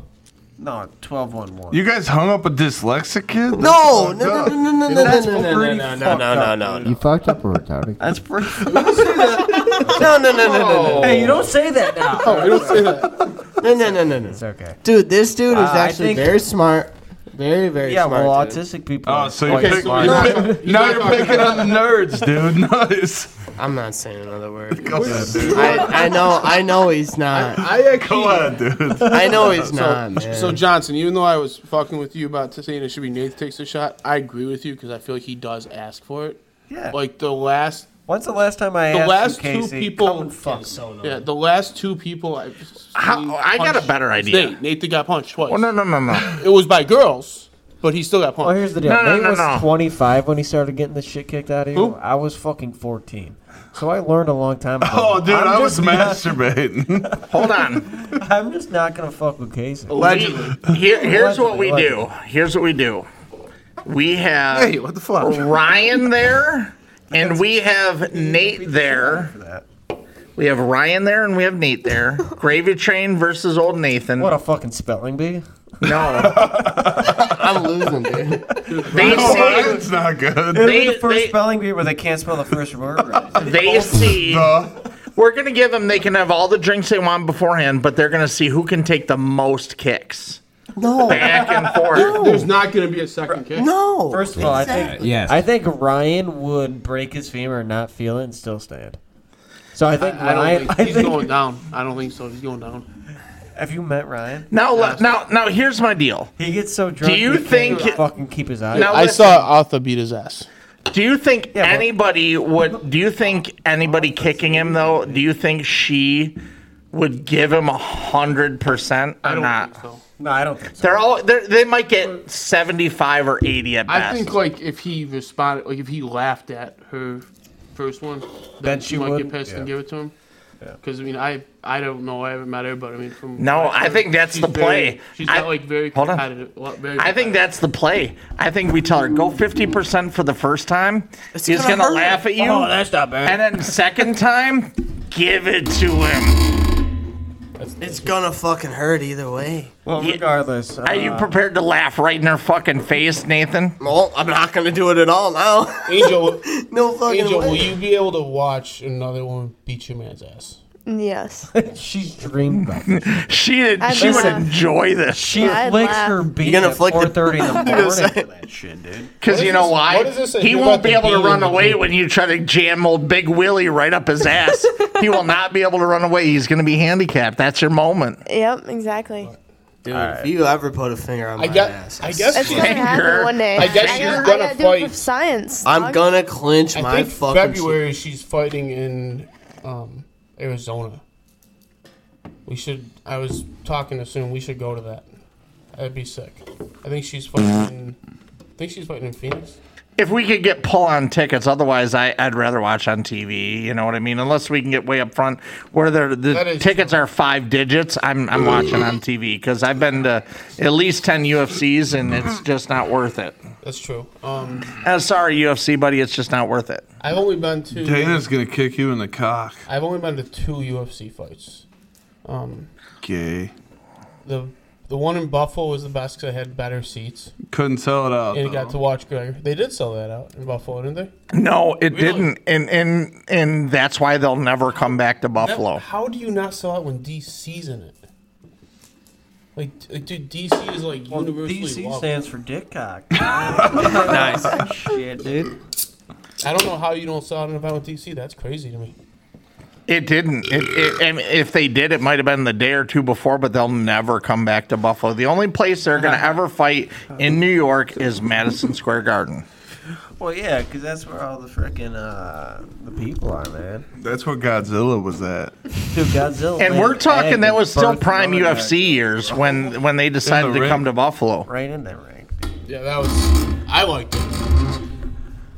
No, 12 1 1.
You guys hung up a dyslexic kid?
No, no, no, no, no, no, no,
That's
no, no,
pretty
no, no,
fucked
no, no,
up,
no,
dude.
no.
fucked up or retarded?
That's pretty.
No, no, no, no, no, no.
hey, you don't say that now.
We don't say that.
No, no, no, no, no.
It's okay.
Dude, this dude is
Uh, I
actually
think-
very smart. Very, very
Yeah,
smart.
well,
dude.
autistic people.
Oh,
are
so you're,
quite
pick,
smart.
you're pick- now you're picking on the nerds, dude. Nice.
I'm not saying another word.
Go ahead, dude.
I, I know I know he's not.
I
Go
actually.
ahead, dude.
I know he's
So,
not, man.
so Johnson, even though I was fucking with you about saying it should be Nate that takes the shot, I agree with you because I feel like he does ask for it.
Yeah.
Like the last,
When's the last time I
the
asked
last
you,
two
Casey,
people,
come and fuck?
yeah, the last two people I've seen
How, I got a
punched-
better idea.
Nate, Nate that got punched twice.
Well, no, no, no, no.
It was by girls, but he still got
Well,
punched.
Oh, here's the deal.
No, no,
Nate
no,
was
no.
25 when he started getting the shit kicked out of
Who?
you. I was fucking 14. So I learned a long time ago.
Oh, dude,
I'm
i was
just
masturbating.
Hold on.
Not, I'm just not gonna fuck with Casey.
Legend. Here, here's what we do. Here's what we do. We have
hey, what the fuck?
Ryan there, and we have Nate there. We have Ryan there, and we have Nate there. Gravy Train versus Old Nathan.
What a fucking spelling bee.
no,
I'm losing, dude.
they
Oh,
see.
that's not good.
It'll
They-
be the first
they-
spelling bee where they can't spell the first word right.
They see.
The-
We're gonna give them. They can have all the drinks they want beforehand, but they're gonna see who can take the most kicks
No,
back and forth.
There's not going to be a second kick.
no.
First of all, I
Exactly.
think
Yes.
I think Ryan would break his femur and not feel it and still stand. So I think
I don't
Ryan.
think
I
he's
think,
going down. I don't think so. Oh, He's going down.
have you met Ryan?
Now, le- now, now. Here's my deal.
He gets so drunk.
you
he can't
think-
even fucking keep his eyes?
Now,
I
listen,
saw Arthur beat his ass.
Do you think
but-
anybody would? Do you think anybody kicking him though? Do you think she would give him a hundred percent
I
or
don't
not?
think so.
No, I don't think so.
They're all they're, they might get seventy five or eighty at best.
I think like if he responded, like if he laughed at her first one, then,
Then
she,
she
might
would?
get pissed
Yeah.
and give it to him. Because I mean, I I don't know, I haven't met her, but I mean, from
No,
what
I
heard,
think that's
she's
the play.
Very, she's
I-
got like very
hold on.
competitive. well, very
I think that's the play. I think we tell her go fifty percent for the first time. He's
gonna
gonna
hurt.
laugh at you,
Oh, that's not bad.
and then second time, give it to him.
It's gonna fucking hurt either way.
Well, regardless, uh,
Are
Uh.
you prepared to laugh right in her fucking face, Nathan?
Well, I'm not gonna do it at all now.
Angel.
no fucking
Angel,
way.
will you be able to watch another one beat your man's ass?
Yes.
she's dreamed about. This.
She
I'd
she would
laugh.
enjoy this
She
Yeah, I'd
flicks
laugh.
her beat
You're gonna
at
flick the-
4:30 in the morning
say-
for that shit, dude.
because you know
this-
why
what does this say
he
about
won't be
the
able to
beating
run
of
away
the-
when you try to jam old Big Willie right up his ass. he will not be able to run away. He's going to be handicapped. That's your moment.
Yep, exactly.
Dude, if you ever put a finger on my
I guess.
ass,
I guess.
That's gonna
Finger.
happen one day.
I guess
I
she's
gotta- I
gonna
gotta do it
fight.
for science.
I'm
dog.
gonna clinch
I
my
think
fucking.
February she's fighting in um, Arizona. We should. I was talking to soon. We should go to that. That'd be sick. I think she's fighting. I think she's fighting in Phoenix.
If we could get pull on tickets, otherwise I, I'd rather watch on TV. You know what I mean? Unless we can get way up front where they're-
That
the
is
tickets are five digits, I'm I'm watching on TV because I've been to at least ten UFCs and it's
Mm-hmm.
just not worth it.
That's true. Um,
Uh, sorry, UFC buddy, it's just not worth it.
I've only been to.
Dana's gonna kick you in the cock.
I've only been to two UFC fights. Um,
Gay.
the the one in Buffalo was the best because I had better seats.
Couldn't sell it out.
and it got
though.
to watch Gregor. They did sell that out in Buffalo, didn't they?
No, it
Really?
didn't, and and and that's why they'll never come back to Buffalo.
That- how do you not sell out when DC's in it? Like, like dude, DC is like
DC
universally loved.
stands for dick cock.
Nice.
Shit, dude.
I don't know how you don't sell out an event with DC. That's crazy to me.
It didn't. It, it, I mean, if they did, it might have been the day or two before, but they'll never come back to Buffalo. The only place they're going to ever fight in New York is Madison Square Garden.
Well, yeah, because that's where all the freaking uh, the people are, man.
That's where Godzilla was at.
Dude, Godzilla.
And
laid
we're
an
talking
egg
that
and
was still
birthed
prime
another guy.
UFC years when when they decided to
ring.
come to Buffalo.
Right in that ring.
Yeah, that was. I liked it.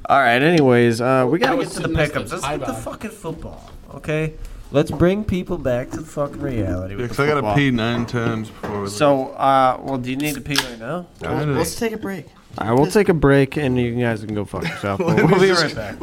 All right. Anyways, uh, we gotta
I
get
was
to the
sitting next to
pickups. Let's
Ty
get the
Bob.
fucking football. Okay. Let's bring people back to the fucking reality. With
Because
the
I gotta
football.
pee nine times before. We
So, uh, well, do you need to pee right now?
leave.
Let's take a break.
All right, we'll take a break and you guys can go fuck yourself. We'll be right back.